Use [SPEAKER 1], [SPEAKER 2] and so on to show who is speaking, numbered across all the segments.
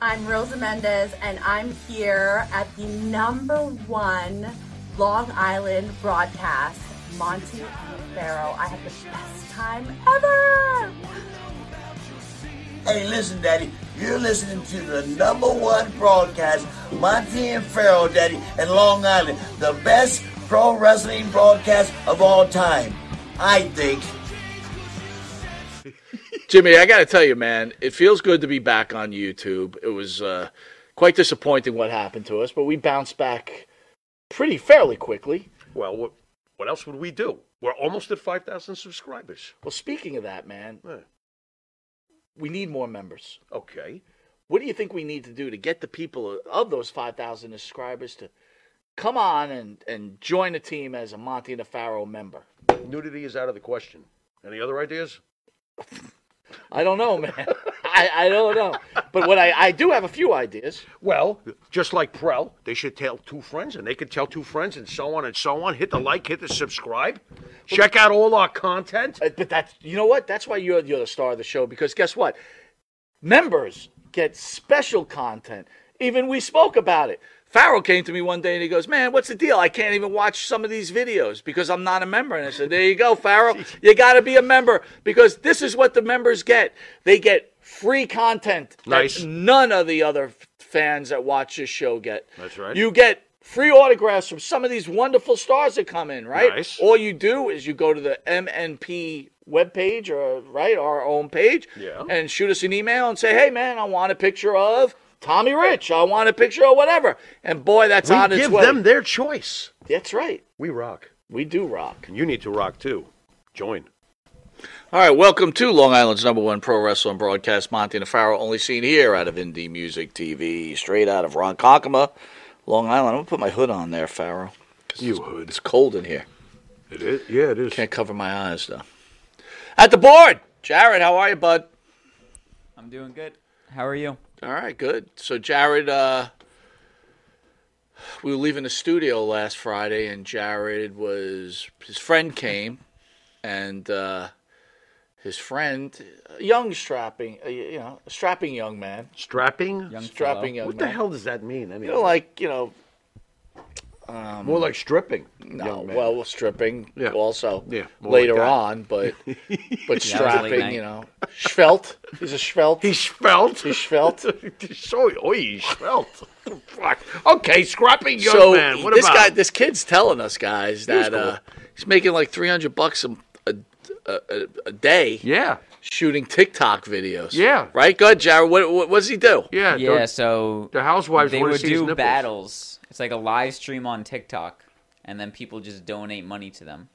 [SPEAKER 1] I'm Rosa Mendez, and I'm here at the number one Long Island broadcast, Monty and Pharaoh. I had the best time ever.
[SPEAKER 2] Hey, listen, Daddy. You're listening to the number one broadcast, Monty and Farrell, Daddy, in Long Island. The best pro wrestling broadcast of all time, I think.
[SPEAKER 3] Jimmy, I got to tell you, man, it feels good to be back on YouTube. It was uh, quite disappointing what happened to us, but we bounced back pretty fairly quickly.
[SPEAKER 4] Well, what, what else would we do? We're almost at 5,000 subscribers.
[SPEAKER 3] Well, speaking of that, man,
[SPEAKER 4] Eh,
[SPEAKER 3] we need more members.
[SPEAKER 4] Okay.
[SPEAKER 3] What do you think we need to do to get the people of those 5,000 subscribers to come on and, and join the team as a Monty Nefaro member?
[SPEAKER 4] Nudity is out of the question. Any other ideas?
[SPEAKER 3] I don't know, man. I, I don't know. But what I, I do have a few ideas.
[SPEAKER 4] Well, just like Prell, they should tell two friends, and they could tell two friends, and so on and so on. Hit the like, hit the subscribe. Check out all our content.
[SPEAKER 3] Uh, But that's you know what? That's why you're you're the star of the show because guess what? Members get special content. Even we spoke about it. Farrell came to me one day and he goes, "Man, what's the deal? I can't even watch some of these videos because I'm not a member." And I said, "There you go, Farrell. You got to be a member because this is what the members get. They get free content that
[SPEAKER 4] Nice.
[SPEAKER 3] none of the other f- fans that watch this show get.
[SPEAKER 4] That's right.
[SPEAKER 3] You get free autographs from some of these wonderful stars that come in, right?
[SPEAKER 4] Nice.
[SPEAKER 3] All you do is you go to the MNP webpage or right our own page
[SPEAKER 4] Yeah.
[SPEAKER 3] and shoot us an email and say, "Hey man, I want a picture of Tommy Rich. I want a picture of whatever." And boy, that's
[SPEAKER 4] We
[SPEAKER 3] on its
[SPEAKER 4] give
[SPEAKER 3] way.
[SPEAKER 4] them their choice.
[SPEAKER 3] that's right.
[SPEAKER 4] We rock.
[SPEAKER 3] We do rock.
[SPEAKER 4] And you need to rock too. Join.
[SPEAKER 3] All right, welcome to Long Island's number one pro wrestling broadcast, Monty Nefaro, only seen here out of Indie Music TV, straight out of Ronkonkoma, Long Island. I'm gonna put my hood on there, Farrow.
[SPEAKER 4] You hood.
[SPEAKER 3] It's cold in here.
[SPEAKER 4] It is. Yeah, it is.
[SPEAKER 3] Can't cover my eyes though. At the board, Jared, how are you, bud?
[SPEAKER 5] I'm doing good. How are you?
[SPEAKER 3] All right, good. So Jared, uh, we were leaving the studio last Friday, and Jared was his friend came, and uh, his friend, a young strapping, uh, you know, a strapping young man,
[SPEAKER 4] Strapping.
[SPEAKER 5] Young
[SPEAKER 3] strapping young
[SPEAKER 4] What
[SPEAKER 3] man.
[SPEAKER 4] the hell does that mean? I mean,
[SPEAKER 3] You know, like you know, um,
[SPEAKER 4] more like stripping.
[SPEAKER 3] no,
[SPEAKER 4] young man.
[SPEAKER 3] well, stripping
[SPEAKER 4] Yeah.
[SPEAKER 3] also
[SPEAKER 4] Yeah, more like
[SPEAKER 3] later
[SPEAKER 4] that.
[SPEAKER 3] on, but but strapping,
[SPEAKER 5] night.
[SPEAKER 3] you know, Schvelt. He's a Schvelt.
[SPEAKER 4] He spelt.
[SPEAKER 3] He's Schvelt.
[SPEAKER 4] so, oh, he spelt. Fuck. Okay, scrapping young
[SPEAKER 3] so
[SPEAKER 4] man. What
[SPEAKER 3] this
[SPEAKER 4] about
[SPEAKER 3] guy,
[SPEAKER 4] him?
[SPEAKER 3] this kid's telling us guys that
[SPEAKER 4] cool.
[SPEAKER 3] uh, he's making like three hundred bucks a, a, a, a day
[SPEAKER 4] Yeah,
[SPEAKER 3] shooting TikTok videos.
[SPEAKER 4] Yeah.
[SPEAKER 3] right. Good, Jared. What, what what does he do?
[SPEAKER 4] yeah.
[SPEAKER 5] Yeah,
[SPEAKER 4] don't-
[SPEAKER 5] so
[SPEAKER 4] the housewives
[SPEAKER 5] they
[SPEAKER 4] wanna
[SPEAKER 5] would
[SPEAKER 4] see his
[SPEAKER 5] do
[SPEAKER 4] nipples.
[SPEAKER 5] battles. It's like a live stream on TikTok, and then people just donate money to them,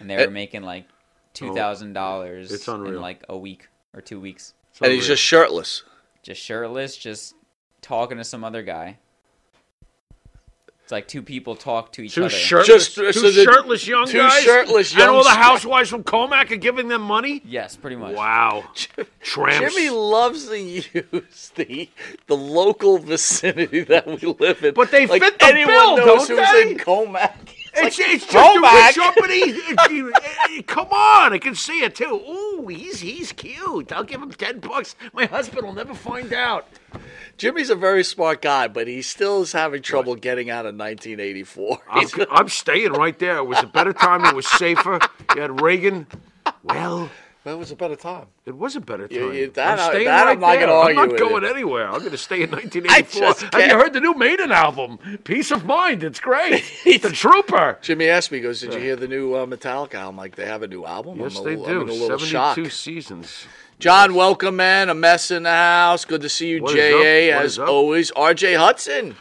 [SPEAKER 5] and they were making like two thousand dollars
[SPEAKER 4] Oh, it's
[SPEAKER 5] in
[SPEAKER 4] unreal.
[SPEAKER 5] like a week or two weeks,
[SPEAKER 3] and he's just shirtless.
[SPEAKER 5] just shirtless, just talking to some other guy. It's like two people talk to each
[SPEAKER 4] two
[SPEAKER 5] other.
[SPEAKER 4] shirtless,
[SPEAKER 3] Just-
[SPEAKER 4] two
[SPEAKER 3] so the-
[SPEAKER 4] shirtless young
[SPEAKER 3] two
[SPEAKER 4] guys.
[SPEAKER 3] shirtless
[SPEAKER 4] And
[SPEAKER 3] young
[SPEAKER 4] all the
[SPEAKER 3] stra-
[SPEAKER 4] housewives from Comac are giving them money.
[SPEAKER 5] yes, pretty much.
[SPEAKER 4] Wow, tramps.
[SPEAKER 3] Jimmy loves to use the the local vicinity that we live in,
[SPEAKER 4] But they
[SPEAKER 3] like,
[SPEAKER 4] fit the
[SPEAKER 3] anyone
[SPEAKER 4] bill,
[SPEAKER 3] knows
[SPEAKER 4] don't
[SPEAKER 3] who's
[SPEAKER 4] they?
[SPEAKER 3] in Comac.
[SPEAKER 4] It's,
[SPEAKER 3] like
[SPEAKER 4] it's just
[SPEAKER 3] throwback.
[SPEAKER 4] a company. come on, I can see it too. Ooh, he's he's cute. I'll give him ten bucks. My husband will never find out.
[SPEAKER 3] Jimmy's a very smart guy, but he still is having trouble getting out of 1984.
[SPEAKER 4] I'm,
[SPEAKER 3] He's-
[SPEAKER 4] I'm staying right there. It was a better time. It was safer. You had Reagan. Well,
[SPEAKER 3] that was a better time.
[SPEAKER 4] it was a better
[SPEAKER 3] You-
[SPEAKER 4] time.
[SPEAKER 3] you- that I-
[SPEAKER 4] I'm staying
[SPEAKER 3] that
[SPEAKER 4] right
[SPEAKER 3] I'm not
[SPEAKER 4] there.
[SPEAKER 3] gonna argue
[SPEAKER 4] I'm
[SPEAKER 3] with
[SPEAKER 4] not going
[SPEAKER 3] you.
[SPEAKER 4] anywhere. I'm going to stay in
[SPEAKER 3] I
[SPEAKER 4] 1984.
[SPEAKER 3] just
[SPEAKER 4] Have you
[SPEAKER 3] can't.
[SPEAKER 4] heard the new Maiden album? Peace of Mind. It's great. the Trooper.
[SPEAKER 3] Jimmy asked me, he goes, Did you hear the new uh, Metallica? I'm like, They have a new album?
[SPEAKER 4] Yes,
[SPEAKER 3] I'm a
[SPEAKER 4] they
[SPEAKER 3] little, I'm in
[SPEAKER 4] do.
[SPEAKER 3] a little
[SPEAKER 4] 72
[SPEAKER 3] shock.
[SPEAKER 4] seasons.
[SPEAKER 3] John, welcome, man. A mess in the house. Good to see you,
[SPEAKER 4] What is
[SPEAKER 3] JA,
[SPEAKER 4] up? What
[SPEAKER 3] as
[SPEAKER 4] is up?
[SPEAKER 3] always. RJ Hudson,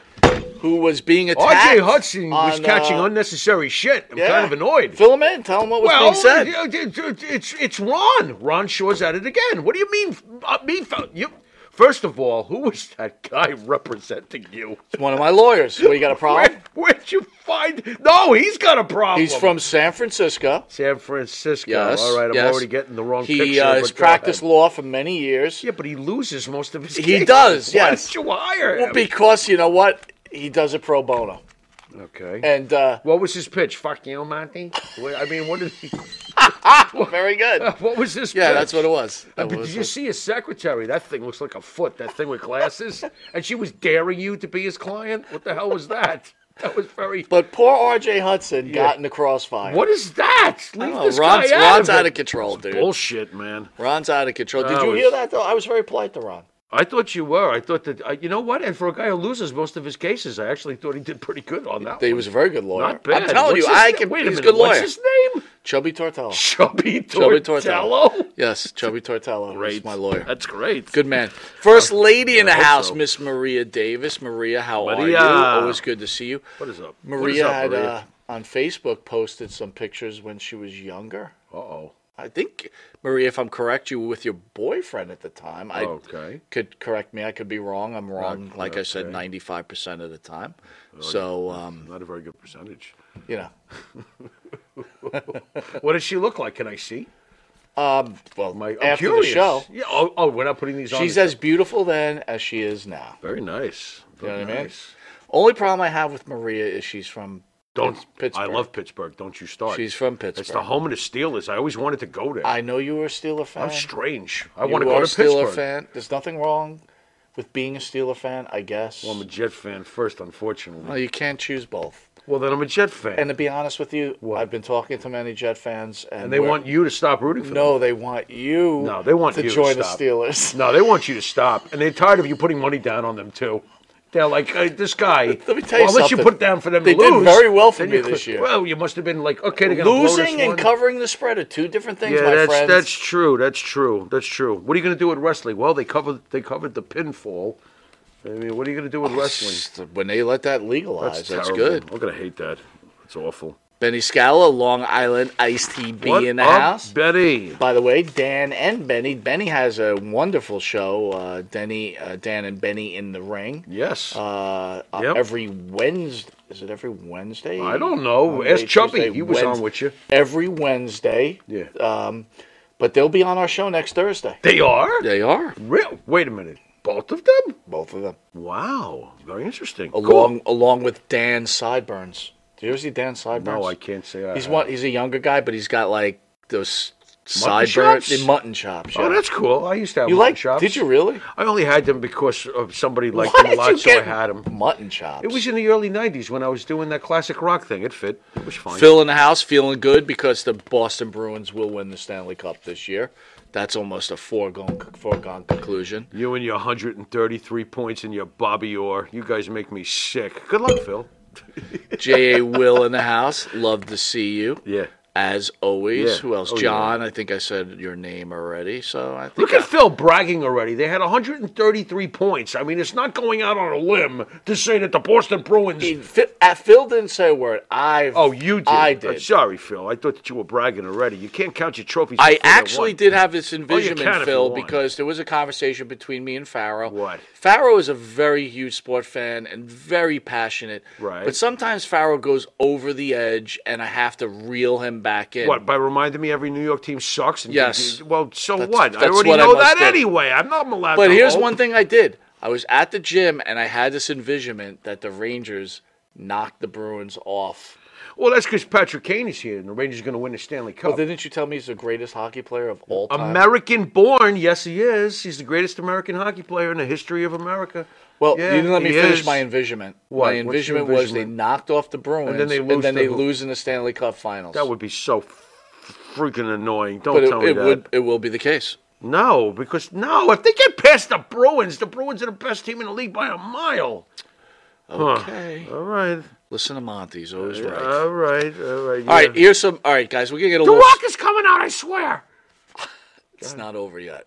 [SPEAKER 3] who was being attacked.
[SPEAKER 4] R.J. Hudson was
[SPEAKER 3] on,
[SPEAKER 4] catching
[SPEAKER 3] uh,
[SPEAKER 4] unnecessary shit. I'm
[SPEAKER 3] yeah.
[SPEAKER 4] kind of annoyed.
[SPEAKER 3] Fill him in. Tell him what was
[SPEAKER 4] Well,
[SPEAKER 3] being said.
[SPEAKER 4] it- it- it- it's it's Ron. Ron Shaw's at it again. What do you mean? Uh, me? fo- You, first of all, who was that guy representing you?
[SPEAKER 3] It's One of my lawyers. What, you got a problem?
[SPEAKER 4] Where, where'd you find? No, he's got a problem.
[SPEAKER 3] He's from San Francisco.
[SPEAKER 4] San Francisco.
[SPEAKER 3] Yes.
[SPEAKER 4] Oh, all right, I'm
[SPEAKER 3] yes.
[SPEAKER 4] already getting the wrong
[SPEAKER 3] he,
[SPEAKER 4] picture.
[SPEAKER 3] uh,
[SPEAKER 4] but
[SPEAKER 3] has
[SPEAKER 4] go
[SPEAKER 3] practiced
[SPEAKER 4] ahead.
[SPEAKER 3] law for many years.
[SPEAKER 4] Yeah, but he loses most of his.
[SPEAKER 3] He
[SPEAKER 4] cases.
[SPEAKER 3] does,
[SPEAKER 4] Why
[SPEAKER 3] yes.
[SPEAKER 4] did you hire
[SPEAKER 3] Well,
[SPEAKER 4] him?
[SPEAKER 3] because, you know what? He does it pro bono.
[SPEAKER 4] okay.
[SPEAKER 3] And, uh,
[SPEAKER 4] what was his pitch? Fuck you, Monty. What- I mean, what did he?
[SPEAKER 3] Very good.
[SPEAKER 4] What was this?
[SPEAKER 3] Yeah,
[SPEAKER 4] bitch?
[SPEAKER 3] that's what it was.
[SPEAKER 4] Uh,
[SPEAKER 3] That
[SPEAKER 4] but did
[SPEAKER 3] was
[SPEAKER 4] you
[SPEAKER 3] it.
[SPEAKER 4] see his secretary? That thing looks like a foot. That thing with glasses, and she was daring you to be his client. What the hell was that? That was very.
[SPEAKER 3] But poor R.J. Hudson got in the crossfire.
[SPEAKER 4] What is that?
[SPEAKER 3] I
[SPEAKER 4] Leave
[SPEAKER 3] don't know,
[SPEAKER 4] this
[SPEAKER 3] Ron's,
[SPEAKER 4] guy
[SPEAKER 3] Ron's
[SPEAKER 4] out,
[SPEAKER 3] out
[SPEAKER 4] of,
[SPEAKER 3] of
[SPEAKER 4] it.
[SPEAKER 3] control, dude.
[SPEAKER 4] Bullshit, man.
[SPEAKER 3] Ron's out of control. Did
[SPEAKER 4] I
[SPEAKER 3] you
[SPEAKER 4] was-
[SPEAKER 3] hear that though? I was very polite to Ron.
[SPEAKER 4] I thought you were. I thought that. Uh, you know what? And for a guy who loses most of his cases, I actually thought he did pretty good on that.
[SPEAKER 3] He
[SPEAKER 4] one.
[SPEAKER 3] was a very good lawyer.
[SPEAKER 4] Not bad.
[SPEAKER 3] I'm telling you,
[SPEAKER 4] What's his
[SPEAKER 3] I
[SPEAKER 4] na-
[SPEAKER 3] can.
[SPEAKER 4] Wait a
[SPEAKER 3] he's a
[SPEAKER 4] minute,
[SPEAKER 3] good lawyer.
[SPEAKER 4] What's his name?
[SPEAKER 3] Chubby Tortello.
[SPEAKER 4] Chubby,
[SPEAKER 3] Chubby
[SPEAKER 4] Tortello.
[SPEAKER 3] Yes, Chubby Tortello. He's
[SPEAKER 4] Great.
[SPEAKER 3] my lawyer.
[SPEAKER 4] That's great.
[SPEAKER 3] Good man. First lady in the
[SPEAKER 4] I hope
[SPEAKER 3] house,
[SPEAKER 4] so.
[SPEAKER 3] Miss Maria Davis. Maria, how
[SPEAKER 4] Maria.
[SPEAKER 3] are you? Always good to see you.
[SPEAKER 4] What is up? What is
[SPEAKER 3] Maria
[SPEAKER 4] up,
[SPEAKER 3] had
[SPEAKER 4] Maria?
[SPEAKER 3] Uh, on Facebook posted some pictures when she was younger.
[SPEAKER 4] Uh-oh.
[SPEAKER 3] I think Maria, if I'm correct, you were with your boyfriend at the time. I
[SPEAKER 4] Okay.
[SPEAKER 3] could correct me. I could be wrong. I'm wrong. Like I said, 95 percent of the time.
[SPEAKER 4] Oh,
[SPEAKER 3] So um,
[SPEAKER 4] Not a very good percentage.
[SPEAKER 3] you know,
[SPEAKER 4] What does she look like? Can I see?
[SPEAKER 3] um, well,
[SPEAKER 4] My, I'm
[SPEAKER 3] after
[SPEAKER 4] curious.
[SPEAKER 3] the show,
[SPEAKER 4] Yeah, oh, oh, we're not putting these on.
[SPEAKER 3] she's
[SPEAKER 4] the
[SPEAKER 3] as
[SPEAKER 4] show.
[SPEAKER 3] beautiful then as she is now.
[SPEAKER 4] very nice. Very
[SPEAKER 3] know what I mean?
[SPEAKER 4] nice.
[SPEAKER 3] Only problem I have with Maria is she's from
[SPEAKER 4] Don't
[SPEAKER 3] Pittsburgh.
[SPEAKER 4] I love Pittsburgh. Don't you start.
[SPEAKER 3] She's from
[SPEAKER 4] It's the
[SPEAKER 3] Pittsburgh.
[SPEAKER 4] home of the Steelers. I always wanted to go there.
[SPEAKER 3] I know you were a Steeler fan.
[SPEAKER 4] I'm strange. I
[SPEAKER 3] You
[SPEAKER 4] want to go
[SPEAKER 3] are
[SPEAKER 4] to
[SPEAKER 3] still a Steeler
[SPEAKER 4] Pittsburgh.
[SPEAKER 3] fan. There's nothing wrong with being a Steeler fan, I guess.
[SPEAKER 4] Well, I'm a Jet fan first,
[SPEAKER 3] no,
[SPEAKER 4] unfortunately.
[SPEAKER 3] you can't choose both.
[SPEAKER 4] Well, then I'm a Jet fan,
[SPEAKER 3] And
[SPEAKER 4] and,
[SPEAKER 3] to be honest with you,
[SPEAKER 4] What?
[SPEAKER 3] I've been talking to many Jet fans, and,
[SPEAKER 4] they
[SPEAKER 3] we're-
[SPEAKER 4] want you to stop rooting for
[SPEAKER 3] no, they want you.
[SPEAKER 4] No, they want
[SPEAKER 3] to
[SPEAKER 4] you to
[SPEAKER 3] join
[SPEAKER 4] stop.
[SPEAKER 3] the Steelers.
[SPEAKER 4] them. No, they want you to stop, and they're tired of you putting money down on them too. They're like, hey, this guy.
[SPEAKER 3] Let me tell you
[SPEAKER 4] well, unless
[SPEAKER 3] something.
[SPEAKER 4] you put down for them
[SPEAKER 3] They
[SPEAKER 4] to
[SPEAKER 3] did
[SPEAKER 4] lose,
[SPEAKER 3] very well for
[SPEAKER 4] then
[SPEAKER 3] me
[SPEAKER 4] you
[SPEAKER 3] this year.
[SPEAKER 4] Well, you must have been like, okay, they're going to blow this
[SPEAKER 3] Losing and
[SPEAKER 4] one.
[SPEAKER 3] covering the spread are two different things,
[SPEAKER 4] Yeah,
[SPEAKER 3] my
[SPEAKER 4] that's
[SPEAKER 3] friends.
[SPEAKER 4] that's true. That's true. That's true. What are you going to do with wrestling? Well, they covered they covered the pinfall. I mean, what are you going to do with wrestling?
[SPEAKER 3] When they let that
[SPEAKER 4] That's,
[SPEAKER 3] legalize, Oh, that's,
[SPEAKER 4] terrible.
[SPEAKER 3] good.
[SPEAKER 4] I'm going to hate that. It's awful.
[SPEAKER 3] Benny Scala, Long Island Iced Tea B
[SPEAKER 4] What
[SPEAKER 3] in the
[SPEAKER 4] up,
[SPEAKER 3] house.
[SPEAKER 4] Betty.
[SPEAKER 3] By the way, Dan and Benny. Benny has a wonderful show. Uh, Denny, uh, Dan and Benny in the ring.
[SPEAKER 4] Yes.
[SPEAKER 3] Uh, uh,
[SPEAKER 4] Yep.
[SPEAKER 3] Every Wednesday. Is it every Wednesday?
[SPEAKER 4] I don't know.
[SPEAKER 3] Monday,
[SPEAKER 4] Ask Chubby.
[SPEAKER 3] Tuesday,
[SPEAKER 4] he was
[SPEAKER 3] Wednes-
[SPEAKER 4] on with you.
[SPEAKER 3] Every Wednesday.
[SPEAKER 4] Yeah.
[SPEAKER 3] Um, but they'll be on our show next Thursday.
[SPEAKER 4] They are.
[SPEAKER 3] They are
[SPEAKER 4] Real. Wait a minute. Both of them.
[SPEAKER 3] both of them,
[SPEAKER 4] Wow. Very interesting.
[SPEAKER 3] along along with Dan Sideburns. Do you ever see Dan
[SPEAKER 4] Cool.
[SPEAKER 3] Sideburns?
[SPEAKER 4] No, I can't say I.
[SPEAKER 3] He's
[SPEAKER 4] have.
[SPEAKER 3] one. He's a younger guy, but he's got like those
[SPEAKER 4] Mutton
[SPEAKER 3] sideburns,
[SPEAKER 4] chops?
[SPEAKER 3] the mutton chops.
[SPEAKER 4] Oh,
[SPEAKER 3] yeah.
[SPEAKER 4] that's cool. I used to have
[SPEAKER 3] you
[SPEAKER 4] mutton
[SPEAKER 3] like?
[SPEAKER 4] chops.
[SPEAKER 3] Did you really?
[SPEAKER 4] I only had them because of somebody liked
[SPEAKER 3] Why
[SPEAKER 4] them
[SPEAKER 3] did
[SPEAKER 4] a lot,
[SPEAKER 3] you
[SPEAKER 4] so I
[SPEAKER 3] get
[SPEAKER 4] had them.
[SPEAKER 3] mutton chops?
[SPEAKER 4] It was in the early '90s when I was doing that classic rock thing. It fit. It was fine.
[SPEAKER 3] Phil in the house feeling good because the Boston Bruins will win the Stanley Cup this year. That's almost a foregone foregone conclusion.
[SPEAKER 4] you and your 133 points and your Bobby Orr. You guys make me sick. Good luck, Phil.
[SPEAKER 3] J.A. Will in the house. Love to see you.
[SPEAKER 4] Yeah.
[SPEAKER 3] As always.
[SPEAKER 4] Yeah.
[SPEAKER 3] Who else?
[SPEAKER 4] Oh, yeah.
[SPEAKER 3] John. I think I said your name already. So I think
[SPEAKER 4] Look
[SPEAKER 3] I-
[SPEAKER 4] at Phil bragging already. They had 133 points. I mean, it's not going out on a limb to say that the Boston Bruins.
[SPEAKER 3] He- Phil, uh, Phil didn't say a word. I
[SPEAKER 4] Oh, you did.
[SPEAKER 3] I
[SPEAKER 4] I'm
[SPEAKER 3] did.
[SPEAKER 4] sorry, Phil. I thought that you were bragging already. You can't count your trophies.
[SPEAKER 3] I
[SPEAKER 4] before they
[SPEAKER 3] actually
[SPEAKER 4] won.
[SPEAKER 3] did have this
[SPEAKER 4] can if
[SPEAKER 3] envisionment,
[SPEAKER 4] Oh, you
[SPEAKER 3] Phil,
[SPEAKER 4] want.
[SPEAKER 3] because there was a conversation between me and Farrow.
[SPEAKER 4] What?
[SPEAKER 3] Farrow is a very huge sport fan and very passionate.
[SPEAKER 4] Right.
[SPEAKER 3] But sometimes Farrow goes over the edge, and I have to reel him back in.
[SPEAKER 4] What by reminding me every New York team sucks? And
[SPEAKER 3] Yes.
[SPEAKER 4] well, so
[SPEAKER 3] That's-
[SPEAKER 4] what? I
[SPEAKER 3] that's
[SPEAKER 4] already
[SPEAKER 3] what I
[SPEAKER 4] know
[SPEAKER 3] must
[SPEAKER 4] that
[SPEAKER 3] do.
[SPEAKER 4] anyway. I'm not allowed.
[SPEAKER 3] But
[SPEAKER 4] to
[SPEAKER 3] here's
[SPEAKER 4] hope.
[SPEAKER 3] one thing I did. I was at the gym, and I had this envisionment that the Rangers knocked the Bruins off.
[SPEAKER 4] Well, that's because Patrick Kane is here, and the Rangers are going to win the Stanley Cup.
[SPEAKER 3] Well, Oh, didn't you tell me he's the greatest hockey player of all time?
[SPEAKER 4] American born, yes, he is. He's the greatest American hockey player in the history of America.
[SPEAKER 3] Well,
[SPEAKER 4] Yeah,
[SPEAKER 3] you didn't let me
[SPEAKER 4] he
[SPEAKER 3] finish
[SPEAKER 4] is.
[SPEAKER 3] my envisionment.
[SPEAKER 4] What?
[SPEAKER 3] My
[SPEAKER 4] What's your
[SPEAKER 3] envisionment, was they
[SPEAKER 4] envisionment?
[SPEAKER 3] knocked off the Bruins and then they lose,
[SPEAKER 4] to who?
[SPEAKER 3] in the Stanley Cup Finals.
[SPEAKER 4] That would be so f- freaking annoying. Don't
[SPEAKER 3] but it,
[SPEAKER 4] tell me
[SPEAKER 3] it
[SPEAKER 4] that.
[SPEAKER 3] would it will be the case.
[SPEAKER 4] No, because no, if they get past the Bruins, the Bruins are the best team in the league by a mile.
[SPEAKER 3] Okay.
[SPEAKER 4] All right,
[SPEAKER 3] Listen to Monty, he's always right.
[SPEAKER 4] all right, all right.
[SPEAKER 3] all right, here's some. All right, guys, we're gonna get a
[SPEAKER 4] the
[SPEAKER 3] little.
[SPEAKER 4] rock is coming out. I swear.
[SPEAKER 3] It's not over yet,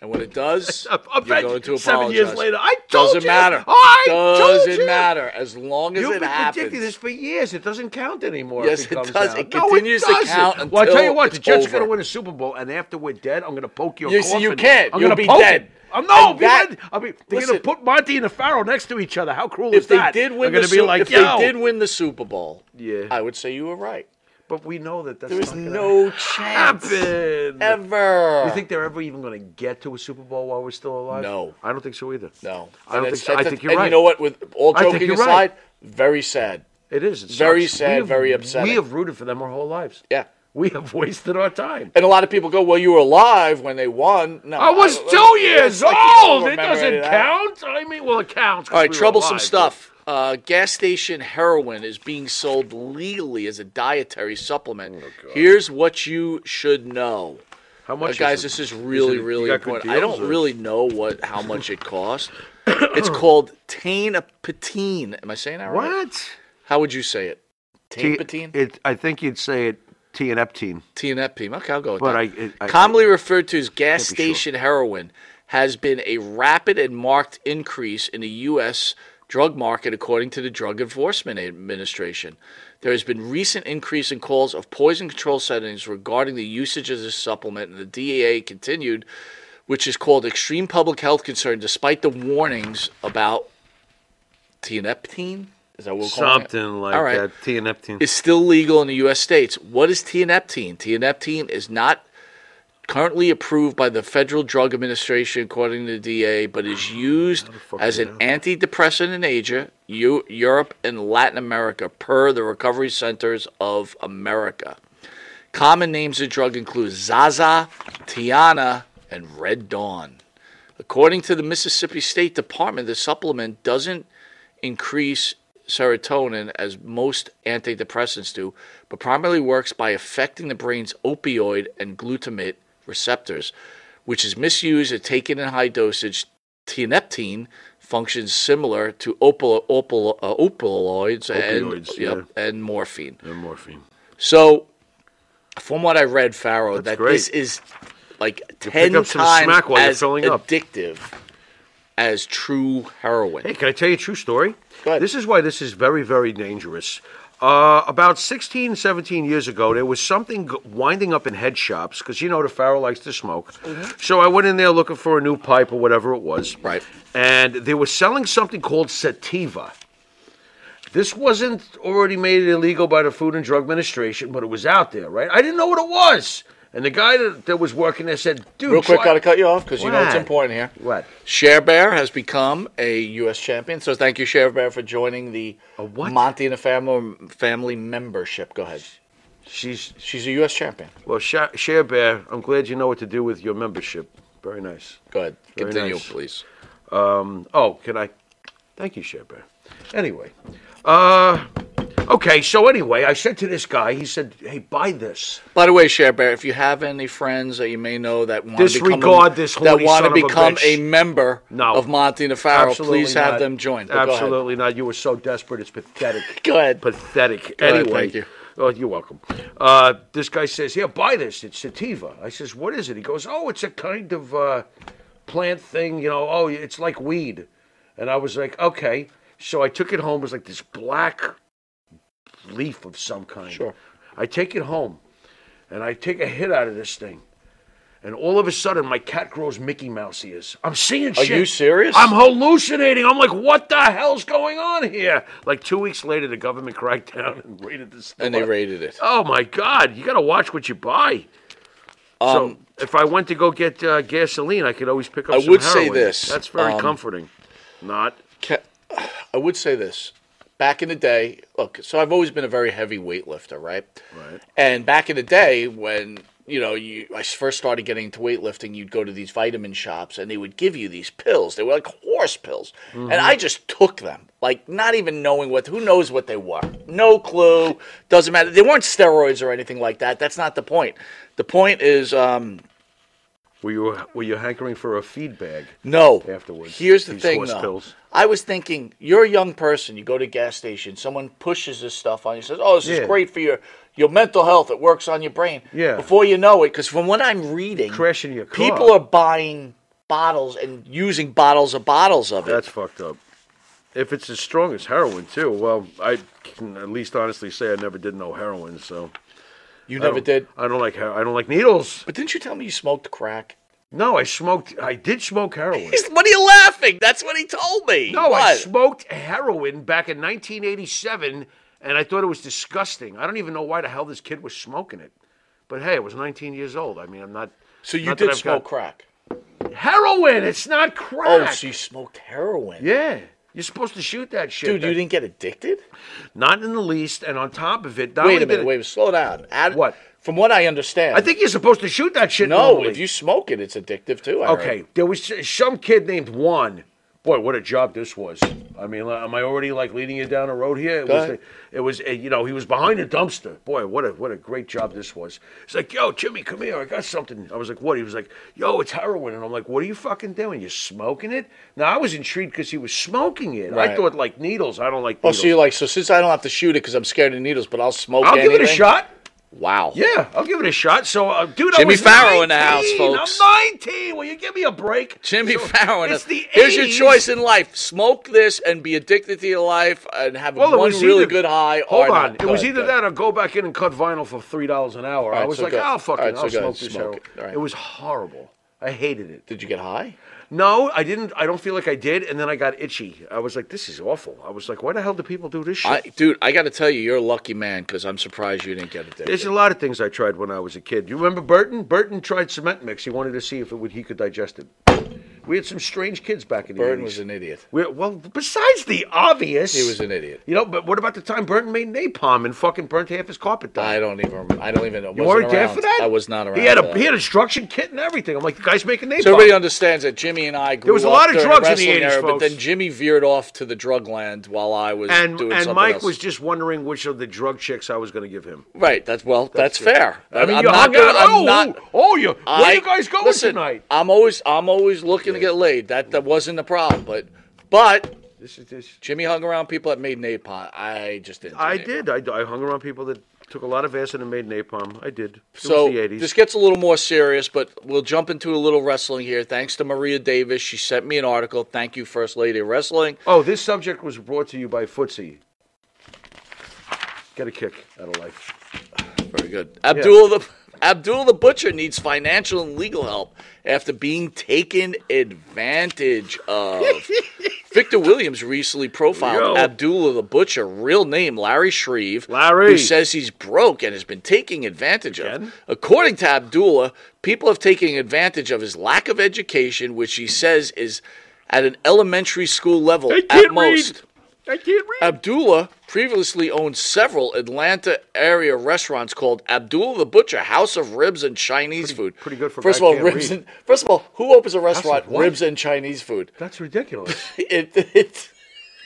[SPEAKER 3] and when it does,
[SPEAKER 4] I- I
[SPEAKER 3] you're
[SPEAKER 4] bet
[SPEAKER 3] going to
[SPEAKER 4] you
[SPEAKER 3] apologize.
[SPEAKER 4] seven years later, I told
[SPEAKER 3] doesn't
[SPEAKER 4] you. Oh,
[SPEAKER 3] matter.
[SPEAKER 4] I told
[SPEAKER 3] doesn't
[SPEAKER 4] you.
[SPEAKER 3] matter. As long as
[SPEAKER 4] You've
[SPEAKER 3] it
[SPEAKER 4] been
[SPEAKER 3] happens.
[SPEAKER 4] predicting this for years. It doesn't count anymore.
[SPEAKER 3] Yes, it
[SPEAKER 4] if it, comes
[SPEAKER 3] does.
[SPEAKER 4] Out.
[SPEAKER 3] It
[SPEAKER 4] No,
[SPEAKER 3] continues to
[SPEAKER 4] doesn't.
[SPEAKER 3] count
[SPEAKER 4] Well, I tell you
[SPEAKER 3] until
[SPEAKER 4] what, the
[SPEAKER 3] it's over.
[SPEAKER 4] Jets are going to win a Super Bowl, and after we're dead, I'm going to poke your
[SPEAKER 3] You see,
[SPEAKER 4] coffin.
[SPEAKER 3] you can't.
[SPEAKER 4] I'm
[SPEAKER 3] You'll
[SPEAKER 4] gonna
[SPEAKER 3] be
[SPEAKER 4] poke
[SPEAKER 3] dead.
[SPEAKER 4] It. I'm- no,
[SPEAKER 3] And that-
[SPEAKER 4] because- I mean, they're
[SPEAKER 3] Listen.
[SPEAKER 4] going to put Monty and the Pharaoh next to each other. How cruel
[SPEAKER 3] If
[SPEAKER 4] is
[SPEAKER 3] they
[SPEAKER 4] that?
[SPEAKER 3] did win
[SPEAKER 4] they're
[SPEAKER 3] the
[SPEAKER 4] gonna be
[SPEAKER 3] Su-
[SPEAKER 4] like,
[SPEAKER 3] if
[SPEAKER 4] Yo.
[SPEAKER 3] they did win the Super Bowl,
[SPEAKER 4] Yeah.
[SPEAKER 3] I would say you were right.
[SPEAKER 4] but we know that that's
[SPEAKER 3] There is
[SPEAKER 4] not gonna
[SPEAKER 3] no chance
[SPEAKER 4] happen.
[SPEAKER 3] ever.
[SPEAKER 4] Do you think they're ever even going to get to a Super Bowl while we're still alive?
[SPEAKER 3] No.
[SPEAKER 4] I don't think so either.
[SPEAKER 3] No,
[SPEAKER 4] I
[SPEAKER 3] And
[SPEAKER 4] don't think
[SPEAKER 3] it's-
[SPEAKER 4] so. I
[SPEAKER 3] it's-
[SPEAKER 4] think you're
[SPEAKER 3] and
[SPEAKER 4] right.
[SPEAKER 3] You know what? With all
[SPEAKER 4] I think
[SPEAKER 3] joking
[SPEAKER 4] you're
[SPEAKER 3] aside,
[SPEAKER 4] right.
[SPEAKER 3] very sad.
[SPEAKER 4] It is. It
[SPEAKER 3] Very
[SPEAKER 4] sucks.
[SPEAKER 3] sad,
[SPEAKER 4] We have-
[SPEAKER 3] very upsetting.
[SPEAKER 4] We have rooted for them our whole lives.
[SPEAKER 3] Yeah,
[SPEAKER 4] We have wasted our time.
[SPEAKER 3] And a lot of people go, "Well, you were alive when they won." No,
[SPEAKER 4] I was
[SPEAKER 3] don't-
[SPEAKER 4] two years
[SPEAKER 3] it's like you don't
[SPEAKER 4] old. It
[SPEAKER 3] remember
[SPEAKER 4] doesn't
[SPEAKER 3] any of that.
[SPEAKER 4] count. I mean, well, it counts. 'cause
[SPEAKER 3] All right,
[SPEAKER 4] we were
[SPEAKER 3] troublesome
[SPEAKER 4] alive,
[SPEAKER 3] stuff. Uh, gas station heroin is being sold legally as a dietary supplement.
[SPEAKER 4] Oh,
[SPEAKER 3] Here's what you should know,
[SPEAKER 4] but How
[SPEAKER 3] Uh,
[SPEAKER 4] much,
[SPEAKER 3] guys.
[SPEAKER 4] Is
[SPEAKER 3] This
[SPEAKER 4] it?
[SPEAKER 3] is really,
[SPEAKER 4] it- you
[SPEAKER 3] really
[SPEAKER 4] got good
[SPEAKER 3] important. I don't
[SPEAKER 4] deals, or-
[SPEAKER 3] really know what how much it costs. it's called tainapatine. Am I saying that right?
[SPEAKER 4] what?
[SPEAKER 3] How would you say it?
[SPEAKER 4] T-
[SPEAKER 3] Tainapatine.
[SPEAKER 4] It, I think you'd say it T and Eptine.
[SPEAKER 3] Tianeptine. Okay, I'll go with
[SPEAKER 4] But
[SPEAKER 3] that.
[SPEAKER 4] I- it- I-
[SPEAKER 3] Commonly referred to as gas
[SPEAKER 4] Can't be sure.
[SPEAKER 3] station heroin, has been a rapid and marked increase in the U.S. drug market, according to the Drug Enforcement Administration. There has been recent increase in calls of poison control settings regarding the usage of this supplement, and the DEA continued, which is called extreme public health concern, despite the warnings about tianeptine. Is that what we're calling it?
[SPEAKER 4] Something like
[SPEAKER 3] All right
[SPEAKER 4] that. T and Eptine.
[SPEAKER 3] is still legal in the U.S. states. What is tianeptine? Tianeptine is not currently approved by the Federal Drug Administration, according to the DA, but is used as an antidepressant in Asia, Eu- Europe, and Latin America, per the Recovery Centers of America. Common names of drug include Zaza, Tiana, and Red Dawn. According to the Mississippi State Department, the supplement doesn't increase serotonin as most antidepressants do, but primarily works by affecting the brain's opioid and glutamate receptors, which is misused and taken in high dosage. Tianeptine functions similar to opio- opio- uh, opioids, and,
[SPEAKER 4] Opioids,
[SPEAKER 3] yep, and morphine.
[SPEAKER 4] and morphine.
[SPEAKER 3] So, from what I read, Farrow,
[SPEAKER 4] That's
[SPEAKER 3] that
[SPEAKER 4] great.
[SPEAKER 3] this is like
[SPEAKER 4] pick
[SPEAKER 3] ten
[SPEAKER 4] up
[SPEAKER 3] times
[SPEAKER 4] some smack while you're
[SPEAKER 3] as
[SPEAKER 4] filling up.
[SPEAKER 3] addictive as true heroin.
[SPEAKER 4] Hey, can I tell you a true story?
[SPEAKER 3] Go ahead.
[SPEAKER 4] This is why this is very, very dangerous. Uh, about 16, 17 years ago, there was something g- winding up in head shops because you know the Pharaoh likes to smoke. So I went in there looking for a new pipe or whatever it was.
[SPEAKER 3] Mm-hmm. Right.
[SPEAKER 4] And they were selling something called sativa. This wasn't already made illegal by the Food and Drug Administration, but it was out there, right? I didn't know what it was. And the guy that, that was working there said, dude,
[SPEAKER 3] Real quick,
[SPEAKER 4] try-
[SPEAKER 3] gotta cut you off because you know it's
[SPEAKER 4] What?
[SPEAKER 3] important here.
[SPEAKER 4] What?
[SPEAKER 3] Share Bear has become a U.S. champion, so thank you, Share Bear, for joining the
[SPEAKER 4] A what?
[SPEAKER 3] Monty and the family family membership. Go ahead.
[SPEAKER 4] She's
[SPEAKER 3] She's a U.S. champion.
[SPEAKER 4] Well, Sha- Share Bear, I'm glad you know what to do with your membership. Very nice.
[SPEAKER 3] Go ahead.
[SPEAKER 4] Very
[SPEAKER 3] Continue,
[SPEAKER 4] nice.
[SPEAKER 3] please.
[SPEAKER 4] Oh, can I? Thank you, Share Bear. Anyway, uh, okay. So anyway, I said to this guy, he said, "Hey, buy this."
[SPEAKER 3] By the way, Share Bear, if you have any friends that you may know that want to become
[SPEAKER 4] Disregard
[SPEAKER 3] a,
[SPEAKER 4] this
[SPEAKER 3] that
[SPEAKER 4] horny
[SPEAKER 3] want
[SPEAKER 4] son
[SPEAKER 3] to
[SPEAKER 4] of a
[SPEAKER 3] become a,
[SPEAKER 4] bitch.
[SPEAKER 3] member
[SPEAKER 4] No.
[SPEAKER 3] of Monty Nefaro,
[SPEAKER 4] Absolutely
[SPEAKER 3] please have
[SPEAKER 4] not.
[SPEAKER 3] them join. But go ahead.
[SPEAKER 4] Absolutely not. You were so desperate. It's pathetic.
[SPEAKER 3] Go ahead.
[SPEAKER 4] Pathetic.
[SPEAKER 3] ahead,
[SPEAKER 4] anyway.
[SPEAKER 3] thank you.
[SPEAKER 4] Oh, you're welcome. Uh, this guy says, "Here, buy this. It's sativa." I says, "What is it?" He goes, "Oh, it's a kind of uh, plant thing. You know, oh, it's like weed." And I was like, "Okay." So I took it home. It was like this black leaf of some kind.
[SPEAKER 3] Sure.
[SPEAKER 4] I take it home, and I take a hit out of this thing. And all of a sudden, my cat grows Mickey Mouse ears. I'm seeing
[SPEAKER 3] Are
[SPEAKER 4] shit.
[SPEAKER 3] you serious?
[SPEAKER 4] I'm hallucinating. I'm like, what the hell's going on here? Like two weeks later, the government cracked down and raided this.
[SPEAKER 3] and they rated it.
[SPEAKER 4] Oh my God! You got to watch what you buy. so if I went to go get uh, gasoline, I could always pick up.
[SPEAKER 3] Um, I
[SPEAKER 4] some
[SPEAKER 3] would say
[SPEAKER 4] heroin.
[SPEAKER 3] this,
[SPEAKER 4] That's very
[SPEAKER 3] um,
[SPEAKER 4] comforting. Not.
[SPEAKER 3] Ca- I would say this. Back in the day, look, so I've always been a very heavy weightlifter, right?
[SPEAKER 4] Right.
[SPEAKER 3] And back in the day when, you know, you I first started getting into weightlifting, you'd go to these vitamin shops and they would give you these pills. They were like horse pills. And I just took them, like not even knowing what who knows what they were. No clue. Doesn't matter. They weren't steroids or anything like that. That's not the point. The point is um
[SPEAKER 4] Were you were you hankering for a feed bag?
[SPEAKER 3] no.
[SPEAKER 4] Afterwards,
[SPEAKER 3] Here's the
[SPEAKER 4] these
[SPEAKER 3] thing,
[SPEAKER 4] horse
[SPEAKER 3] though.
[SPEAKER 4] pills.
[SPEAKER 3] I was thinking, you're a young person. You go to a gas station. Someone pushes this stuff on you. Says, "Oh, this
[SPEAKER 4] Yeah.
[SPEAKER 3] is great for your your mental health. It works on your brain."
[SPEAKER 4] Yeah.
[SPEAKER 3] Before you know it, because from what I'm reading,
[SPEAKER 4] Crashing your car.
[SPEAKER 3] people are buying bottles and using bottles of bottles of it.
[SPEAKER 4] That's fucked up. If it's as strong as heroin, too, well, I can at least honestly say I never did know heroin, so
[SPEAKER 3] you
[SPEAKER 4] I
[SPEAKER 3] never
[SPEAKER 4] don't-
[SPEAKER 3] did.
[SPEAKER 4] I don't like her- I don't like needles.
[SPEAKER 3] But didn't you tell me you smoked crack?
[SPEAKER 4] No, I smoked. I did smoke heroin.
[SPEAKER 3] He's- What are you laughing? That's what he told me.
[SPEAKER 4] No, I
[SPEAKER 3] What?
[SPEAKER 4] smoked heroin back in 1987, and I thought it was disgusting. I don't even know why the hell this kid was smoking it. But hey, I was 19 years old. I mean, I'm not.
[SPEAKER 3] so you
[SPEAKER 4] not that
[SPEAKER 3] did
[SPEAKER 4] I've
[SPEAKER 3] smoke
[SPEAKER 4] got-
[SPEAKER 3] crack.
[SPEAKER 4] heroin. It's not
[SPEAKER 3] Oh,
[SPEAKER 4] crack.
[SPEAKER 3] so you smoked heroin.
[SPEAKER 4] yeah, you're supposed to shoot that shit.
[SPEAKER 3] Dude, you
[SPEAKER 4] That-
[SPEAKER 3] didn't get addicted?
[SPEAKER 4] not in the least. And on top of it, not
[SPEAKER 3] Wait
[SPEAKER 4] only
[SPEAKER 3] a
[SPEAKER 4] did
[SPEAKER 3] minute.
[SPEAKER 4] it-
[SPEAKER 3] Wait, slow down. Add,
[SPEAKER 4] What?
[SPEAKER 3] From what I understand,
[SPEAKER 4] I think you're supposed to shoot that shit.
[SPEAKER 3] no.
[SPEAKER 4] normally.
[SPEAKER 3] If you smoke it, it's addictive too. I
[SPEAKER 4] Okay,
[SPEAKER 3] heard.
[SPEAKER 4] there was some kid named Juan. Boy, what a job this was! I mean, am I already like leading you down a road here? It
[SPEAKER 3] Go
[SPEAKER 4] was,
[SPEAKER 3] ahead.
[SPEAKER 4] it was, uh, you know, he was behind a dumpster. Boy, what a what a great job this was. He's like, "Yo, Jimmy, come here, I got something." I was like, "What?" He was like, "Yo, it's heroin," and I'm like, "What are you fucking doing? You smoking it?" Now I was intrigued because he was smoking it. I
[SPEAKER 3] Right.
[SPEAKER 4] thought like needles. I don't like.
[SPEAKER 3] Oh,
[SPEAKER 4] Needles.
[SPEAKER 3] so you're like, so since I don't have to shoot it because I'm scared of needles, but I'll smoke.
[SPEAKER 4] I'll give it a
[SPEAKER 3] anything?
[SPEAKER 4] shot.
[SPEAKER 3] Wow.
[SPEAKER 4] Yeah, I'll give it a shot. So, uh, dude, I
[SPEAKER 3] Jimmy
[SPEAKER 4] was
[SPEAKER 3] Farrow in the house,
[SPEAKER 4] 19.
[SPEAKER 3] folks.
[SPEAKER 4] I'm 19. Will you give me a break?
[SPEAKER 3] Jimmy
[SPEAKER 4] So,
[SPEAKER 3] Farrow. and
[SPEAKER 4] It's
[SPEAKER 3] us.
[SPEAKER 4] the
[SPEAKER 3] Here's your
[SPEAKER 4] 80s.
[SPEAKER 3] choice in life: smoke this and be addicted to your life, and have
[SPEAKER 4] Well, it
[SPEAKER 3] one
[SPEAKER 4] was
[SPEAKER 3] really
[SPEAKER 4] either-
[SPEAKER 3] good high.
[SPEAKER 4] Hold
[SPEAKER 3] or
[SPEAKER 4] on.
[SPEAKER 3] not.
[SPEAKER 4] It was
[SPEAKER 3] Good,
[SPEAKER 4] either
[SPEAKER 3] good.
[SPEAKER 4] that or go back in and cut vinyl for three dollars an hour.
[SPEAKER 3] All
[SPEAKER 4] I
[SPEAKER 3] right,
[SPEAKER 4] was
[SPEAKER 3] so
[SPEAKER 4] like,
[SPEAKER 3] go-
[SPEAKER 4] I'll fucking
[SPEAKER 3] all right, so
[SPEAKER 4] I'll
[SPEAKER 3] go
[SPEAKER 4] smoke
[SPEAKER 3] ahead,
[SPEAKER 4] this
[SPEAKER 3] smoke
[SPEAKER 4] heroin.
[SPEAKER 3] it. All right.
[SPEAKER 4] It was horrible. I hated it.
[SPEAKER 3] Did you get high?
[SPEAKER 4] No, I didn't. I don't feel like I did. And then I got itchy. I was like, this is awful. I was like, why the hell do people do this shit?
[SPEAKER 3] I, dude, I got to tell you, you're a lucky man because I'm surprised you didn't get addicted.
[SPEAKER 4] There's a lot of things I tried when I was a kid. You remember Burton? Burton tried cement mix. He wanted to see if it would he could digest it. We had some strange kids back in the
[SPEAKER 3] Burton
[SPEAKER 4] 80s.
[SPEAKER 3] was an idiot.
[SPEAKER 4] We- well, besides the obvious,
[SPEAKER 3] He was an idiot.
[SPEAKER 4] You know, but what about the time Burton made napalm and fucking burnt half his carpet down?
[SPEAKER 3] I don't even. I don't even. know.
[SPEAKER 4] You weren't there for that?
[SPEAKER 3] I was not around.
[SPEAKER 4] He had a
[SPEAKER 3] for that.
[SPEAKER 4] he had a destruction kit and everything. I'm like, the guy's making napalm.
[SPEAKER 3] So everybody understands that Jimmy and I grew
[SPEAKER 4] was a
[SPEAKER 3] up
[SPEAKER 4] lot of
[SPEAKER 3] during
[SPEAKER 4] drugs in the
[SPEAKER 3] wrestling
[SPEAKER 4] 80s,
[SPEAKER 3] era, but
[SPEAKER 4] folks.
[SPEAKER 3] then Jimmy veered off to the drug land while I was
[SPEAKER 4] and
[SPEAKER 3] doing
[SPEAKER 4] and
[SPEAKER 3] something
[SPEAKER 4] Mike
[SPEAKER 3] else.
[SPEAKER 4] was just wondering which of the drug chicks I was going to give him.
[SPEAKER 3] right. That's well. That's, fair.
[SPEAKER 4] I mean,
[SPEAKER 3] I'm
[SPEAKER 4] you
[SPEAKER 3] not
[SPEAKER 4] hung
[SPEAKER 3] doing-
[SPEAKER 4] out.
[SPEAKER 3] I'm
[SPEAKER 4] oh,
[SPEAKER 3] not-
[SPEAKER 4] oh, you. Where
[SPEAKER 3] I-
[SPEAKER 4] you guys going
[SPEAKER 3] listen,
[SPEAKER 4] tonight?
[SPEAKER 3] I'm always I'm always looking to get laid. That that wasn't the problem, but but
[SPEAKER 4] This is this.
[SPEAKER 3] Jimmy hung around people that made napalm. I just didn't. do
[SPEAKER 4] I
[SPEAKER 3] napalm.
[SPEAKER 4] did. I, I hung around people that took a lot of acid and made napalm. I did. It
[SPEAKER 3] So
[SPEAKER 4] was the 80s.
[SPEAKER 3] this gets a little more serious, but we'll jump into a little wrestling here. Thanks to Maria Davis, she sent me an article. Thank you, First Lady of Wrestling.
[SPEAKER 4] oh, this subject was brought to you by Footsie. Get a kick out of life.
[SPEAKER 3] Very good. Abdul the Abdul the Butcher needs financial and legal help after being taken advantage of. Victor Williams recently profiled
[SPEAKER 4] Yo.
[SPEAKER 3] Abdullah the Butcher, real name Larry Shreve,
[SPEAKER 4] Larry.
[SPEAKER 3] who says he's broke and has been taking advantage
[SPEAKER 4] Again?
[SPEAKER 3] of. According to Abdullah, people have taken advantage of his lack of education, which he says is at an elementary school level at most.
[SPEAKER 4] I can't read.
[SPEAKER 3] Abdullah previously owned several Atlanta area restaurants called Abdullah the Butcher, House of Ribs and Chinese food.
[SPEAKER 4] pretty good for a
[SPEAKER 3] first of
[SPEAKER 4] guy
[SPEAKER 3] all,
[SPEAKER 4] who can't
[SPEAKER 3] ribs
[SPEAKER 4] read.
[SPEAKER 3] and first of all, who opens a restaurant
[SPEAKER 4] what?
[SPEAKER 3] ribs and Chinese food?
[SPEAKER 4] That's ridiculous.
[SPEAKER 3] It, it,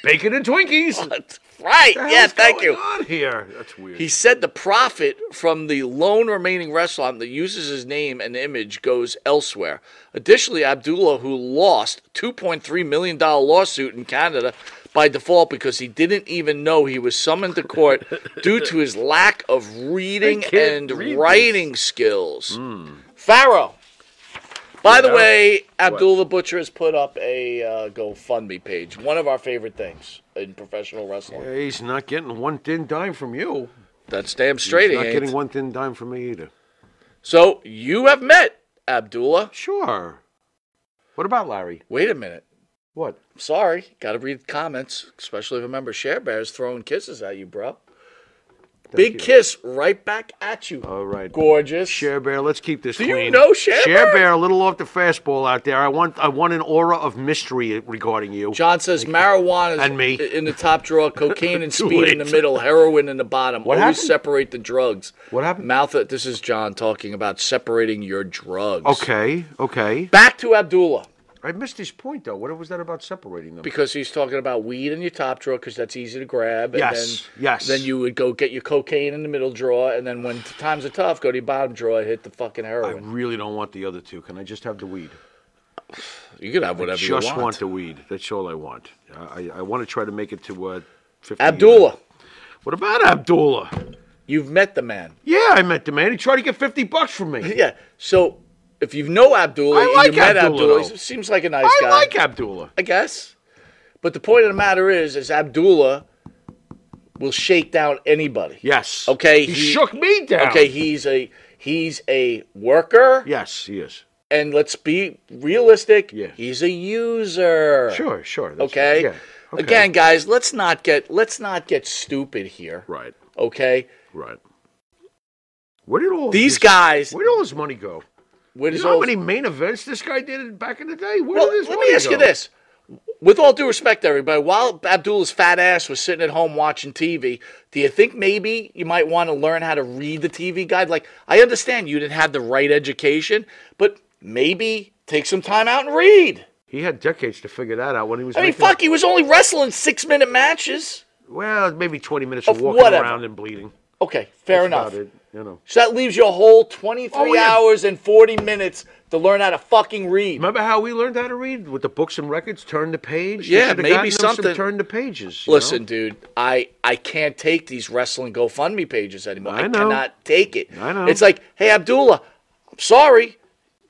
[SPEAKER 4] Bacon and Twinkies. What
[SPEAKER 3] right?
[SPEAKER 4] the
[SPEAKER 3] Yeah,
[SPEAKER 4] hell's
[SPEAKER 3] thank
[SPEAKER 4] going
[SPEAKER 3] you.
[SPEAKER 4] On here, that's weird.
[SPEAKER 3] He said the profit from the lone remaining restaurant that uses his name and image goes elsewhere. Additionally, Abdullah, who lost $2.3 million lawsuit in Canada by default because he didn't even know he was summoned to court due to his lack of reading
[SPEAKER 4] I can't
[SPEAKER 3] and
[SPEAKER 4] read this. Hmm.
[SPEAKER 3] writing skills. Pharaoh. By the
[SPEAKER 4] Yeah.
[SPEAKER 3] way, Abdullah the Butcher has put up a uh, GoFundMe page, one of our favorite things in professional wrestling.
[SPEAKER 4] Hey, He's not getting one thin dime from you.
[SPEAKER 3] That's damn straight.
[SPEAKER 4] He's
[SPEAKER 3] he
[SPEAKER 4] not
[SPEAKER 3] ain't.
[SPEAKER 4] getting one thin dime from me either.
[SPEAKER 3] So you have met Abdullah.
[SPEAKER 4] Sure. What about Larry?
[SPEAKER 3] Wait a minute.
[SPEAKER 4] What?
[SPEAKER 3] Sorry, got to read comments, especially if a member Share Bear's throwing kisses at you, bro. Big
[SPEAKER 4] you.
[SPEAKER 3] kiss right back at you.
[SPEAKER 4] All right.
[SPEAKER 3] Gorgeous.
[SPEAKER 4] Share Bear, let's keep this
[SPEAKER 3] Do you
[SPEAKER 4] clean.
[SPEAKER 3] know Share Bear?
[SPEAKER 4] a little off the fastball out there. I want, I want an aura of mystery regarding you.
[SPEAKER 3] John says marijuana
[SPEAKER 4] And me.
[SPEAKER 3] in the top drawer, cocaine and
[SPEAKER 4] Too
[SPEAKER 3] speed in the
[SPEAKER 4] late.
[SPEAKER 3] middle, heroin in the bottom.
[SPEAKER 4] What
[SPEAKER 3] Always
[SPEAKER 4] happened?
[SPEAKER 3] separate the drugs.
[SPEAKER 4] What happened?
[SPEAKER 3] Mouth it. This is John talking about separating your drugs.
[SPEAKER 4] Okay, okay.
[SPEAKER 3] Back to Abdullah
[SPEAKER 4] I missed his point though. What was that about separating them?
[SPEAKER 3] because he's talking about weed in your top drawer because that's easy to grab. And
[SPEAKER 4] Yes,
[SPEAKER 3] Then,
[SPEAKER 4] yes.
[SPEAKER 3] Then you would go get your cocaine in the middle drawer, and then when times are tough, go to your bottom drawer and hit the fucking
[SPEAKER 4] I
[SPEAKER 3] heroin.
[SPEAKER 4] really don't want the other two. Can I just have the weed?
[SPEAKER 3] you could have whatever you
[SPEAKER 4] just want. the weed. That's all I want. I, I, I want to try to make it to uh, 50
[SPEAKER 3] Abdullah,
[SPEAKER 4] What about Abdullah?
[SPEAKER 3] you've met the man.
[SPEAKER 4] Yeah, I met the man. He tried to get 50 bucks from me.
[SPEAKER 3] Yeah. So if you know Abdullah,
[SPEAKER 4] I
[SPEAKER 3] and
[SPEAKER 4] like
[SPEAKER 3] you met
[SPEAKER 4] Abdullah,
[SPEAKER 3] Abdullah.
[SPEAKER 4] though.
[SPEAKER 3] He seems like a nice
[SPEAKER 4] I
[SPEAKER 3] guy.
[SPEAKER 4] like Abdullah.
[SPEAKER 3] I guess. But the point of the matter is, is Abdullah will shake down anybody.
[SPEAKER 4] Yes.
[SPEAKER 3] Okay,
[SPEAKER 4] He,
[SPEAKER 3] he-
[SPEAKER 4] shook me down.
[SPEAKER 3] Okay, he's a he's a worker.
[SPEAKER 4] yes, he is.
[SPEAKER 3] and let's be realistic.
[SPEAKER 4] Yeah.
[SPEAKER 3] He's a user.
[SPEAKER 4] Sure, sure. that's
[SPEAKER 3] Okay?
[SPEAKER 4] right. Yeah, okay.
[SPEAKER 3] Again, guys, let's not get let's not get stupid here.
[SPEAKER 4] Right,
[SPEAKER 3] Okay.
[SPEAKER 4] right. Where did all
[SPEAKER 3] These
[SPEAKER 4] his-
[SPEAKER 3] guys.
[SPEAKER 4] Where did all his money go?
[SPEAKER 3] Where
[SPEAKER 4] You
[SPEAKER 3] does
[SPEAKER 4] know how
[SPEAKER 3] all-
[SPEAKER 4] many main events this guy did back in the day? Where
[SPEAKER 3] Well,
[SPEAKER 4] did his
[SPEAKER 3] let
[SPEAKER 4] money
[SPEAKER 3] me ask you
[SPEAKER 4] go?
[SPEAKER 3] this: with all due respect to everybody, while Abdullah's fat ass was sitting at home watching TV, do you think maybe you might want to learn how to read the TV guide? Like, I understand you didn't have the right education, but maybe take some time out and read.
[SPEAKER 4] He had decades to figure that out when he was.
[SPEAKER 3] I mean,
[SPEAKER 4] making-
[SPEAKER 3] fuck, he was only wrestling six minute matches.
[SPEAKER 4] Well, maybe twenty minutes
[SPEAKER 3] Of
[SPEAKER 4] of walking
[SPEAKER 3] whatever.
[SPEAKER 4] around and bleeding.
[SPEAKER 3] Okay, fair
[SPEAKER 4] That's
[SPEAKER 3] enough.
[SPEAKER 4] about it, you know.
[SPEAKER 3] So that leaves you a whole 23
[SPEAKER 4] Oh, yeah.
[SPEAKER 3] hours and 40 minutes to learn how to fucking read.
[SPEAKER 4] Remember how we learned how to read with the books and records? Turn the page. They
[SPEAKER 3] Yeah,
[SPEAKER 4] should've
[SPEAKER 3] maybe
[SPEAKER 4] gotten them some
[SPEAKER 3] something-
[SPEAKER 4] Turn the pages. you know?
[SPEAKER 3] Listen, dude, I, I can't take these wrestling GoFundMe pages anymore. I,
[SPEAKER 4] I know.
[SPEAKER 3] cannot take it.
[SPEAKER 4] I know.
[SPEAKER 3] It's like, hey, Abdullah, I'm sorry.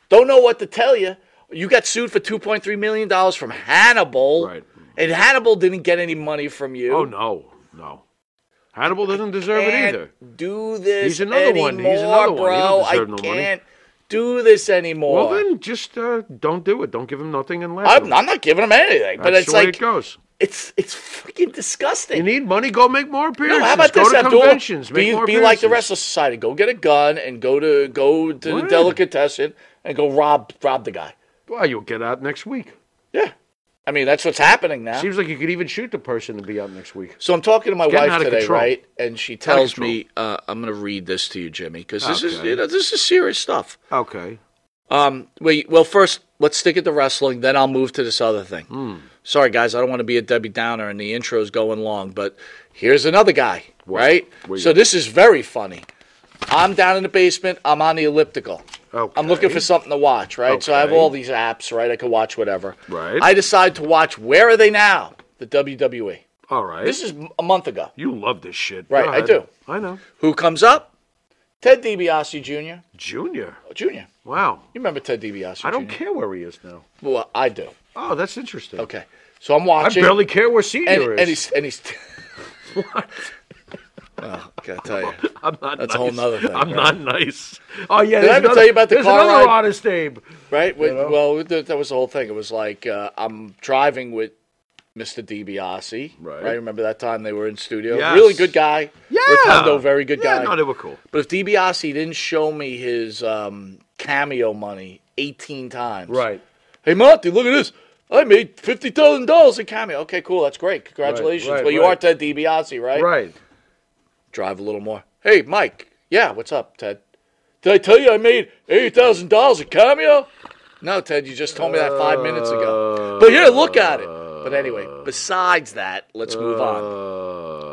[SPEAKER 3] Don't know what to tell you. You got sued for $2.3 million from Hannibal.
[SPEAKER 4] Right.
[SPEAKER 3] And Hannibal didn't get any money from you.
[SPEAKER 4] Oh no, no. Hannibal doesn't deserve it
[SPEAKER 3] can't
[SPEAKER 4] either.
[SPEAKER 3] do this
[SPEAKER 4] He's another
[SPEAKER 3] anymore,
[SPEAKER 4] one. He's another one. He don't
[SPEAKER 3] bro.
[SPEAKER 4] deserve
[SPEAKER 3] I
[SPEAKER 4] no money.
[SPEAKER 3] can't do this anymore.
[SPEAKER 4] Well, then just uh, don't do it. Don't give him nothing and let
[SPEAKER 3] I'm,
[SPEAKER 4] him.
[SPEAKER 3] I'm not giving him anything,
[SPEAKER 4] That's
[SPEAKER 3] but it's
[SPEAKER 4] the way
[SPEAKER 3] like
[SPEAKER 4] it goes.
[SPEAKER 3] it's it's fucking
[SPEAKER 4] You
[SPEAKER 3] disgusting.
[SPEAKER 4] need money? Go make more
[SPEAKER 3] No,
[SPEAKER 4] appearances.
[SPEAKER 3] how about
[SPEAKER 4] go
[SPEAKER 3] this,
[SPEAKER 4] to
[SPEAKER 3] Abdullah?
[SPEAKER 4] conventions. Make
[SPEAKER 3] be
[SPEAKER 4] more
[SPEAKER 3] be like the
[SPEAKER 4] appearances.
[SPEAKER 3] rest of society. Go get a gun and go to go to the
[SPEAKER 4] Right.
[SPEAKER 3] delicatessen and go rob rob the guy.
[SPEAKER 4] Well, you'll get out next week.
[SPEAKER 3] Yeah, I mean that's what's happening now.
[SPEAKER 4] Seems like you could even shoot the person and be out next week.
[SPEAKER 3] So I'm talking to my
[SPEAKER 4] getting
[SPEAKER 3] wife
[SPEAKER 4] out of
[SPEAKER 3] today,
[SPEAKER 4] control.
[SPEAKER 3] right? And she tells me uh, I'm going to read this to you, Jimmy, because this is
[SPEAKER 4] Okay.
[SPEAKER 3] you know this is serious stuff.
[SPEAKER 4] Okay.
[SPEAKER 3] Um, wait, well, first, let's stick at the wrestling, then I'll move to this other thing.
[SPEAKER 4] Hmm.
[SPEAKER 3] Sorry, guys, I don't want to be a Debbie Downer, and the intro's going long, but here's another guy, right?
[SPEAKER 4] wait.
[SPEAKER 3] So this is very funny. I'm down in the basement, I'm on the elliptical. I'm looking
[SPEAKER 4] Okay.
[SPEAKER 3] for something to watch, right? So I have
[SPEAKER 4] Okay.
[SPEAKER 3] all these apps, right? I can watch whatever.
[SPEAKER 4] Right.
[SPEAKER 3] I decide to watch Where Are They Now? The WWE.
[SPEAKER 4] All right.
[SPEAKER 3] This is a month ago.
[SPEAKER 4] you love this shit.
[SPEAKER 3] Right,
[SPEAKER 4] Go
[SPEAKER 3] I
[SPEAKER 4] ahead.
[SPEAKER 3] do.
[SPEAKER 4] I know.
[SPEAKER 3] Who comes up? Ted DiBiase Jr.
[SPEAKER 4] Junior.
[SPEAKER 3] Jr.
[SPEAKER 4] Wow.
[SPEAKER 3] You remember Ted DiBiase?
[SPEAKER 4] I don't
[SPEAKER 3] Jr.?
[SPEAKER 4] care where he is now.
[SPEAKER 3] Well, I do.
[SPEAKER 4] Oh, that's interesting.
[SPEAKER 3] Okay. So I'm
[SPEAKER 4] I
[SPEAKER 3] watching.
[SPEAKER 4] barely care where senior
[SPEAKER 3] and,
[SPEAKER 4] is.
[SPEAKER 3] and he's and he's what? I gotta tell you,
[SPEAKER 4] I'm not
[SPEAKER 3] That's a
[SPEAKER 4] nice.
[SPEAKER 3] whole nother thing,
[SPEAKER 4] I'm
[SPEAKER 3] right?
[SPEAKER 4] not nice. Oh yeah.
[SPEAKER 3] Did I ever
[SPEAKER 4] there's
[SPEAKER 3] tell
[SPEAKER 4] another-
[SPEAKER 3] you about the
[SPEAKER 4] There's
[SPEAKER 3] car
[SPEAKER 4] another
[SPEAKER 3] ride?
[SPEAKER 4] honest Abe.
[SPEAKER 3] right? With, Well, th- that was the whole thing. It was like uh, I'm driving with Mr. DiBiase,
[SPEAKER 4] Right.
[SPEAKER 3] Remember that time they were in studio?
[SPEAKER 4] Yes.
[SPEAKER 3] Really good guy.
[SPEAKER 4] Yeah.
[SPEAKER 3] Rotundo, very good
[SPEAKER 4] yeah,
[SPEAKER 3] guy.
[SPEAKER 4] No, they were cool.
[SPEAKER 3] but if DiBiase didn't show me his um, cameo money 18 times,
[SPEAKER 4] Right.
[SPEAKER 3] Hey, Monty, look at this. I made fifty thousand dollars in cameo. Okay, cool. That's great. Congratulations.
[SPEAKER 4] right,
[SPEAKER 3] well, you
[SPEAKER 4] right.
[SPEAKER 3] are Ted DiBiase, right?
[SPEAKER 4] Right.
[SPEAKER 3] drive a little more. Hey, Mike. Yeah, what's up, Ted? Did I tell you I made eighty thousand dollars a cameo? No, Ted, you just told me that five minutes ago. But here, look at it. But anyway, besides that, let's move on.
[SPEAKER 4] Uh,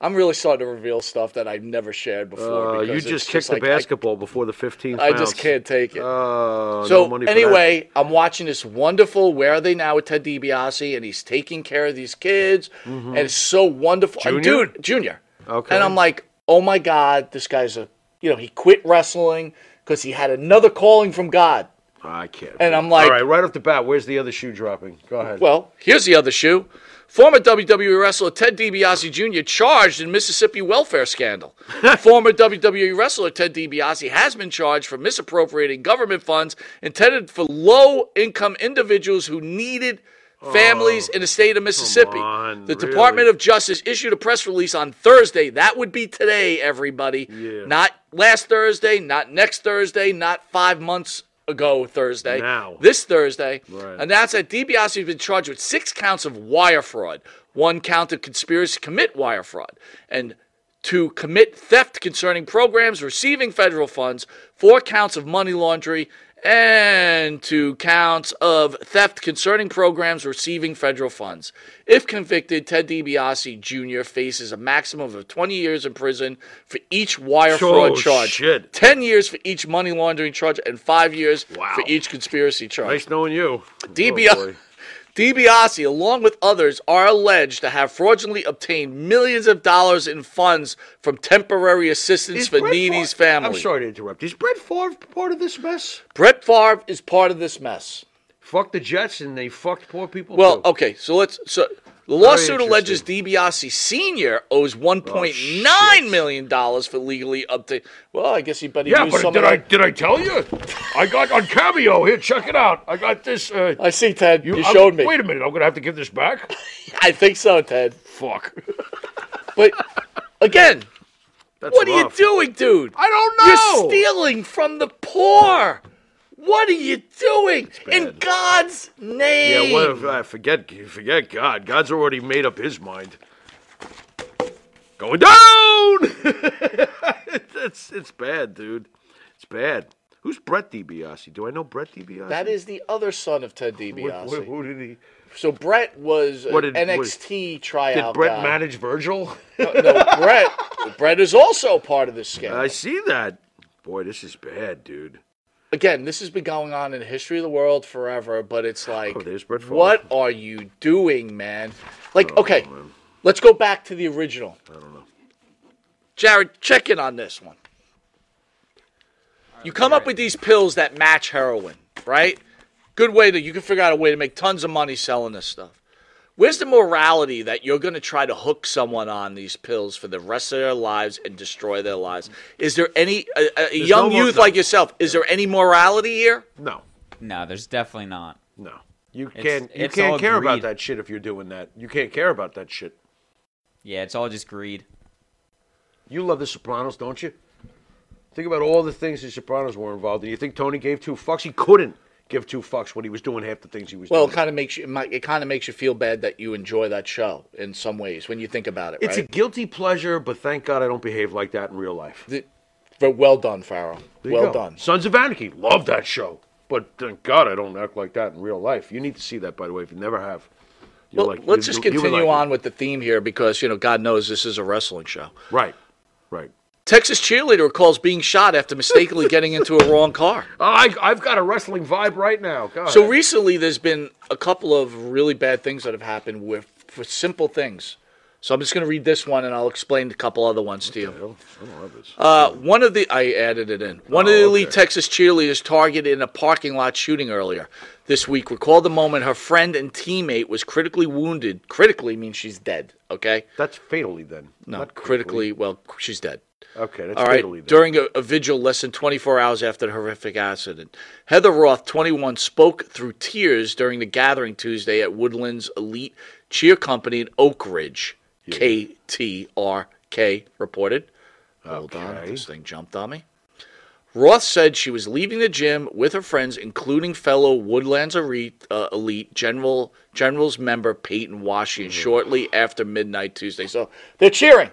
[SPEAKER 3] I'm really starting to reveal stuff that I've never shared before.
[SPEAKER 4] uh, you
[SPEAKER 3] because it's
[SPEAKER 4] just kicked the
[SPEAKER 3] like, I-
[SPEAKER 4] basketball before the 15th.
[SPEAKER 3] I, just can't take it.
[SPEAKER 4] Uh,
[SPEAKER 3] so
[SPEAKER 4] no money for that.
[SPEAKER 3] anyway, I'm watching this wonderful "Where Are They Now" with Ted DiBiase, and he's taking care of these kids, and it's so wonderful. And
[SPEAKER 4] Mm-hmm. Junior?
[SPEAKER 3] dude, junior.
[SPEAKER 4] Okay.
[SPEAKER 3] And I'm like, oh my god, this guy's a you know he quit wrestling because he had another calling from God.
[SPEAKER 4] I can't.
[SPEAKER 3] And I'm like-
[SPEAKER 4] all right, right off the bat, where's the other shoe dropping? Go ahead.
[SPEAKER 3] Well, here's the other shoe. Former WWE wrestler Ted DiBiase Jr. charged in Mississippi welfare scandal. Former WWE wrestler Ted DiBiase has been charged for misappropriating government funds intended for low-income individuals who needed families in the state of Mississippi.
[SPEAKER 4] Oh, on,
[SPEAKER 3] the
[SPEAKER 4] really?
[SPEAKER 3] Department of Justice issued a press release on Thursday. That would be today, everybody.
[SPEAKER 4] Yeah.
[SPEAKER 3] Not last Thursday, not next Thursday, not 5 months ago Thursday.
[SPEAKER 4] Now.
[SPEAKER 3] This Thursday.
[SPEAKER 4] Right.
[SPEAKER 3] And announced that DiBiase has been charged with six counts of wire fraud, one count of conspiracy to commit wire fraud, and to commit theft concerning programs receiving federal funds, four counts of money laundering, and two counts of theft concerning programs receiving federal funds. If convicted, Ted DiBiase Jr. faces a maximum of 20 years in prison for each wire
[SPEAKER 4] Oh,
[SPEAKER 3] fraud charge,
[SPEAKER 4] shit.
[SPEAKER 3] 10 years for each money laundering charge, and five years
[SPEAKER 4] Wow.
[SPEAKER 3] for each conspiracy charge.
[SPEAKER 4] nice knowing you.
[SPEAKER 3] DB
[SPEAKER 4] Oh, boy.
[SPEAKER 3] DiBiase, along with others, are alleged to have fraudulently obtained millions of dollars in funds from temporary assistance
[SPEAKER 4] Is
[SPEAKER 3] for
[SPEAKER 4] Brett
[SPEAKER 3] Nini's
[SPEAKER 4] Favre-
[SPEAKER 3] family.
[SPEAKER 4] I'm sorry to interrupt. Is Brett Favre part of this mess?
[SPEAKER 3] Brett Favre is part of this mess.
[SPEAKER 4] Fuck the Jets, and they fucked poor people.
[SPEAKER 3] Well, uh,
[SPEAKER 4] too.
[SPEAKER 3] okay, so let's. So the lawsuit
[SPEAKER 4] interesting. Oh,
[SPEAKER 3] alleges DiBiase Senior owes one point nine million dollars for legally obtained. Well, I guess he better
[SPEAKER 4] Yeah,
[SPEAKER 3] use
[SPEAKER 4] but
[SPEAKER 3] some.
[SPEAKER 4] did
[SPEAKER 3] of
[SPEAKER 4] I
[SPEAKER 3] that-
[SPEAKER 4] did I tell you? I got on Cameo here. Check it out. I got this. Uh,
[SPEAKER 3] I see, Ted. You,
[SPEAKER 4] I-
[SPEAKER 3] showed me.
[SPEAKER 4] Wait a minute. I'm gonna have to give this back.
[SPEAKER 3] I think so, Ted.
[SPEAKER 4] Fuck.
[SPEAKER 3] But again,
[SPEAKER 4] That's
[SPEAKER 3] what are you
[SPEAKER 4] rough.
[SPEAKER 3] doing, dude?
[SPEAKER 4] I don't know.
[SPEAKER 3] You're stealing from the poor. What are you doing? In
[SPEAKER 4] bad.
[SPEAKER 3] God's name.
[SPEAKER 4] Yeah, what if, uh, forget forget God. God's already made up his mind. Going down. it's it's bad, dude. It's bad. Who's Brett DiBiase? Do I know Brett DiBiase?
[SPEAKER 3] That is the other son of Ted
[SPEAKER 4] Who,
[SPEAKER 3] DiBiase.
[SPEAKER 4] who, who did he?
[SPEAKER 3] So Brett was
[SPEAKER 4] What
[SPEAKER 3] an
[SPEAKER 4] did- what-
[SPEAKER 3] NXT tryout.
[SPEAKER 4] Did Brett
[SPEAKER 3] guy.
[SPEAKER 4] manage Virgil?
[SPEAKER 3] no, Brett. Brett is also part of this scandal.
[SPEAKER 4] I see that. Boy, this is bad, dude.
[SPEAKER 3] Again, this has been going on in the history of the world forever, but it's like,
[SPEAKER 4] Oh, there's Brett Favre. Oh,
[SPEAKER 3] what are you doing, man? Like, okay,
[SPEAKER 4] man.
[SPEAKER 3] let's go back to the original. I don't know. Jared, check in on this one. You come up with these pills that match heroin, right? Good way to you can figure out a way to make tons of money selling this stuff. Where's the morality that you're going to try to hook someone on these pills for the rest of their lives and destroy their lives? Is there any a, a- a young
[SPEAKER 4] no mor-
[SPEAKER 3] youth
[SPEAKER 4] no.
[SPEAKER 3] like yourself? Is there any morality here?
[SPEAKER 4] No,
[SPEAKER 5] No, there's definitely not.
[SPEAKER 4] no. You
[SPEAKER 5] It's-
[SPEAKER 4] can't. You
[SPEAKER 5] it's all
[SPEAKER 4] can't care about
[SPEAKER 5] greed.
[SPEAKER 4] that shit if you're doing that. You can't care about that shit.
[SPEAKER 5] Yeah, it's all just greed.
[SPEAKER 4] You love The Sopranos, don't you? Think about all the things The Sopranos were involved in. You think Tony gave two fucks? He couldn't give two fucks when he was doing half the things he was
[SPEAKER 3] Well, it
[SPEAKER 4] doing.
[SPEAKER 3] kind of makes you it might- it kind of makes you feel bad that you enjoy that show in some ways when you think about it,
[SPEAKER 4] It's a
[SPEAKER 3] right?
[SPEAKER 4] guilty pleasure, but thank God I don't behave like that in real life.
[SPEAKER 3] The- but well done, Farrell.
[SPEAKER 4] There you
[SPEAKER 3] Well
[SPEAKER 4] go.
[SPEAKER 3] done.
[SPEAKER 4] Sons of Anarchy. Love that show. But thank God I don't act like that in real life. You need to see that, by the way, if you never have. You'll
[SPEAKER 3] Well,
[SPEAKER 4] like-
[SPEAKER 3] let's
[SPEAKER 4] you-
[SPEAKER 3] just
[SPEAKER 4] you- you would
[SPEAKER 3] continue
[SPEAKER 4] like
[SPEAKER 3] on
[SPEAKER 4] it.
[SPEAKER 3] with the theme here because you know God knows this is a wrestling show.
[SPEAKER 4] Right, right.
[SPEAKER 3] Texas cheerleader calls being shot after mistakenly getting into a wrong car.
[SPEAKER 4] Oh, I, I've got a wrestling vibe right now. God.
[SPEAKER 3] So recently, there's been a couple of really bad things that have happened with for simple things. So I'm just going to read this one, and I'll explain a couple other ones to you.
[SPEAKER 4] I don't love this. Oh,
[SPEAKER 3] Uh, one of the I added it in. One of the
[SPEAKER 4] okay.
[SPEAKER 3] elite Texas cheerleaders targeted in a parking lot shooting earlier this week recalled the moment her friend and teammate was critically wounded. Critically means she's dead. Okay,
[SPEAKER 4] that's fatally then.
[SPEAKER 3] no,
[SPEAKER 4] Not
[SPEAKER 3] critically. Well, she's dead.
[SPEAKER 4] Okay, that's
[SPEAKER 3] All right.
[SPEAKER 4] fatally then.
[SPEAKER 3] During a, a vigil less than 24 hours after the horrific accident, Heather Roth, 21, spoke through tears during the gathering Tuesday at Woodlands Elite Cheer Company in Oak Ridge. KTRK reported. Hold on,
[SPEAKER 4] Okay.
[SPEAKER 3] this thing jumped on me. Roth said she was leaving the gym with her friends, including fellow Woodlands Elite, uh, elite General Generals member Peyton Washington, shortly after midnight Tuesday. So they're cheering.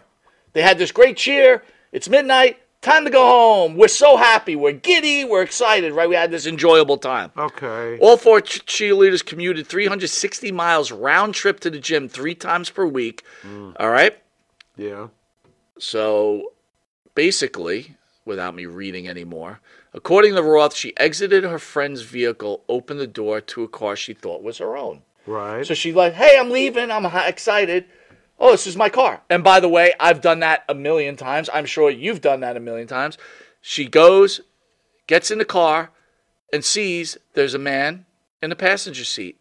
[SPEAKER 3] They had this great cheer. It's midnight. Time to go home. We're so happy. We're giddy. We're excited, right? We had this enjoyable time.
[SPEAKER 4] Okay.
[SPEAKER 3] All four ch- cheerleaders commuted 360 miles round trip to the gym three times per week. All right.
[SPEAKER 4] yeah.
[SPEAKER 3] So basically, without me reading anymore, according to Roth, she exited her friend's vehicle, opened the door to a car she thought was her own.
[SPEAKER 4] Right.
[SPEAKER 3] So she like, hey, I'm leaving. I'm hi- excited. Oh, this is my car. And by the way, I've done that a million times. I'm sure you've done that a million times. She goes, gets in the car, and sees there's a man in the passenger seat.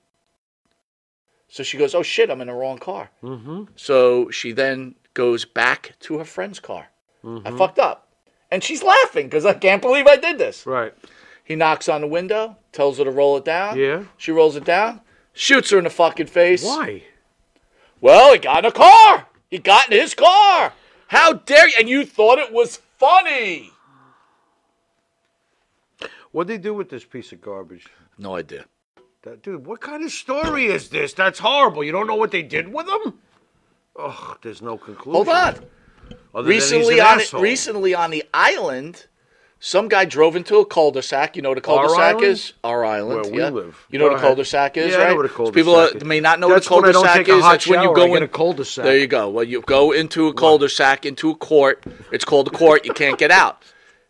[SPEAKER 3] So she goes, oh shit, I'm in the wrong car. Mm-hmm. So she then goes back to her friend's car. I fucked up. And she's laughing because I can't believe I did this.
[SPEAKER 4] right.
[SPEAKER 3] He knocks on the window, tells her to roll it down.
[SPEAKER 4] Yeah.
[SPEAKER 3] She rolls it down, shoots her in the fucking face.
[SPEAKER 4] Why?
[SPEAKER 3] Well, he got in a car. He got in his car. How dare you? And you thought it was funny.
[SPEAKER 4] What'd they do with this piece of garbage?
[SPEAKER 3] No idea.
[SPEAKER 4] That, dude, what kind of story is this? That's horrible. You don't know what they did with him? Ugh, there's no conclusion.
[SPEAKER 3] Hold on.
[SPEAKER 4] Other than he's
[SPEAKER 3] Recently
[SPEAKER 4] an
[SPEAKER 3] on
[SPEAKER 4] asshole.
[SPEAKER 3] recently on the island, some guy drove into a cul-de-sac. You know what a cul-de-sac
[SPEAKER 4] island?
[SPEAKER 3] is? Our island.
[SPEAKER 4] Where we
[SPEAKER 3] yeah.
[SPEAKER 4] live.
[SPEAKER 3] You know
[SPEAKER 4] Go
[SPEAKER 3] what a
[SPEAKER 4] ahead.
[SPEAKER 3] cul-de-sac is,
[SPEAKER 4] Yeah, I know
[SPEAKER 3] right?
[SPEAKER 4] what a
[SPEAKER 3] So
[SPEAKER 4] cul-de-sac
[SPEAKER 3] People uh,
[SPEAKER 4] is.
[SPEAKER 3] may not know
[SPEAKER 4] That's
[SPEAKER 3] what
[SPEAKER 4] when
[SPEAKER 3] a
[SPEAKER 4] I don't
[SPEAKER 3] cul-de-sac
[SPEAKER 4] take a
[SPEAKER 3] is.
[SPEAKER 4] hot
[SPEAKER 3] That's when you
[SPEAKER 4] shower,
[SPEAKER 3] go
[SPEAKER 4] I get
[SPEAKER 3] in
[SPEAKER 4] a cul-de-sac.
[SPEAKER 3] There you go. Well, you go into a cul-de-sac, into a court. It's called a court. You can't get out.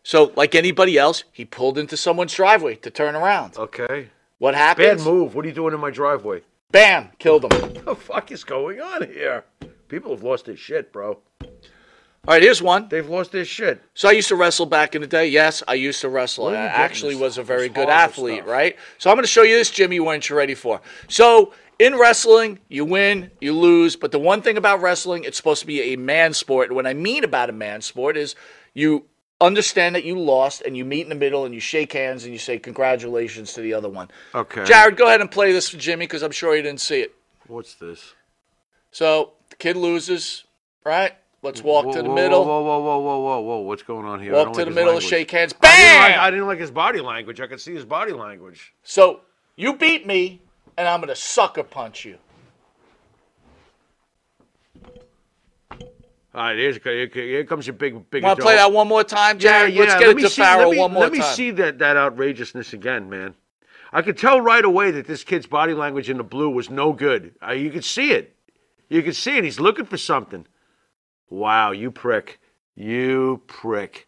[SPEAKER 3] So, like anybody else, he pulled into someone's driveway to turn around.
[SPEAKER 4] Uh, Okay.
[SPEAKER 3] What
[SPEAKER 4] Bad
[SPEAKER 3] happens?
[SPEAKER 4] move. What are you doing in my driveway?
[SPEAKER 3] Bam! Killed him.
[SPEAKER 4] What the fuck is going on here? People have lost their shit, bro.
[SPEAKER 3] All right, here's one.
[SPEAKER 4] They've lost their shit.
[SPEAKER 3] So I used to wrestle back in the day. Yes, I used to wrestle.
[SPEAKER 4] Where
[SPEAKER 3] I
[SPEAKER 4] are you getting
[SPEAKER 3] actually
[SPEAKER 4] this-
[SPEAKER 3] was a
[SPEAKER 4] this
[SPEAKER 3] very good
[SPEAKER 4] horrible
[SPEAKER 3] athlete,
[SPEAKER 4] stuff?
[SPEAKER 3] right? So I'm going to show you this, Jimmy, you weren't you ready for. So in wrestling, you win, you lose. But the one thing about wrestling, it's supposed to be a man sport. What I mean about a man sport is you understand that you lost and you meet in the middle and you shake hands and you say congratulations to the other one.
[SPEAKER 4] Okay.
[SPEAKER 3] Jared, go ahead and play this for Jimmy because I'm sure he didn't see it.
[SPEAKER 4] What's this?
[SPEAKER 3] So the kid loses, right? Let's walk
[SPEAKER 4] Whoa,
[SPEAKER 3] to the
[SPEAKER 4] whoa,
[SPEAKER 3] middle.
[SPEAKER 4] Whoa, whoa, whoa, whoa, whoa, whoa! What's going on here? I
[SPEAKER 3] Walk
[SPEAKER 4] don't
[SPEAKER 3] to
[SPEAKER 4] like
[SPEAKER 3] the
[SPEAKER 4] his
[SPEAKER 3] middle,
[SPEAKER 4] language.
[SPEAKER 3] shake hands.
[SPEAKER 4] I didn't, like,
[SPEAKER 3] Bam!
[SPEAKER 4] I didn't like his body language. I could see his body language.
[SPEAKER 3] So you beat me, and I'm gonna sucker punch you.
[SPEAKER 4] All right, here's, here here comes your big, big.
[SPEAKER 3] Want to play
[SPEAKER 4] adult.
[SPEAKER 3] that one more time, Jared? Let's get
[SPEAKER 4] let
[SPEAKER 3] it
[SPEAKER 4] me
[SPEAKER 3] to
[SPEAKER 4] see-
[SPEAKER 3] Farrell
[SPEAKER 4] let me,
[SPEAKER 3] one more
[SPEAKER 4] let me
[SPEAKER 3] time.
[SPEAKER 4] see that, that outrageousness again, man. I could tell right away that this kid's body language in the blue was no good. Uh, you could see it. You could see it. He's looking for something. Wow, you prick. You prick.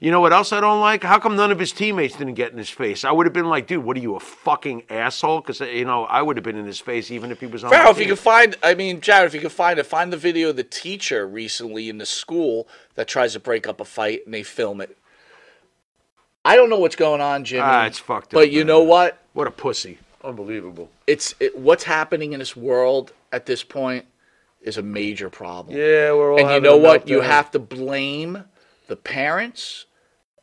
[SPEAKER 4] You know what else I don't like? How come none of his teammates didn't get in his face? I would have been like, dude, what are you, a fucking asshole? Because, you know, I would have been in his face even if he was on
[SPEAKER 3] Farrell,
[SPEAKER 4] my
[SPEAKER 3] if you
[SPEAKER 4] team.
[SPEAKER 3] can find, I mean, Jared, if you can find it, find the video of the teacher recently in the school that tries to break up a fight and they film it. I don't know what's going on, Jimmy.
[SPEAKER 4] Ah, it's fucked up,
[SPEAKER 3] But you
[SPEAKER 4] man.
[SPEAKER 3] know what?
[SPEAKER 4] What a pussy. Unbelievable.
[SPEAKER 3] It's it, what's happening in this world at this point is a major problem.
[SPEAKER 4] Yeah, we're all
[SPEAKER 3] and you
[SPEAKER 4] having
[SPEAKER 3] know
[SPEAKER 4] a
[SPEAKER 3] what? You
[SPEAKER 4] meltdown.
[SPEAKER 3] have to blame the parents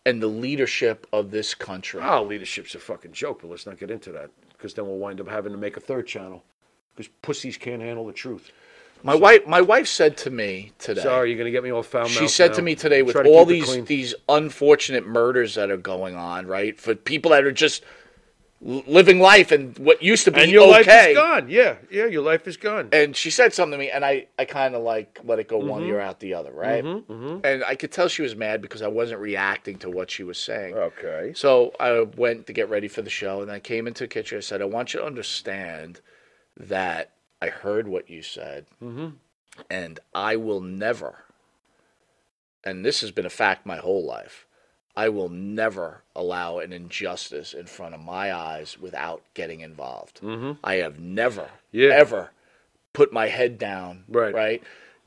[SPEAKER 3] and the leadership of this country.
[SPEAKER 4] Oh, leadership's a fucking joke, but let's not get into that because then we'll wind up having to make a third channel because pussies can't handle the truth.
[SPEAKER 3] My wife, my wife said to me today.
[SPEAKER 4] Sorry, you're gonna get me all foul.
[SPEAKER 3] She
[SPEAKER 4] mouthed
[SPEAKER 3] said
[SPEAKER 4] now.
[SPEAKER 3] to me today, with
[SPEAKER 4] Try to
[SPEAKER 3] all
[SPEAKER 4] keep it
[SPEAKER 3] these
[SPEAKER 4] clean.
[SPEAKER 3] these unfortunate murders that are going on, right? For people that are just l- living life and what used to be
[SPEAKER 4] and your life
[SPEAKER 3] okay.
[SPEAKER 4] is gone. Yeah, yeah, your life is gone.
[SPEAKER 3] And she said something to me, and I I kind of like let it go one ear out the other, right? And I could tell she was mad because I wasn't reacting to what she was saying.
[SPEAKER 4] Okay.
[SPEAKER 3] So I went to get ready for the show, and I came into the kitchen. I said, "I want you to understand that I heard what you said,
[SPEAKER 4] Mm-hmm.
[SPEAKER 3] and I will never." And this has been a fact my whole life. I will never allow an injustice in front of my eyes without getting involved. I have never,
[SPEAKER 4] Mm-hmm. Yeah.
[SPEAKER 3] ever put my head down.
[SPEAKER 4] Right.
[SPEAKER 3] Right.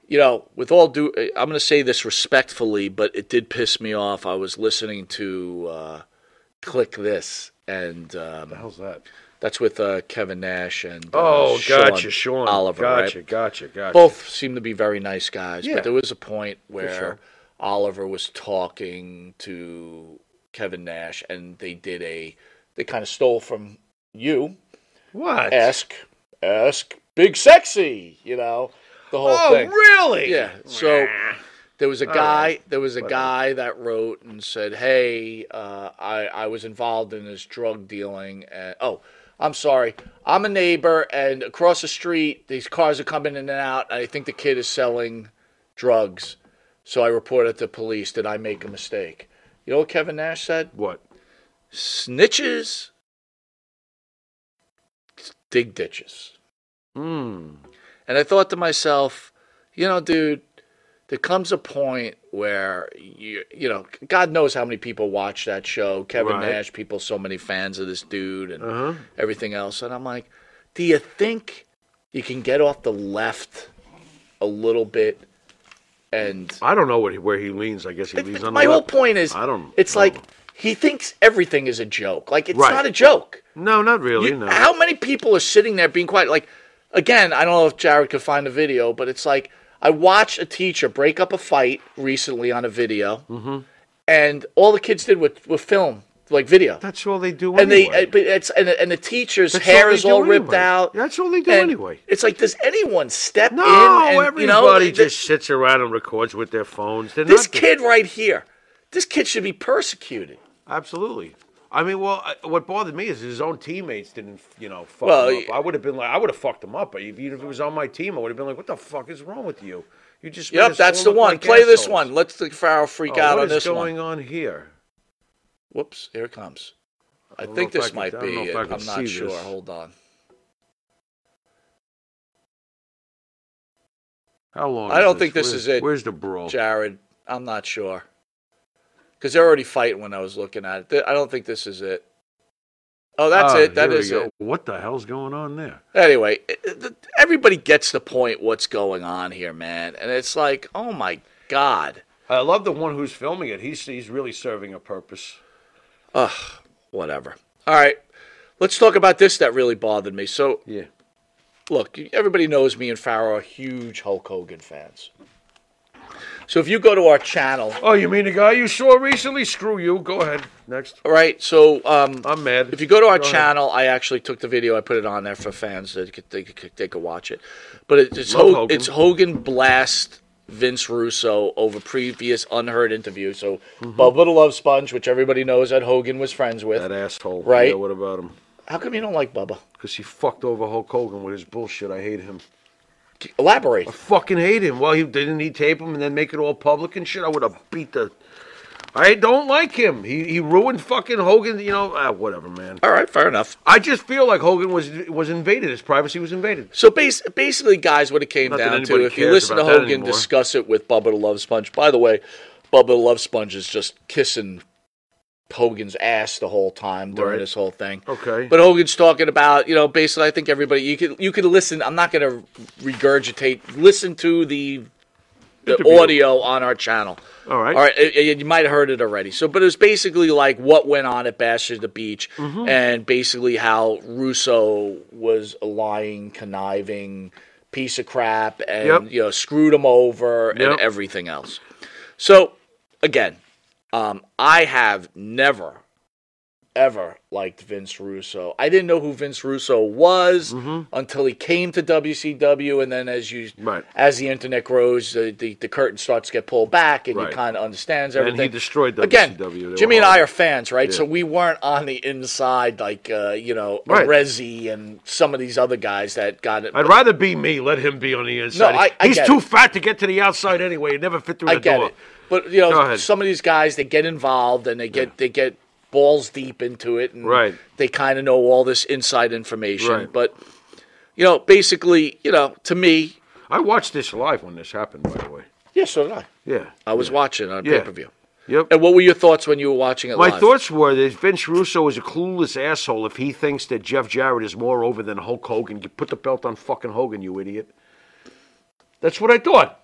[SPEAKER 3] You know, with all due, I'm going to say this respectfully, but it did piss me off. I was listening to uh, Click This, and um,
[SPEAKER 4] How's that?
[SPEAKER 3] that's with uh, Kevin Nash and uh,
[SPEAKER 4] Uh-huh. Oh,
[SPEAKER 3] Sean
[SPEAKER 4] gotcha, Sean.
[SPEAKER 3] Oliver. right?
[SPEAKER 4] Gotcha, gotcha, gotcha.
[SPEAKER 3] both seem to be very nice guys,
[SPEAKER 4] Yeah.
[SPEAKER 3] but there was a point where
[SPEAKER 4] sure.
[SPEAKER 3] Oliver was talking to Kevin Nash, and they did a they kind of stole from you
[SPEAKER 4] What?
[SPEAKER 3] ask ask big sexy, you know the whole
[SPEAKER 4] oh,
[SPEAKER 3] thing.
[SPEAKER 4] really?
[SPEAKER 3] Yeah, so there was a guy there was a
[SPEAKER 4] whatever.
[SPEAKER 3] guy that wrote and said, "Hey, uh, I I was involved in this drug dealing and oh." I'm sorry. I'm a neighbor, and across the street, these cars are coming in and out. I think the kid is selling drugs, so I reported to police. Did I make a mistake? You know what Kevin Nash said?
[SPEAKER 4] What?
[SPEAKER 3] Snitches dig ditches.
[SPEAKER 4] Mm.
[SPEAKER 3] And I thought to myself, you know, dude, there comes a point where you you know, God knows how many people watch that show. Kevin
[SPEAKER 4] Right.
[SPEAKER 3] Nash, people, so many fans of this dude and
[SPEAKER 4] Uh huh.
[SPEAKER 3] everything else. And I'm like, do you think you can get off the left a little bit and
[SPEAKER 4] I don't know what he, where he leans. I guess he leans on
[SPEAKER 3] my
[SPEAKER 4] the
[SPEAKER 3] whole
[SPEAKER 4] left.
[SPEAKER 3] point is
[SPEAKER 4] I don't-
[SPEAKER 3] it's
[SPEAKER 4] I don't
[SPEAKER 3] like he thinks everything is a joke. Like it's
[SPEAKER 4] Right.
[SPEAKER 3] not a joke.
[SPEAKER 4] No, not really.
[SPEAKER 3] You-
[SPEAKER 4] no.
[SPEAKER 3] How many people are sitting there being quiet? Like, again, I don't know if Jared could find a video, but it's like I watched a teacher break up a fight recently on a video,
[SPEAKER 4] Mm-hmm.
[SPEAKER 3] and all the kids did with with film, like video.
[SPEAKER 4] That's all they do
[SPEAKER 3] and
[SPEAKER 4] anyway.
[SPEAKER 3] they, uh, but it's and, and the teacher's
[SPEAKER 4] That's all
[SPEAKER 3] hair
[SPEAKER 4] they
[SPEAKER 3] is all
[SPEAKER 4] do
[SPEAKER 3] ripped
[SPEAKER 4] anyway.
[SPEAKER 3] out.
[SPEAKER 4] That's all they do
[SPEAKER 3] and
[SPEAKER 4] anyway.
[SPEAKER 3] It's like, does anyone step in?
[SPEAKER 4] no,
[SPEAKER 3] and,
[SPEAKER 4] everybody
[SPEAKER 3] you know, th-
[SPEAKER 4] just sits around and records with their phones. They're
[SPEAKER 3] this
[SPEAKER 4] not doing-
[SPEAKER 3] kid right here, this kid should be persecuted.
[SPEAKER 4] Absolutely. I mean, well, I, what bothered me is his own teammates didn't, you know, fuck
[SPEAKER 3] Well,
[SPEAKER 4] him up.
[SPEAKER 3] y-
[SPEAKER 4] I would have been like, I would have fucked him up. If, even if it was on my team, I would have been like, what the fuck is wrong with you? You just made
[SPEAKER 3] Yep,
[SPEAKER 4] us
[SPEAKER 3] that's
[SPEAKER 4] all
[SPEAKER 3] the
[SPEAKER 4] look
[SPEAKER 3] one.
[SPEAKER 4] like
[SPEAKER 3] Play this
[SPEAKER 4] assholes."
[SPEAKER 3] one. Let's the Pharaoh freak
[SPEAKER 4] Oh,
[SPEAKER 3] out
[SPEAKER 4] what
[SPEAKER 3] on
[SPEAKER 4] is
[SPEAKER 3] this one.
[SPEAKER 4] going on here?
[SPEAKER 3] Whoops, here it comes. I,
[SPEAKER 4] don't
[SPEAKER 3] think
[SPEAKER 4] know
[SPEAKER 3] this
[SPEAKER 4] if I can-
[SPEAKER 3] might
[SPEAKER 4] I don't
[SPEAKER 3] be
[SPEAKER 4] know if
[SPEAKER 3] it.
[SPEAKER 4] I can
[SPEAKER 3] I'm not
[SPEAKER 4] see
[SPEAKER 3] sure.
[SPEAKER 4] this.
[SPEAKER 3] Hold on.
[SPEAKER 4] How long?
[SPEAKER 3] I
[SPEAKER 4] is
[SPEAKER 3] don't think this
[SPEAKER 4] Where's-
[SPEAKER 3] is it,
[SPEAKER 4] Where's the brawl?
[SPEAKER 3] Jared, I'm not sure. Because they're already fighting when I was looking at it. Th- I don't think this is it. Oh, that's
[SPEAKER 4] Ah,
[SPEAKER 3] it. That
[SPEAKER 4] here we
[SPEAKER 3] is
[SPEAKER 4] go.
[SPEAKER 3] it.
[SPEAKER 4] What the hell's going on there?
[SPEAKER 3] Anyway, it- it- th- everybody gets the point what's going on here, man. And it's like, oh my God.
[SPEAKER 4] I love the one who's filming it. He's he's really serving a purpose.
[SPEAKER 3] Whatever. All right. Let's talk about this that really bothered me. So,
[SPEAKER 4] Yeah.
[SPEAKER 3] look, everybody knows me and Farrow are huge Hulk Hogan fans. So, if you go to our channel,
[SPEAKER 4] Oh, you mean the guy you saw recently? Screw you. Go ahead. Next.
[SPEAKER 3] All right, so um,
[SPEAKER 4] I'm mad.
[SPEAKER 3] if you go to our
[SPEAKER 4] Go ahead.
[SPEAKER 3] channel, I actually took the video, I put it on there for fans that could they could, they could watch it. But it, it's
[SPEAKER 4] Love
[SPEAKER 3] Ho-
[SPEAKER 4] Hogan.
[SPEAKER 3] it's Hogan blast Vince Russo over previous unheard interviews. So
[SPEAKER 4] Mm-hmm.
[SPEAKER 3] Bubba the Love Sponge, which everybody knows that Hogan was friends with.
[SPEAKER 4] That asshole.
[SPEAKER 3] Right.
[SPEAKER 4] Yeah, what about him?
[SPEAKER 3] How come you don't like Bubba?
[SPEAKER 4] Because he fucked over Hulk Hogan with his bullshit. I hate him.
[SPEAKER 3] Elaborate.
[SPEAKER 4] I fucking hate him. Well, he didn't he tape him and then make it all public and shit? I would have beat the. I don't like him. He he ruined fucking Hogan. You know, ah, whatever, man.
[SPEAKER 3] All right, fair enough.
[SPEAKER 4] I just feel like Hogan was was invaded. His privacy was invaded.
[SPEAKER 3] So bas- basically, guys, what it came
[SPEAKER 4] Not that
[SPEAKER 3] down to,
[SPEAKER 4] anybody
[SPEAKER 3] if you
[SPEAKER 4] cares
[SPEAKER 3] listen to
[SPEAKER 4] about that
[SPEAKER 3] Hogan
[SPEAKER 4] anymore.
[SPEAKER 3] discuss it with Bubba the Love Sponge, by the way, Bubba the Love Sponge is just kissing Hogan's ass the whole time during
[SPEAKER 4] Right.
[SPEAKER 3] this whole thing.
[SPEAKER 4] Okay.
[SPEAKER 3] But Hogan's talking about, you know, basically, I think everybody, you could you could listen. I'm not going to regurgitate. Listen to the the
[SPEAKER 4] Interview.
[SPEAKER 3] audio on our channel.
[SPEAKER 4] All right.
[SPEAKER 3] All right. it- it- you might have heard it already. So, but it was basically like what went on at Bash at the Beach,
[SPEAKER 4] Mm-hmm.
[SPEAKER 3] and basically how Russo was a lying, conniving piece of crap, and
[SPEAKER 4] Yep.
[SPEAKER 3] you know screwed him over
[SPEAKER 4] Yep.
[SPEAKER 3] and everything else. So, again, um, I have never. Ever liked Vince Russo. I didn't know who Vince Russo was until he came to WCW, and then as you
[SPEAKER 4] Mm-hmm. Right.
[SPEAKER 3] as the internet grows, the, the, the curtain starts to get pulled back, and
[SPEAKER 4] Right.
[SPEAKER 3] you kind of understands
[SPEAKER 4] And he
[SPEAKER 3] everything.
[SPEAKER 4] destroyed
[SPEAKER 3] again.
[SPEAKER 4] WCW. They
[SPEAKER 3] Jimmy
[SPEAKER 4] were
[SPEAKER 3] and I
[SPEAKER 4] horrible.
[SPEAKER 3] are fans, right?
[SPEAKER 4] Yeah.
[SPEAKER 3] So we weren't on the inside like uh, you know
[SPEAKER 4] Right.
[SPEAKER 3] Rezzi and some of these other guys that got it.
[SPEAKER 4] I'd rather be me. Let him be on the inside.
[SPEAKER 3] I- I
[SPEAKER 4] He's
[SPEAKER 3] get
[SPEAKER 4] too
[SPEAKER 3] it.
[SPEAKER 4] fat to get to the outside anyway. He never fit through
[SPEAKER 3] I
[SPEAKER 4] the
[SPEAKER 3] get
[SPEAKER 4] door.
[SPEAKER 3] it, but you know
[SPEAKER 4] Go ahead.
[SPEAKER 3] some of these guys they get involved and they get they get balls deep into it, and
[SPEAKER 4] Right.
[SPEAKER 3] they kind of know all this inside information.
[SPEAKER 4] Right.
[SPEAKER 3] But you know, basically, you know, to me,
[SPEAKER 4] I watched this live when this happened, by the way.
[SPEAKER 3] yeah, so did I.
[SPEAKER 4] Yeah.
[SPEAKER 3] I was watching on
[SPEAKER 4] Yeah.
[SPEAKER 3] pay per view.
[SPEAKER 4] Yep.
[SPEAKER 3] And what were your thoughts when you were watching it?
[SPEAKER 4] My
[SPEAKER 3] live?
[SPEAKER 4] thoughts were that Vince Russo is a clueless asshole if he thinks that Jeff Jarrett is more over than Hulk Hogan. You put the belt on fucking Hogan, you idiot. That's what I thought.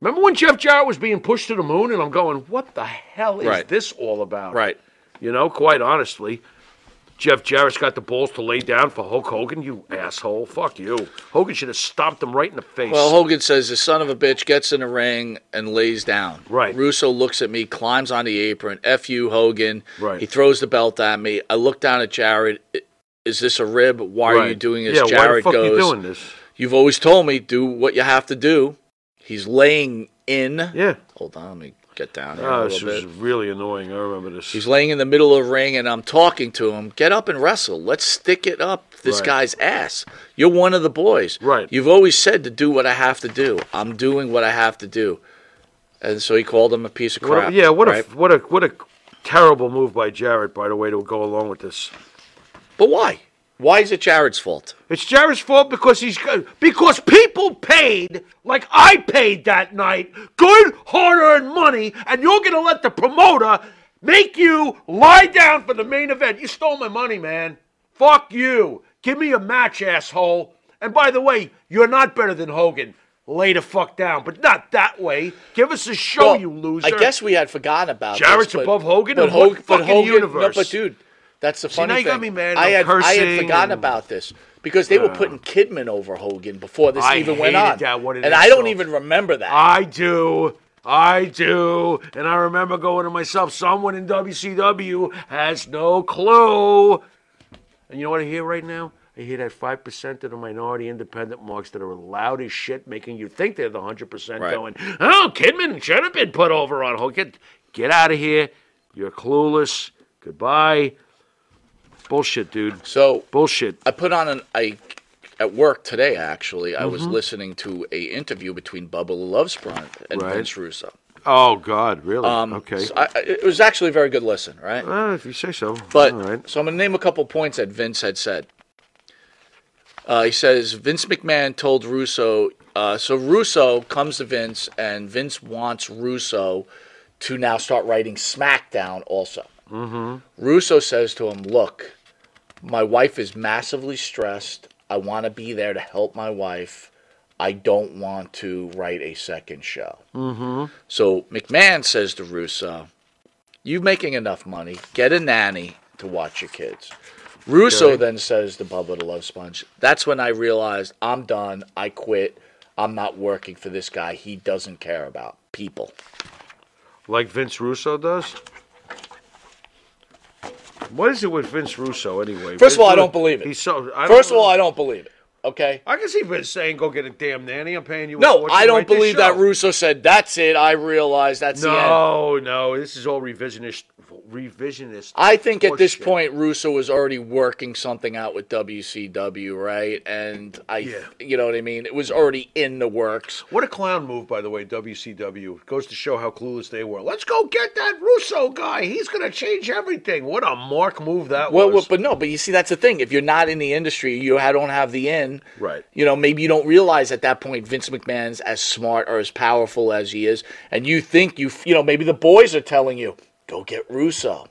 [SPEAKER 4] Remember when Jeff Jarrett was being pushed to the moon, and I'm going, what the hell is
[SPEAKER 3] Right.
[SPEAKER 4] this all about?
[SPEAKER 3] Right.
[SPEAKER 4] You know, quite honestly, Jeff Jarrett's got the balls to lay down for Hulk Hogan, you asshole. Fuck you. Hogan should have stomped him right in the face.
[SPEAKER 3] Well, Hogan says the son of a bitch gets in the ring and lays down.
[SPEAKER 4] Right.
[SPEAKER 3] Russo looks at me, climbs on the apron. F you, Hogan.
[SPEAKER 4] Right.
[SPEAKER 3] He throws the belt at me. I look down at Jared. Is this a rib? Why are you
[SPEAKER 4] Right.
[SPEAKER 3] doing this?
[SPEAKER 4] Yeah,
[SPEAKER 3] Jared
[SPEAKER 4] why the fuck
[SPEAKER 3] goes.
[SPEAKER 4] you doing this?
[SPEAKER 3] have always told me do what you have to do. He's laying in.
[SPEAKER 4] Yeah.
[SPEAKER 3] Hold on, let me get down here
[SPEAKER 4] Oh,
[SPEAKER 3] a
[SPEAKER 4] this
[SPEAKER 3] little
[SPEAKER 4] was
[SPEAKER 3] bit.
[SPEAKER 4] really annoying. I remember this.
[SPEAKER 3] He's laying in the middle of the ring, and I'm talking to him. Get up and wrestle. Let's stick it up this
[SPEAKER 4] Right.
[SPEAKER 3] guy's ass. You're one of the boys.
[SPEAKER 4] Right.
[SPEAKER 3] You've always said to do what I have to do. I'm doing what I have to do. And so he called him a piece of
[SPEAKER 4] What a-
[SPEAKER 3] crap.
[SPEAKER 4] yeah, what
[SPEAKER 3] right?
[SPEAKER 4] a what a what a terrible move by Jarrett, by the way, to go along with this.
[SPEAKER 3] But why? Why is it Jared's fault?
[SPEAKER 4] It's Jarrett's fault because he's good. Because people paid like I paid that night, good hard-earned money, and you're gonna let the promoter make you lie down for the main event. You stole my money, man. Fuck you. Give me a match, asshole. And by the way, you're not better than Hogan. Lay the fuck down, but not that way. Give us a show,
[SPEAKER 3] Well,
[SPEAKER 4] Oh, you loser.
[SPEAKER 3] I guess we had forgotten about this,
[SPEAKER 4] Jarrett's
[SPEAKER 3] but-
[SPEAKER 4] above Hogan?
[SPEAKER 3] But
[SPEAKER 4] In what
[SPEAKER 3] Hogan, but
[SPEAKER 4] fucking
[SPEAKER 3] Hogan-
[SPEAKER 4] universe?
[SPEAKER 3] No, but dude, that's the funny
[SPEAKER 4] now you
[SPEAKER 3] thing.
[SPEAKER 4] got me mad,
[SPEAKER 3] I
[SPEAKER 4] no
[SPEAKER 3] had I
[SPEAKER 4] cursing
[SPEAKER 3] had forgotten
[SPEAKER 4] and-
[SPEAKER 3] about this because they were putting Kidman over Hogan before this
[SPEAKER 4] I
[SPEAKER 3] even went
[SPEAKER 4] hated
[SPEAKER 3] on,
[SPEAKER 4] that, what an
[SPEAKER 3] and I don't
[SPEAKER 4] insult.
[SPEAKER 3] even remember that.
[SPEAKER 4] I do. I do. And I remember going to myself, someone in WCW has no clue. And you know what I hear right now? I hear that 5% of the minority independent marks that are loud as shit, making you think they're the 100%
[SPEAKER 3] Right.
[SPEAKER 4] going, oh, Kidman should have been put over on Hulk. Get, get out of here. You're clueless. Goodbye. Bullshit, dude.
[SPEAKER 3] so
[SPEAKER 4] Bullshit.
[SPEAKER 3] I put on an I at work today actually. I
[SPEAKER 4] Mm-hmm.
[SPEAKER 3] was listening to a interview between Bubba the Love Sponge and
[SPEAKER 4] Right.
[SPEAKER 3] Vince Russo.
[SPEAKER 4] Oh, God, really? okay.
[SPEAKER 3] So I, I- it was actually a very good listen, right?
[SPEAKER 4] Uh, if you say so.
[SPEAKER 3] But
[SPEAKER 4] All right.
[SPEAKER 3] so I'm going to name a couple points that Vince had said. Uh, he says Vince McMahon told Russo. Uh, so Russo comes to Vince, and Vince wants Russo to now start writing SmackDown also. Mm-hmm. Russo says to him, "Look, my wife is massively stressed. I want to be there to help my wife. I don't want to write a second show." Mm-hmm. So McMahon says to Russo, you making enough money. Get a nanny to watch your kids. Russo
[SPEAKER 4] Okay.
[SPEAKER 3] then says to Bubba the Love Sponge, that's when I realized I'm done. I quit. I'm not working for this guy. He doesn't care about people.
[SPEAKER 4] Like Vince Russo does? What is it with Vince Russo anyway?
[SPEAKER 3] First of all, I
[SPEAKER 4] Vince Ru-
[SPEAKER 3] don't believe it.
[SPEAKER 4] He's so. I
[SPEAKER 3] First of all, I don't believe it. Okay.
[SPEAKER 4] I can see Vince saying, "Go get a damn nanny. I'm paying you." a
[SPEAKER 3] No,
[SPEAKER 4] fortune
[SPEAKER 3] I
[SPEAKER 4] right
[SPEAKER 3] don't
[SPEAKER 4] this
[SPEAKER 3] believe that
[SPEAKER 4] show."
[SPEAKER 3] Russo said that's it. I realize that's the end.
[SPEAKER 4] No, no, this is all revisionist. Revisionist.
[SPEAKER 3] I think at this
[SPEAKER 4] horseshit.
[SPEAKER 3] point Russo was already working something out with WCW, right? And I,
[SPEAKER 4] Yeah.
[SPEAKER 3] you know what I mean. It was already in the works.
[SPEAKER 4] What a clown move, by the way, WCW. Goes to show how clueless they were. Let's go get that Russo guy. He's going to change everything. What a mark move that
[SPEAKER 3] Well, well,
[SPEAKER 4] was.
[SPEAKER 3] but no, but you see, that's the thing. If you're not in the industry, you ha- don't have the in.
[SPEAKER 4] Right.
[SPEAKER 3] You know, maybe you don't realize at that point Vince McMahon's as smart or as powerful as he is, and you think you, f- you know, maybe the boys are telling you, go get Russo.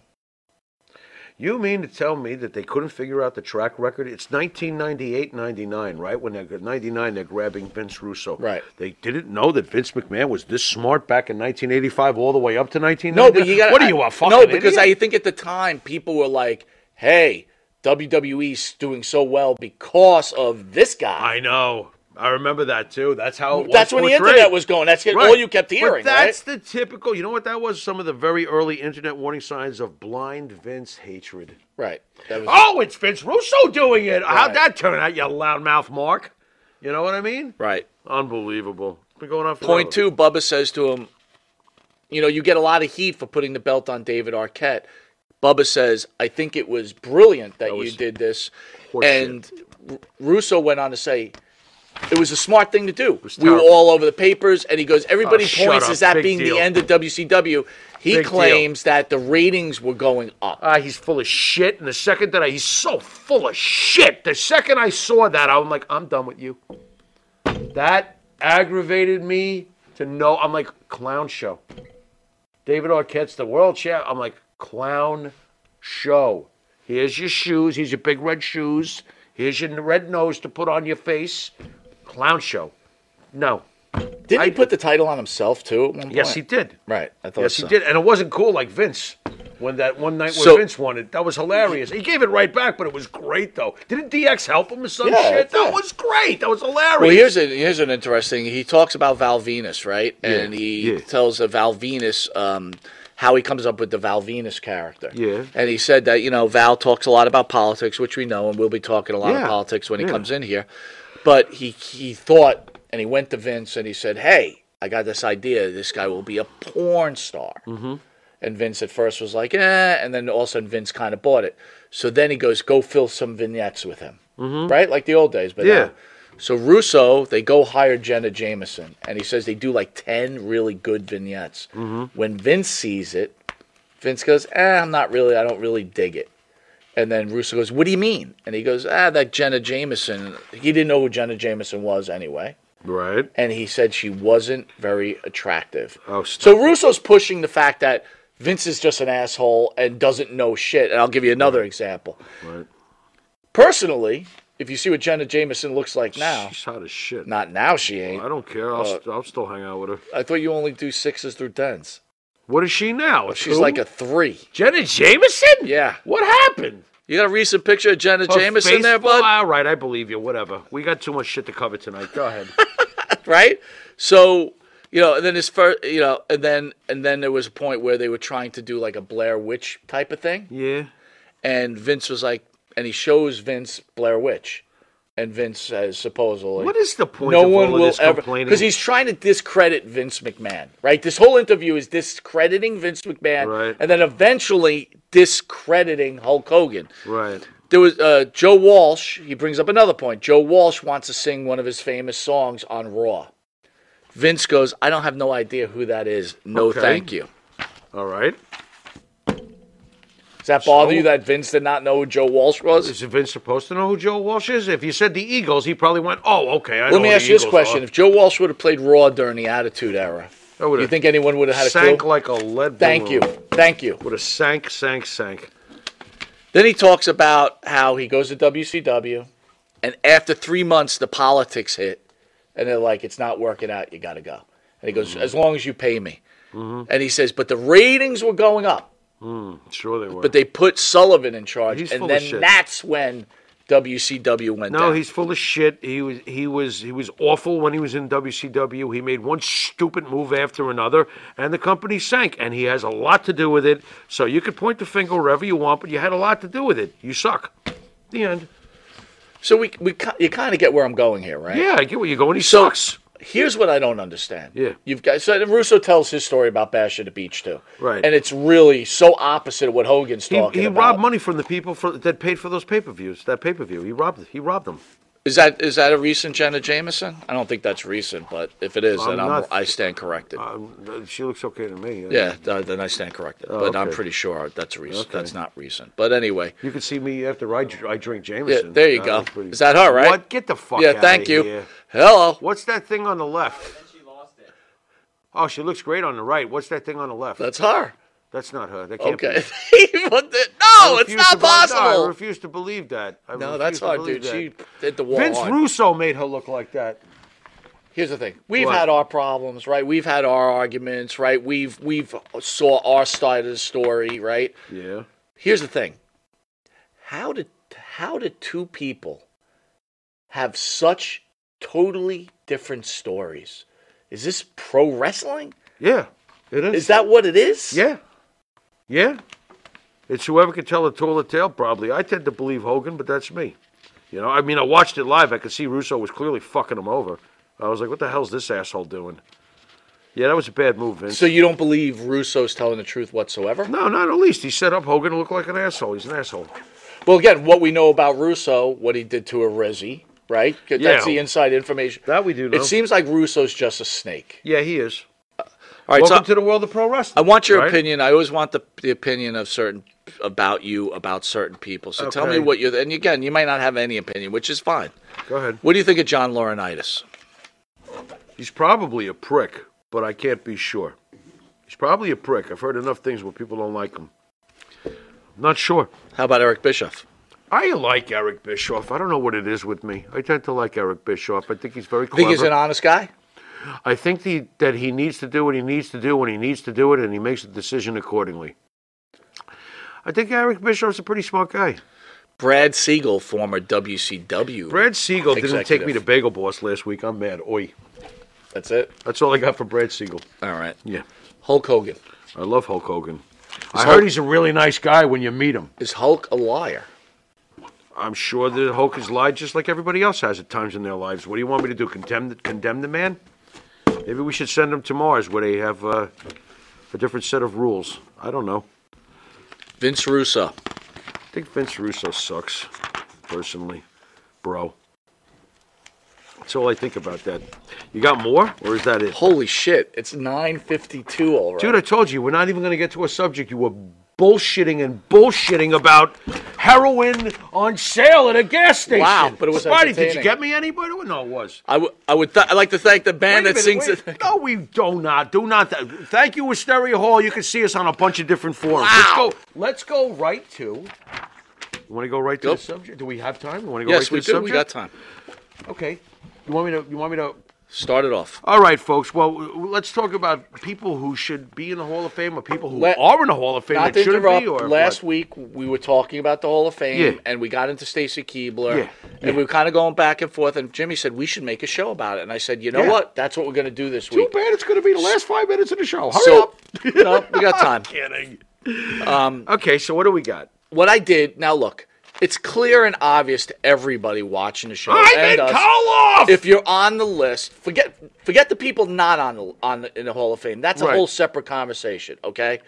[SPEAKER 4] you mean to tell me that they couldn't figure out the track record? It's 1998 99, right? When they're 99, they're grabbing Vince Russo.
[SPEAKER 3] Right.
[SPEAKER 4] They didn't know that Vince McMahon was this smart back in 1985 all the way up to 1990.
[SPEAKER 3] No, but you got.
[SPEAKER 4] What are you, a fucking
[SPEAKER 3] No, because
[SPEAKER 4] idiot?
[SPEAKER 3] I think at the time people were like, "Hey, WWE's doing so well because of this guy."
[SPEAKER 4] I know. I remember that too. That's how. It was
[SPEAKER 3] that's when the
[SPEAKER 4] portrayed.
[SPEAKER 3] internet was going. That's
[SPEAKER 4] Right.
[SPEAKER 3] all you kept hearing,
[SPEAKER 4] But that's
[SPEAKER 3] right?
[SPEAKER 4] the typical. You know what that was? Some of the very early internet warning signs of blind Vince hatred.
[SPEAKER 3] Right. That was,
[SPEAKER 4] Oh, it's Vince Russo doing
[SPEAKER 3] Right.
[SPEAKER 4] it. How'd that turn out, you loudmouth Mark? You know what I mean?
[SPEAKER 3] Right.
[SPEAKER 4] Unbelievable. It's been going on for
[SPEAKER 3] Point two, Bubba says to him, you know, you get a lot of heat for putting the belt on David Arquette. Bubba says, I think it was brilliant that, you
[SPEAKER 4] was
[SPEAKER 3] did this.
[SPEAKER 4] horseshit.
[SPEAKER 3] And R- Russo went on to say, it was a smart thing to do.
[SPEAKER 4] was
[SPEAKER 3] We were
[SPEAKER 4] terrible.
[SPEAKER 3] all over the papers, and he goes, everybody
[SPEAKER 4] Oh, shut
[SPEAKER 3] points
[SPEAKER 4] up.
[SPEAKER 3] as that
[SPEAKER 4] Big
[SPEAKER 3] being
[SPEAKER 4] deal.
[SPEAKER 3] the end of WCW. He
[SPEAKER 4] Big deal.
[SPEAKER 3] claims that the ratings were going up.
[SPEAKER 4] Ah, he's full of shit. And the second that I, he's so full of shit. The second I saw that, I'm like, I'm done with you. That aggravated me to know. I'm like, clown show. David Arquette's the world champ. I'm like, clown show. Here's your shoes. Here's your big red shoes. Here's your red nose to put on your face. Clown show. No.
[SPEAKER 3] Didn't
[SPEAKER 4] I-
[SPEAKER 3] he put the title on himself, too? at one
[SPEAKER 4] Yes,
[SPEAKER 3] point?
[SPEAKER 4] he did.
[SPEAKER 3] Right. I thought
[SPEAKER 4] Yes,
[SPEAKER 3] so.
[SPEAKER 4] he did, and it wasn't cool like Vince. When that one night when
[SPEAKER 3] So-
[SPEAKER 4] Vince won it, that was hilarious. He gave it right back, but it was great though. Didn't DX help him or some
[SPEAKER 3] Yeah,
[SPEAKER 4] shit? That
[SPEAKER 3] yeah.
[SPEAKER 4] was great. That was hilarious.
[SPEAKER 3] Well, here's a, here's an interesting. He talks about Val Venus, right? and he
[SPEAKER 4] yeah.
[SPEAKER 3] tells of Val Venus um, how he comes up with the Val Venus character.
[SPEAKER 4] Yeah.
[SPEAKER 3] And he said that you know Val talks a lot about politics, which we know, and we'll be talking a lot of
[SPEAKER 4] Yeah,
[SPEAKER 3] politics when he
[SPEAKER 4] yeah.
[SPEAKER 3] comes in here. But he he thought, and he went to Vince, and he said, "Hey, I got this idea. This guy will be a porn star." Mm-hmm. And Vince at first was like, eh, and then all of a sudden Vince kind of bought it. So then he goes, go fill some vignettes with him, right? Like the old days, but
[SPEAKER 4] Yeah.
[SPEAKER 3] now- So Russo, they go hire Jenna Jameson, and he says they do like ten really good vignettes. When Vince sees it, Vince goes, eh, I'm not really, I don't really dig it. And then Russo goes, what do you mean? And he goes, ah, that Jenna Jameson. He didn't know who Jenna Jameson was anyway
[SPEAKER 4] right.
[SPEAKER 3] and he said she wasn't very attractive.
[SPEAKER 4] Oh, stop
[SPEAKER 3] so Russo's pushing the fact that Vince is just an asshole and doesn't know shit. And I'll give you another example.
[SPEAKER 4] Right.
[SPEAKER 3] Personally, if you see what Jenna Jameson looks like now,
[SPEAKER 4] She's hot as shit.
[SPEAKER 3] not now she ain't.
[SPEAKER 4] I don't care.
[SPEAKER 3] Uh,
[SPEAKER 4] I'll, st- I'll still hang out with her.
[SPEAKER 3] I thought you only do sixes through tens.
[SPEAKER 4] What is she now? A
[SPEAKER 3] She's
[SPEAKER 4] two?
[SPEAKER 3] like a three.
[SPEAKER 4] Jenna Jameson.
[SPEAKER 3] Yeah.
[SPEAKER 4] What happened?
[SPEAKER 3] You got a recent picture of Jenna
[SPEAKER 4] Her
[SPEAKER 3] Jameson
[SPEAKER 4] face
[SPEAKER 3] there,
[SPEAKER 4] full-
[SPEAKER 3] bud?
[SPEAKER 4] All right, I believe you. Whatever. We got too much shit to cover tonight. Go ahead.
[SPEAKER 3] right? So you know, and then his first, you know, and then and then there was a point where they were trying to do like a Blair Witch type of thing.
[SPEAKER 4] yeah.
[SPEAKER 3] And Vince was like, and he shows Vince Blair Witch, and Vince says supposedly,
[SPEAKER 4] What is the point?
[SPEAKER 3] no
[SPEAKER 4] of
[SPEAKER 3] one
[SPEAKER 4] all
[SPEAKER 3] will
[SPEAKER 4] of this
[SPEAKER 3] ever
[SPEAKER 4] complaining?
[SPEAKER 3] because he's trying to discredit Vince McMahon, right? This whole interview is discrediting Vince McMahon,
[SPEAKER 4] Right.
[SPEAKER 3] and then eventually discrediting Hulk Hogan.
[SPEAKER 4] right.
[SPEAKER 3] There was uh, Joe Walsh. He brings up another point. Joe Walsh wants to sing one of his famous songs on Raw. Vince goes, "I don't have no idea who that is. No,
[SPEAKER 4] Okay.
[SPEAKER 3] thank you."
[SPEAKER 4] All right.
[SPEAKER 3] Does that bother
[SPEAKER 4] So-
[SPEAKER 3] you that Vince did not know who Joe Walsh was?
[SPEAKER 4] Is Vince supposed to know who Joe Walsh is? If you said the Eagles, he probably went, "Oh, okay." I know
[SPEAKER 3] Let me
[SPEAKER 4] who
[SPEAKER 3] ask
[SPEAKER 4] the
[SPEAKER 3] you this
[SPEAKER 4] Eagles
[SPEAKER 3] question:
[SPEAKER 4] are."
[SPEAKER 3] If Joe Walsh would have played Raw during the Attitude Era,
[SPEAKER 4] I would've
[SPEAKER 3] you think anyone would have had a clue?
[SPEAKER 4] sank like a lead.
[SPEAKER 3] Thank you, thank you.
[SPEAKER 4] Would have sank, sank, sank.
[SPEAKER 3] Then he talks about how he goes to WCW, and after three months, the politics hit, and they're like, "It's not working out. You got to go." And he
[SPEAKER 4] Mm-hmm.
[SPEAKER 3] goes, "As long as you pay me." And he says, "But the ratings were going up,
[SPEAKER 4] Sure they were.
[SPEAKER 3] but they put Sullivan in charge,
[SPEAKER 4] He's
[SPEAKER 3] and
[SPEAKER 4] full of
[SPEAKER 3] then
[SPEAKER 4] shit.
[SPEAKER 3] that's when WCW went
[SPEAKER 4] no,
[SPEAKER 3] down."
[SPEAKER 4] he's full of shit. He was, he was, he was awful when he was in WCW. He made one stupid move after another, and the company sank. And he has a lot to do with it. So you could point the finger wherever you want, but you had a lot to do with it. You suck. The end.
[SPEAKER 3] So we we ki- you kind of get where I'm going here, right?
[SPEAKER 4] Yeah, I get where you're going. He
[SPEAKER 3] So-
[SPEAKER 4] sucks.
[SPEAKER 3] Here's what I don't understand.
[SPEAKER 4] Yeah.
[SPEAKER 3] You've got so and Russo tells his story about Bash at the Beach too.
[SPEAKER 4] Right.
[SPEAKER 3] And it's really so opposite of what Hogan's
[SPEAKER 4] He,
[SPEAKER 3] talking
[SPEAKER 4] he
[SPEAKER 3] about.
[SPEAKER 4] robbed money from the people for, that paid for those pay per views. That pay per view, he robbed. He robbed them.
[SPEAKER 3] Is that is that a recent Jenna Jameson? I don't think that's recent, but if it is, then
[SPEAKER 4] I'm
[SPEAKER 3] I'm,
[SPEAKER 4] not-
[SPEAKER 3] I stand corrected.
[SPEAKER 4] Um, she looks okay to me.
[SPEAKER 3] yeah, th- then I stand corrected. but I'm
[SPEAKER 4] okay.
[SPEAKER 3] pretty sure that's recent.
[SPEAKER 4] Okay.
[SPEAKER 3] That's not recent. But anyway,
[SPEAKER 4] You can see me after I, dr- I drink
[SPEAKER 3] yeah,
[SPEAKER 4] Jameson.
[SPEAKER 3] there you
[SPEAKER 4] That
[SPEAKER 3] go.
[SPEAKER 4] was pretty-
[SPEAKER 3] Is that her, right?
[SPEAKER 4] What? Get the fuck
[SPEAKER 3] yeah,
[SPEAKER 4] outta
[SPEAKER 3] thank you.
[SPEAKER 4] here.
[SPEAKER 3] Hello.
[SPEAKER 4] What's that thing on the left? Oh, she looks great on the right. What's that thing on the left?
[SPEAKER 3] That's her.
[SPEAKER 4] That's not her. That can't be.
[SPEAKER 3] Okay.
[SPEAKER 4] her.
[SPEAKER 3] But the- no, it's
[SPEAKER 4] Refuse
[SPEAKER 3] not
[SPEAKER 4] to believe- no, I
[SPEAKER 3] possible.
[SPEAKER 4] refuse to believe that. I
[SPEAKER 3] No,
[SPEAKER 4] refuse
[SPEAKER 3] that's
[SPEAKER 4] to
[SPEAKER 3] hard,
[SPEAKER 4] believe
[SPEAKER 3] dude.
[SPEAKER 4] that.
[SPEAKER 3] She did the wall.
[SPEAKER 4] Vince
[SPEAKER 3] hard.
[SPEAKER 4] Russo made her look like that.
[SPEAKER 3] Here's the thing. We've
[SPEAKER 4] What?
[SPEAKER 3] had our problems, right? We've had our arguments, right? We've we've saw our side of the story, right?
[SPEAKER 4] Yeah.
[SPEAKER 3] Here's the thing. How did how did two people have such totally different stories? Is this pro wrestling?
[SPEAKER 4] Yeah. It is.
[SPEAKER 3] Is that what it is?
[SPEAKER 4] Yeah. Yeah. It's whoever can tell the taller tale, probably. I tend to believe Hogan, but that's me. You know, I mean, I watched it live. I could see Russo was clearly fucking him over. I was like, what the hell's this asshole doing? Yeah, that was a bad move, Vince.
[SPEAKER 3] So you don't believe Russo's telling the truth whatsoever?
[SPEAKER 4] no, not at least. He set up Hogan to look like an asshole. He's an asshole.
[SPEAKER 3] Well, again, what we know about Russo, what he did to a Rizzi, right? 'Cause That's
[SPEAKER 4] Yeah.
[SPEAKER 3] the inside information.
[SPEAKER 4] That we do know.
[SPEAKER 3] It seems like Russo's just a snake.
[SPEAKER 4] Yeah, he is.
[SPEAKER 3] All right, so
[SPEAKER 4] Welcome to the world of pro wrestling.
[SPEAKER 3] I want your
[SPEAKER 4] right?
[SPEAKER 3] opinion. I always want the, the opinion of certain about you about certain people. So tell me
[SPEAKER 4] Okay.
[SPEAKER 3] what you're. And again, you might not have any opinion, which is fine.
[SPEAKER 4] Go ahead.
[SPEAKER 3] What do you think of John Laurinaitis?
[SPEAKER 4] He's probably a prick, but I can't be sure. He's probably a prick. I've heard enough things where people don't like him. Not sure.
[SPEAKER 3] How about Eric Bischoff?
[SPEAKER 4] I like Eric Bischoff. I don't know what it is with me. I tend to like Eric Bischoff. I think he's very clever.
[SPEAKER 3] Think he's an honest guy?
[SPEAKER 4] I think the, that he needs to do what he needs to do when he needs to do it, and he makes a decision accordingly. I think Eric Bischoff's a pretty smart guy.
[SPEAKER 3] Brad Siegel, former WCW.
[SPEAKER 4] Brad Siegel didn't take me to
[SPEAKER 3] Executive.
[SPEAKER 4] Bagel Boss last week. I'm mad. Oi.
[SPEAKER 3] That's it.
[SPEAKER 4] That's all I got for Brad Siegel.
[SPEAKER 3] All right.
[SPEAKER 4] Yeah.
[SPEAKER 3] Hulk Hogan
[SPEAKER 4] I love Hulk Hogan. I
[SPEAKER 3] Hulk-
[SPEAKER 4] heard he's a really nice guy when you meet him.
[SPEAKER 3] is Hulk a liar?
[SPEAKER 4] I'm sure that Hulk has lied just like everybody else has at times in their lives. What do you want me to do? Condemn the, condemn the man? Maybe we should send him to Mars where they have uh, a different set of rules. I don't know.
[SPEAKER 3] Vince Russo.
[SPEAKER 4] I think Vince Russo sucks, personally, bro. That's all I think about that. You got more, or is that it?
[SPEAKER 3] Holy shit! It's nine fifty-two already.
[SPEAKER 4] Dude, I told you, we're not even going to get to a subject. You were bullshitting and bullshitting about heroin on sale at a gas station.
[SPEAKER 3] Wow, but it was
[SPEAKER 4] Spidey, did you
[SPEAKER 3] entertaining.
[SPEAKER 4] get me any, by the way? No, it was.
[SPEAKER 3] I would. I would. Th- I'd like to thank the band
[SPEAKER 4] Wait a
[SPEAKER 3] that
[SPEAKER 4] minute,
[SPEAKER 3] sings
[SPEAKER 4] wait.
[SPEAKER 3] it.
[SPEAKER 4] No, we do not. Do not. Thank you, Wisteria Hall. You can see us on a bunch of different forums.
[SPEAKER 3] Wow.
[SPEAKER 4] Let's go. Let's go right to. You want to go right to
[SPEAKER 3] Go.
[SPEAKER 4] the subject? Do we have time? You want to go right
[SPEAKER 3] Yes,
[SPEAKER 4] to
[SPEAKER 3] we
[SPEAKER 4] the
[SPEAKER 3] do.
[SPEAKER 4] subject?
[SPEAKER 3] We got time.
[SPEAKER 4] Okay. You want me to? You want me to?
[SPEAKER 3] Start it off.
[SPEAKER 4] All right, folks. Well, w- w- let's talk about people who should be in the Hall of Fame or people who
[SPEAKER 3] Let-
[SPEAKER 4] are in the Hall of Fame
[SPEAKER 3] Not to
[SPEAKER 4] that shouldn't
[SPEAKER 3] interrupt.
[SPEAKER 4] be. Or
[SPEAKER 3] last
[SPEAKER 4] what?
[SPEAKER 3] week we were talking about the Hall of Fame,
[SPEAKER 4] Yeah.
[SPEAKER 3] and we got into Stacy Keebler,
[SPEAKER 4] Yeah,
[SPEAKER 3] and we were kind of going back and forth. And Jimmy said we should make a show about it, and I said, you know
[SPEAKER 4] Yeah.
[SPEAKER 3] what? That's what we're going to do this
[SPEAKER 4] Too
[SPEAKER 3] week.
[SPEAKER 4] bad it's going to be the last five minutes of the show. Hurry
[SPEAKER 3] So
[SPEAKER 4] up.
[SPEAKER 3] no, we got time.
[SPEAKER 4] Kidding. Um, okay, so what do we got?
[SPEAKER 3] What I did now, look, it's clear and obvious to everybody watching the show
[SPEAKER 4] I've
[SPEAKER 3] and
[SPEAKER 4] been
[SPEAKER 3] us.
[SPEAKER 4] call off.
[SPEAKER 3] if you're on the list, forget forget the people not on the, on the, in the Hall of Fame. That's a
[SPEAKER 4] Right.
[SPEAKER 3] whole separate conversation. Okay.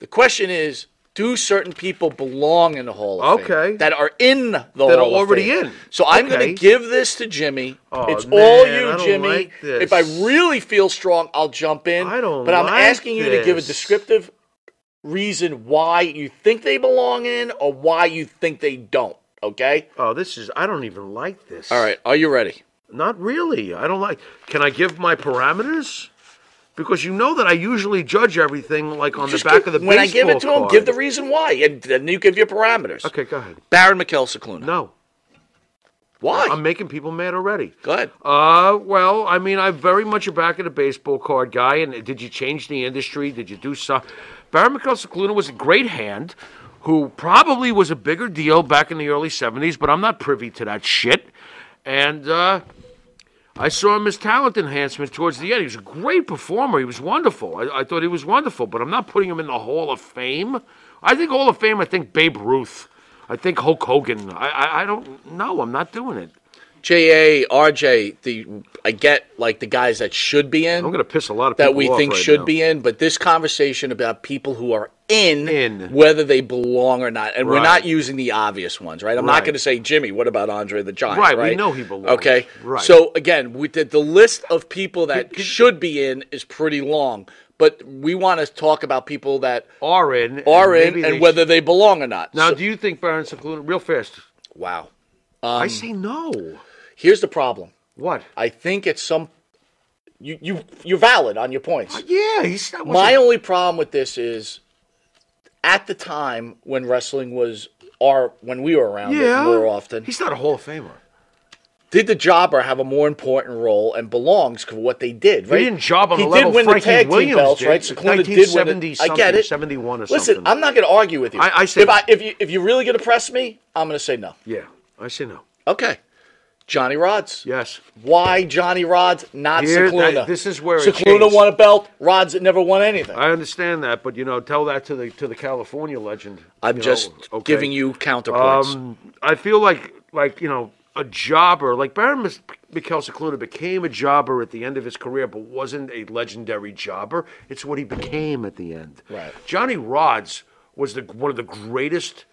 [SPEAKER 3] The question is, do certain people belong in the Hall of Fame?
[SPEAKER 4] Okay.
[SPEAKER 3] That are in the Hall
[SPEAKER 4] are
[SPEAKER 3] of
[SPEAKER 4] already
[SPEAKER 3] Fame?
[SPEAKER 4] in.
[SPEAKER 3] So I'm
[SPEAKER 4] Okay.
[SPEAKER 3] going to give this to Jimmy.
[SPEAKER 4] Aw,
[SPEAKER 3] it's
[SPEAKER 4] man,
[SPEAKER 3] all
[SPEAKER 4] I
[SPEAKER 3] you,
[SPEAKER 4] don't
[SPEAKER 3] Jimmy.
[SPEAKER 4] like this.
[SPEAKER 3] If I really feel strong, I'll jump in.
[SPEAKER 4] I don't
[SPEAKER 3] But I'm
[SPEAKER 4] like
[SPEAKER 3] asking you to give a
[SPEAKER 4] this.
[SPEAKER 3] descriptive reason why you think they belong in or why you think they don't. Okay.
[SPEAKER 4] Oh, this is. I don't even like this.
[SPEAKER 3] All right. Are you ready?
[SPEAKER 4] Not really. I don't like. Can I give my parameters? Because you know that I usually judge everything like on
[SPEAKER 3] Just
[SPEAKER 4] the back
[SPEAKER 3] give-
[SPEAKER 4] of the
[SPEAKER 3] when I give it to
[SPEAKER 4] baseball
[SPEAKER 3] him, give the
[SPEAKER 4] card.
[SPEAKER 3] reason why, and then you give your parameters.
[SPEAKER 4] Okay, go ahead.
[SPEAKER 3] Baron McKellar Cicluna.
[SPEAKER 4] No,
[SPEAKER 3] why?
[SPEAKER 4] I'm making people mad already.
[SPEAKER 3] Go ahead.
[SPEAKER 4] Uh, well, I mean, I'm very much a back of the baseball card guy. And did you change the industry? Did you do something? Barry Michael Cicluna was a great hand, who probably was a bigger deal back in the early '70s, but I'm not privy to that shit. And uh, I saw him as talent enhancement towards the end. He was a great performer. He was wonderful. I, I thought he was wonderful, but I'm not putting him in the Hall of Fame. I think Hall of Fame. I think Babe Ruth. I think Hulk Hogan. I, I, I don't know. I'm not doing it.
[SPEAKER 3] JA, RJ, the I get like the guys that should be in.
[SPEAKER 4] I'm going to piss a lot of people
[SPEAKER 3] that we
[SPEAKER 4] off
[SPEAKER 3] think
[SPEAKER 4] right
[SPEAKER 3] should
[SPEAKER 4] now.
[SPEAKER 3] be in, but this conversation about people who are in,
[SPEAKER 4] In.
[SPEAKER 3] whether they belong or not, and we're
[SPEAKER 4] Right.
[SPEAKER 3] not using the obvious ones, right? I'm not
[SPEAKER 4] Right.
[SPEAKER 3] going to say Jimmy. What about Andre the Giant?
[SPEAKER 4] Right,
[SPEAKER 3] Right,
[SPEAKER 4] we know he belongs.
[SPEAKER 3] Okay,
[SPEAKER 4] Right.
[SPEAKER 3] So again, we did the list of people that should be in is pretty long, but we want to talk about people that
[SPEAKER 4] Are in. and
[SPEAKER 3] are in
[SPEAKER 4] maybe
[SPEAKER 3] and
[SPEAKER 4] they
[SPEAKER 3] whether they belong or not.
[SPEAKER 4] Now,
[SPEAKER 3] So-
[SPEAKER 4] do you think Baron's included? Real fast.
[SPEAKER 3] wow, Um,
[SPEAKER 4] I say no.
[SPEAKER 3] here's the problem.
[SPEAKER 4] What?
[SPEAKER 3] I think it's some. You you you're valid on your points.
[SPEAKER 4] Yeah, he's not.
[SPEAKER 3] My only problem with this is at the time when wrestling was our when we were around
[SPEAKER 4] yeah,
[SPEAKER 3] it more often,
[SPEAKER 4] He's not a Hall of Famer.
[SPEAKER 3] did the jobber have a more important role and belongs for what they did? Right?
[SPEAKER 4] didn't job on
[SPEAKER 3] he
[SPEAKER 4] the
[SPEAKER 3] did
[SPEAKER 4] level
[SPEAKER 3] win
[SPEAKER 4] Frankie
[SPEAKER 3] the tag team
[SPEAKER 4] Williams
[SPEAKER 3] belts,
[SPEAKER 4] did.
[SPEAKER 3] right? Cicluna did win
[SPEAKER 4] 1970
[SPEAKER 3] it. I get
[SPEAKER 4] something,
[SPEAKER 3] it.
[SPEAKER 4] 71 or
[SPEAKER 3] Listen,
[SPEAKER 4] something.
[SPEAKER 3] I'm not going to argue with you.
[SPEAKER 4] I- I say
[SPEAKER 3] if,
[SPEAKER 4] no.
[SPEAKER 3] I, if you if you're really going to press me, I'm going to say no.
[SPEAKER 4] Yeah, I say no.
[SPEAKER 3] Okay, Johnny Rods.
[SPEAKER 4] Yes.
[SPEAKER 3] Why Johnny Rods, not
[SPEAKER 4] Here,
[SPEAKER 3] Cicluna?
[SPEAKER 4] that- this is where it
[SPEAKER 3] Cicluna
[SPEAKER 4] changed.
[SPEAKER 3] won a belt. Rods never won anything.
[SPEAKER 4] I understand that, but you know, tell that to the to the California legend.
[SPEAKER 3] I'm
[SPEAKER 4] you know,
[SPEAKER 3] just
[SPEAKER 4] okay?
[SPEAKER 3] giving you counterpoints.
[SPEAKER 4] Um, I feel like like you know a jobber like Baron Mis- Mikel Cicluna became a jobber at the end of his career, but wasn't a legendary jobber. It's what he became at the end.
[SPEAKER 3] Right.
[SPEAKER 4] Johnny Rods was the one of the greatest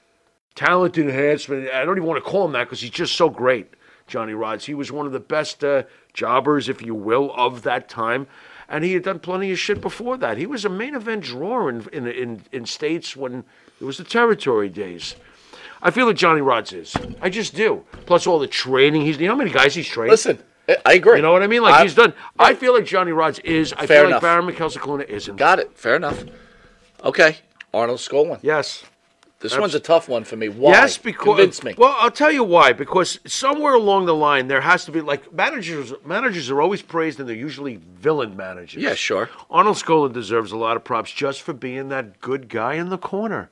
[SPEAKER 4] talent enhancement. I don't even want to call him that because he's just so great, Johnny Rods. He was one of the best uh, jobbers, if you will, of that time. And he had done plenty of shit before that. He was a main event drawer in, in, in, in states when it was the territory days. I feel that Johnny Rods is. I just do. Plus all the training. He's, you know how many guys he's trained?
[SPEAKER 3] Listen, I- I agree.
[SPEAKER 4] You know what I mean? Like
[SPEAKER 3] I-
[SPEAKER 4] he's done. I feel like Johnny Rods is. I
[SPEAKER 3] Fair
[SPEAKER 4] feel
[SPEAKER 3] enough.
[SPEAKER 4] like Baron Mikel Cicluna isn't.
[SPEAKER 3] Got it. Fair enough. Okay. Arnold Skolin.
[SPEAKER 4] yes.
[SPEAKER 3] This one's a tough one for me. Why?
[SPEAKER 4] Yes, because
[SPEAKER 3] convince me.
[SPEAKER 4] Well, I'll tell you why. Because somewhere along the line, there has to be like managers. Managers are always praised, and they're usually villain managers.
[SPEAKER 3] Yeah, sure.
[SPEAKER 4] Arnold Scola deserves a lot of props just for being that good guy in the corner.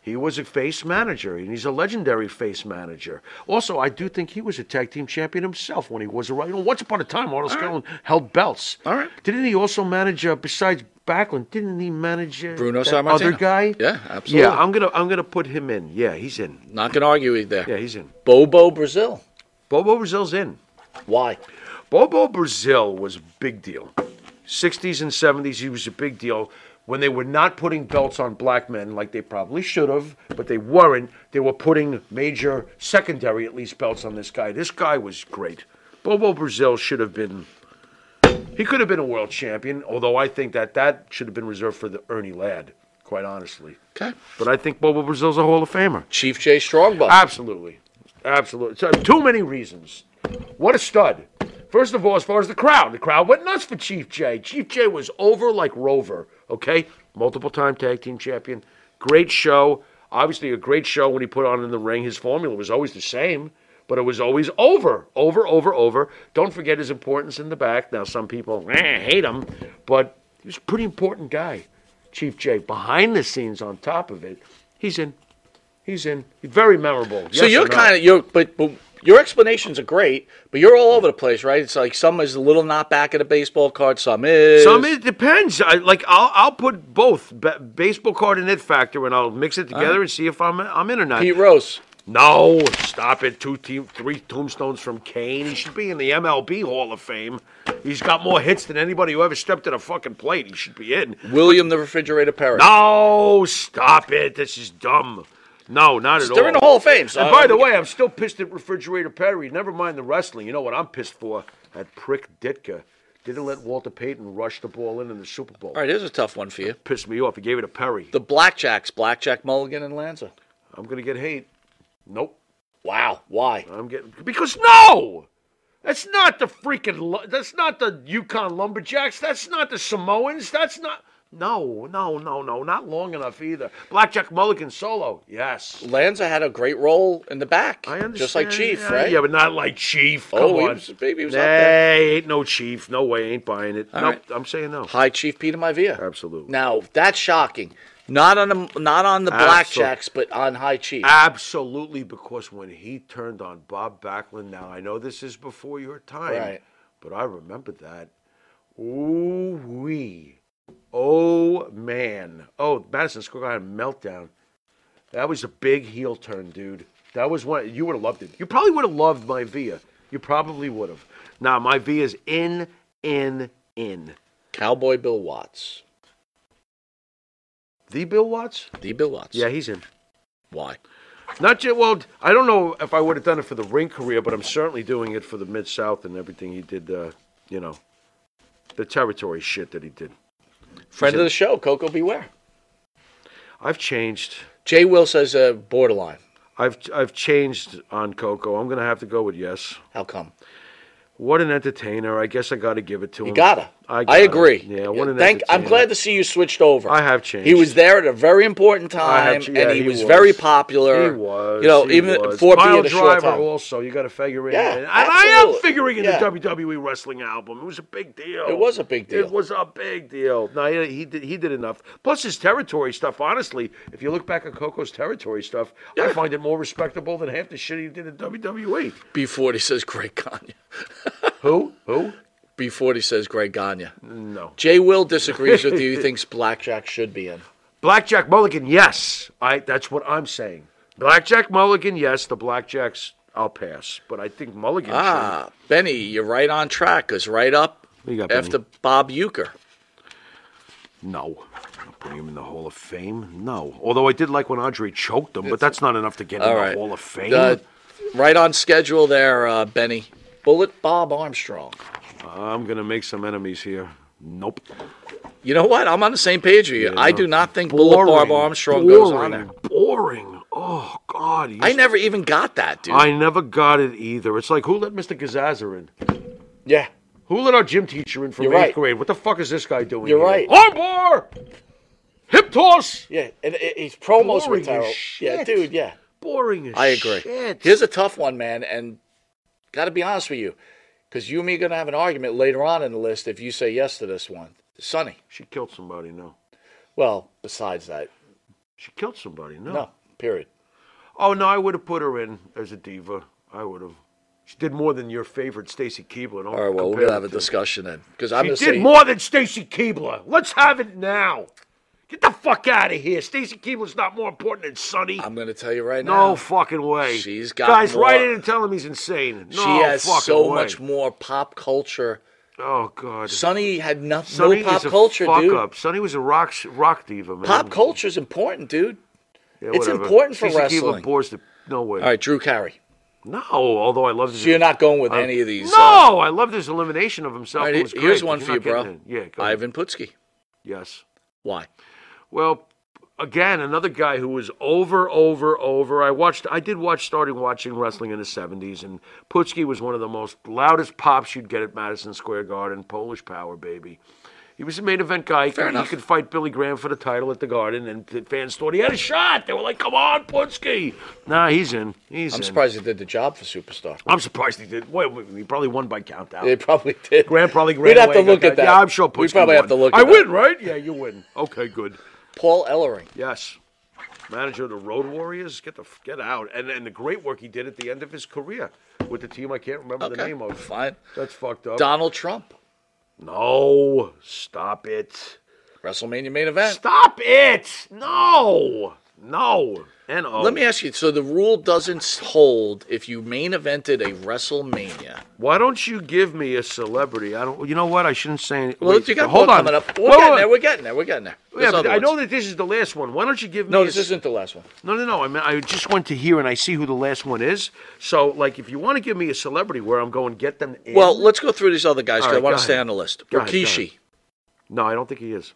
[SPEAKER 4] He was a face manager, and he's a legendary face manager. Also, I do think he was a tag team champion himself when he was around. You know, once upon a time, Arnold Scola held belts.
[SPEAKER 3] All right.
[SPEAKER 4] Didn't he also manage, uh, besides Backlund, didn't he manage uh,
[SPEAKER 3] Bruno
[SPEAKER 4] that
[SPEAKER 3] Sammartino.
[SPEAKER 4] other guy?
[SPEAKER 3] Yeah, absolutely.
[SPEAKER 4] Yeah, I'm gonna I'm gonna put him in. Yeah, he's in.
[SPEAKER 3] Not gonna argue with you there.
[SPEAKER 4] Yeah, he's in.
[SPEAKER 3] Bobo Brazil.
[SPEAKER 4] Bobo Brazil's in.
[SPEAKER 3] Why?
[SPEAKER 4] Bobo Brazil was a big deal. 60s and 70s, he was a big deal. When they were not putting belts on black men like they probably should have, but they weren't, they were putting major secondary, at least, belts on this guy. This guy was great. Bobo Brazil should have been. He could have been a world champion, although I think that that should have been reserved for the Ernie Ladd, quite honestly.
[SPEAKER 3] Okay.
[SPEAKER 4] But I think Bobo Brazil's a Hall of Famer.
[SPEAKER 3] Chief J Strongbow.
[SPEAKER 4] Absolutely. Absolutely. So, too many reasons. What a stud. First of all, as far as the crowd, the crowd went nuts for Chief J. Chief J was over like Rover, okay? Multiple time tag team champion. Great show. Obviously, a great show when he put on in the ring. His formula was always the same, but it was always over, over, over, over. Don't forget his importance in the back. Now, some people eh, hate him, but he was a pretty important guy, Chief J. Behind the scenes, on top of it, he's in. He's in. Very memorable.
[SPEAKER 3] so you're kind of you're but, but your explanations are great, but you're all over the place, right? It's like some is a little not back at a baseball card, some is.
[SPEAKER 4] Some it depends. I like. I'll I'll put both ba- baseball card and it factor, and I'll mix
[SPEAKER 3] Uh-huh.
[SPEAKER 4] it together and see if I'm I'm in or not.
[SPEAKER 3] Pete Rose.
[SPEAKER 4] no, stop it. Two team, three tombstones from Kane. He should be in the MLB Hall of Fame. He's got more hits than anybody who ever stepped at a fucking plate. He should be in.
[SPEAKER 3] William the Refrigerator Perry.
[SPEAKER 4] No, stop it. This is dumb. No, not at all.
[SPEAKER 3] They're in the Hall of Fame. So
[SPEAKER 4] And by the way, I'm still pissed at Refrigerator Perry. Never mind the wrestling. You know what I'm pissed for? That prick Ditka didn't let Walter Payton rush the ball in in the Super Bowl.
[SPEAKER 3] all right, here's a tough one for you.
[SPEAKER 4] Pissed me off. He gave it to Perry.
[SPEAKER 3] The Blackjacks, Blackjack Mulligan and Lanza.
[SPEAKER 4] I'm gonna get hate. Nope.
[SPEAKER 3] Wow, why?
[SPEAKER 4] I'm getting because no, that's not the freaking. Lu- That's not the Yukon Lumberjacks. That's not the Samoans. That's not. No, no, no, no. Not long enough either. Blackjack Mulligan solo. Yes.
[SPEAKER 3] Lanza had a great role in the back,
[SPEAKER 4] I understand.
[SPEAKER 3] just like Chief,
[SPEAKER 4] yeah,
[SPEAKER 3] right?
[SPEAKER 4] Yeah, but not like Chief. Come
[SPEAKER 3] Oh, he
[SPEAKER 4] on.
[SPEAKER 3] was- baby, he was
[SPEAKER 4] nah,
[SPEAKER 3] up there.
[SPEAKER 4] ain't no Chief. No way. Ain't buying it. nope.
[SPEAKER 3] right.
[SPEAKER 4] I'm saying no.
[SPEAKER 3] High Chief Peter Maivia.
[SPEAKER 4] Absolutely.
[SPEAKER 3] Now that's shocking. Not on the not on the
[SPEAKER 4] Absol-
[SPEAKER 3] blackjacks, but on High Chief.
[SPEAKER 4] Absolutely, because when he turned on Bob Backlund, now I know this is before your time,
[SPEAKER 3] Right.
[SPEAKER 4] but I remember that. Ooh wee, oh man, oh Madison Square Garden meltdown. That was a big heel turn, dude. That was one you would have loved it. You probably would have loved my Via. You probably would have. Nah, my Via's in, in, in.
[SPEAKER 3] Cowboy Bill Watts.
[SPEAKER 4] The Bill Watts?
[SPEAKER 3] The Bill Watts.
[SPEAKER 4] Yeah, he's in.
[SPEAKER 3] Why?
[SPEAKER 4] Not yet. Well, I don't know if I would have done it for the ring career, but I'm certainly doing it for the Mid South and everything he did. Uh, you know, the territory shit that he did.
[SPEAKER 3] Friend of the show, Coco Beware.
[SPEAKER 4] I've changed.
[SPEAKER 3] Jay Will says uh, borderline.
[SPEAKER 4] I've I've changed on Coco. I'm gonna have to go with yes.
[SPEAKER 3] How come?
[SPEAKER 4] What an entertainer! I guess I got to give it to him.
[SPEAKER 3] You gotta. I,
[SPEAKER 4] gotta.
[SPEAKER 3] agree.
[SPEAKER 4] Yeah. What an
[SPEAKER 3] Thank. I'm
[SPEAKER 4] entertainer.
[SPEAKER 3] glad to see you switched over.
[SPEAKER 4] I have changed.
[SPEAKER 3] He was there at a very important
[SPEAKER 4] I have
[SPEAKER 3] time,
[SPEAKER 4] ch- yeah,
[SPEAKER 3] and he,
[SPEAKER 4] he
[SPEAKER 3] was,
[SPEAKER 4] was.
[SPEAKER 3] very popular.
[SPEAKER 4] He was.
[SPEAKER 3] You know,
[SPEAKER 4] he
[SPEAKER 3] even
[SPEAKER 4] was.
[SPEAKER 3] for
[SPEAKER 4] Mile
[SPEAKER 3] being a short
[SPEAKER 4] driver
[SPEAKER 3] time.
[SPEAKER 4] also, you got to figure in.
[SPEAKER 3] Yeah,
[SPEAKER 4] and I am
[SPEAKER 3] absolutely.
[SPEAKER 4] figuring in
[SPEAKER 3] Yeah.
[SPEAKER 4] the WWE wrestling album. It was a big deal.
[SPEAKER 3] It was a big deal.
[SPEAKER 4] It was a big deal. No, he, he did. He did enough. Plus his territory stuff. Honestly, if you look back at Coco's territory stuff, I find it more respectable than half the shit he did in E. WWE.
[SPEAKER 3] B40 says Greg Gagne.
[SPEAKER 4] Who? Who?
[SPEAKER 3] B40 says Greg Gagne.
[SPEAKER 4] No.
[SPEAKER 3] Jay Will disagrees with you. He thinks Blackjack should be in.
[SPEAKER 4] Blackjack Mulligan. Yes. I. That's what I'm saying. Blackjack Mulligan. Yes. The Blackjacks. I'll pass. But I think Mulligan. should.
[SPEAKER 3] Ah, Benny, you're right on track. Is right up
[SPEAKER 4] What you got, Benny?
[SPEAKER 3] after Bob Euchre.
[SPEAKER 4] No. Not Putting him in the Hall of Fame? No. Although I did like when Andre choked him, but that's not enough to get him in
[SPEAKER 3] All
[SPEAKER 4] the
[SPEAKER 3] right.
[SPEAKER 4] Hall of Fame.
[SPEAKER 3] Uh, right on schedule there, uh, Benny. Bullet Bob Armstrong.
[SPEAKER 4] I'm going to make some enemies here. Nope.
[SPEAKER 3] You know what? I'm on the same page with you. I do not think Bullet Bob Armstrong goes on there.
[SPEAKER 4] Boring. Oh, God. he
[SPEAKER 3] I
[SPEAKER 4] used-
[SPEAKER 3] never even got that, dude.
[SPEAKER 4] I never got it either. It's like, who let Mr. Gazaza in?
[SPEAKER 3] yeah.
[SPEAKER 4] Who let our gym teacher in from
[SPEAKER 3] You're
[SPEAKER 4] eighth
[SPEAKER 3] right.
[SPEAKER 4] grade? What the fuck is this guy doing?
[SPEAKER 3] You're right.
[SPEAKER 4] here? Armbar! Hip toss!
[SPEAKER 3] Yeah. And it- his promos
[SPEAKER 4] Boring
[SPEAKER 3] were
[SPEAKER 4] as
[SPEAKER 3] terrible. Yeah,
[SPEAKER 4] shit.
[SPEAKER 3] dude, yeah.
[SPEAKER 4] Boring as
[SPEAKER 3] I agree.
[SPEAKER 4] shit.
[SPEAKER 3] Here's a tough one, man, and got to be honest with you, because you and me are going to have an argument later on in the list if you say yes to this one. Sonny.
[SPEAKER 4] She killed somebody, no.
[SPEAKER 3] Well, besides that,
[SPEAKER 4] She killed somebody, no.
[SPEAKER 3] no, period.
[SPEAKER 4] Oh no, I would have put her in as a diva. I would have. She did more than your favorite Stacy Keebler.
[SPEAKER 3] All
[SPEAKER 4] Don't
[SPEAKER 3] right, well, we're going
[SPEAKER 4] compare
[SPEAKER 3] to have
[SPEAKER 4] the
[SPEAKER 3] a
[SPEAKER 4] two.
[SPEAKER 3] discussion then, because I'm
[SPEAKER 4] She
[SPEAKER 3] going to
[SPEAKER 4] did
[SPEAKER 3] say
[SPEAKER 4] more than Stacy Keebler. Let's have it now. Get the fuck out of here. Stacy Keebler's not more important than Sonny.
[SPEAKER 3] I'm going to tell you right now.
[SPEAKER 4] no fucking way.
[SPEAKER 3] She's got
[SPEAKER 4] guys
[SPEAKER 3] more-
[SPEAKER 4] right in and tell him he's insane. No
[SPEAKER 3] she has
[SPEAKER 4] fucking
[SPEAKER 3] so
[SPEAKER 4] way.
[SPEAKER 3] much more pop culture.
[SPEAKER 4] Oh god.
[SPEAKER 3] Sonny had no,
[SPEAKER 4] Sonny
[SPEAKER 3] no pop
[SPEAKER 4] is a
[SPEAKER 3] culture,
[SPEAKER 4] fuck
[SPEAKER 3] dude.
[SPEAKER 4] up. Sonny was a rock rock diva, man.
[SPEAKER 3] Pop culture's important, dude.
[SPEAKER 4] Yeah,
[SPEAKER 3] it's
[SPEAKER 4] whatever.
[SPEAKER 3] important for
[SPEAKER 4] Stacy
[SPEAKER 3] wrestling.
[SPEAKER 4] Keebler bores the no way.
[SPEAKER 3] All right, Drew Carey.
[SPEAKER 4] No, although I love.
[SPEAKER 3] So you're not going with any of these. uh,
[SPEAKER 4] No, I love this elimination of himself.
[SPEAKER 3] all right,
[SPEAKER 4] It was
[SPEAKER 3] here's
[SPEAKER 4] great,
[SPEAKER 3] one
[SPEAKER 4] but
[SPEAKER 3] for
[SPEAKER 4] you're
[SPEAKER 3] you,
[SPEAKER 4] not
[SPEAKER 3] bro.
[SPEAKER 4] getting it. Yeah, go ahead.
[SPEAKER 3] Ivan Putski.
[SPEAKER 4] yes.
[SPEAKER 3] Why?
[SPEAKER 4] Well, again, another guy who was over, over, over. I watched. I did watch. Started watching wrestling in the '70s, and Putski was one of the most loudest pops you'd get at Madison Square Garden. Polish power, baby. He was a main event guy. He
[SPEAKER 3] Fair
[SPEAKER 4] could, he
[SPEAKER 3] enough.
[SPEAKER 4] could fight Billy Graham for the title at the Garden, and the fans thought he had a shot. They were like, "Come on, Putski!" Nah, he's in. He's
[SPEAKER 3] I'm
[SPEAKER 4] in.
[SPEAKER 3] surprised he did the job for Superstar.
[SPEAKER 4] I'm surprised he did. Wait, wait, he probably won by countdown.
[SPEAKER 3] They probably did.
[SPEAKER 4] Grant probably ran
[SPEAKER 3] We'd have
[SPEAKER 4] away
[SPEAKER 3] to look
[SPEAKER 4] and
[SPEAKER 3] at
[SPEAKER 4] got-
[SPEAKER 3] that.
[SPEAKER 4] Yeah, I'm sure Putski
[SPEAKER 3] We'd probably
[SPEAKER 4] won.
[SPEAKER 3] have to look
[SPEAKER 4] I
[SPEAKER 3] at
[SPEAKER 4] win,
[SPEAKER 3] that.
[SPEAKER 4] right? Yeah, you win. Okay, good.
[SPEAKER 3] Paul Ellering.
[SPEAKER 4] Yes. Manager of the Road Warriors, get the f- get out, and and the great work he did at the end of his career with the team I can't remember the
[SPEAKER 3] Okay,
[SPEAKER 4] name of.
[SPEAKER 3] fine.
[SPEAKER 4] That's fucked up.
[SPEAKER 3] Donald Trump.
[SPEAKER 4] No, stop it!
[SPEAKER 3] WrestleMania main event.
[SPEAKER 4] Stop it! No, no. And oh,
[SPEAKER 3] Let me ask you. So the rule doesn't hold if you main evented a WrestleMania.
[SPEAKER 4] Why don't you give me a celebrity? I don't. You know what? I shouldn't say. Any,
[SPEAKER 3] Well,
[SPEAKER 4] wait,
[SPEAKER 3] you got
[SPEAKER 4] hold
[SPEAKER 3] more
[SPEAKER 4] on.
[SPEAKER 3] coming up. We're
[SPEAKER 4] Wait, wait,
[SPEAKER 3] getting
[SPEAKER 4] wait.
[SPEAKER 3] there. We're getting there. We're getting there.
[SPEAKER 4] Yeah,
[SPEAKER 3] There's
[SPEAKER 4] but
[SPEAKER 3] other
[SPEAKER 4] I know
[SPEAKER 3] ones.
[SPEAKER 4] that this is the last one. Why don't you give
[SPEAKER 3] No,
[SPEAKER 4] me?
[SPEAKER 3] this
[SPEAKER 4] a,
[SPEAKER 3] isn't the last one.
[SPEAKER 4] No, no, no. I mean, I just went to here and I see who the last one is. So, like, if you want to give me a celebrity where I'm going, get them in.
[SPEAKER 3] Well, let's go through these other guys
[SPEAKER 4] All
[SPEAKER 3] because
[SPEAKER 4] right,
[SPEAKER 3] I want
[SPEAKER 4] go
[SPEAKER 3] to stay
[SPEAKER 4] ahead.
[SPEAKER 3] on the list.
[SPEAKER 4] Go ahead, go
[SPEAKER 3] Rikishi.
[SPEAKER 4] no, I don't think he is.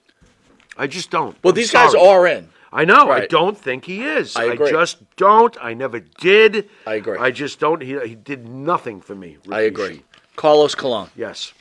[SPEAKER 4] I just don't.
[SPEAKER 3] Well,
[SPEAKER 4] I'm
[SPEAKER 3] these guys
[SPEAKER 4] sorry.
[SPEAKER 3] are in.
[SPEAKER 4] I know. I
[SPEAKER 3] Right.
[SPEAKER 4] don't think he is.
[SPEAKER 3] I agree.
[SPEAKER 4] just don't. I never did.
[SPEAKER 3] I agree.
[SPEAKER 4] I just don't. He, he did nothing for me.
[SPEAKER 3] I
[SPEAKER 4] Rikishi.
[SPEAKER 3] agree. Carlos Colon.
[SPEAKER 4] Yes.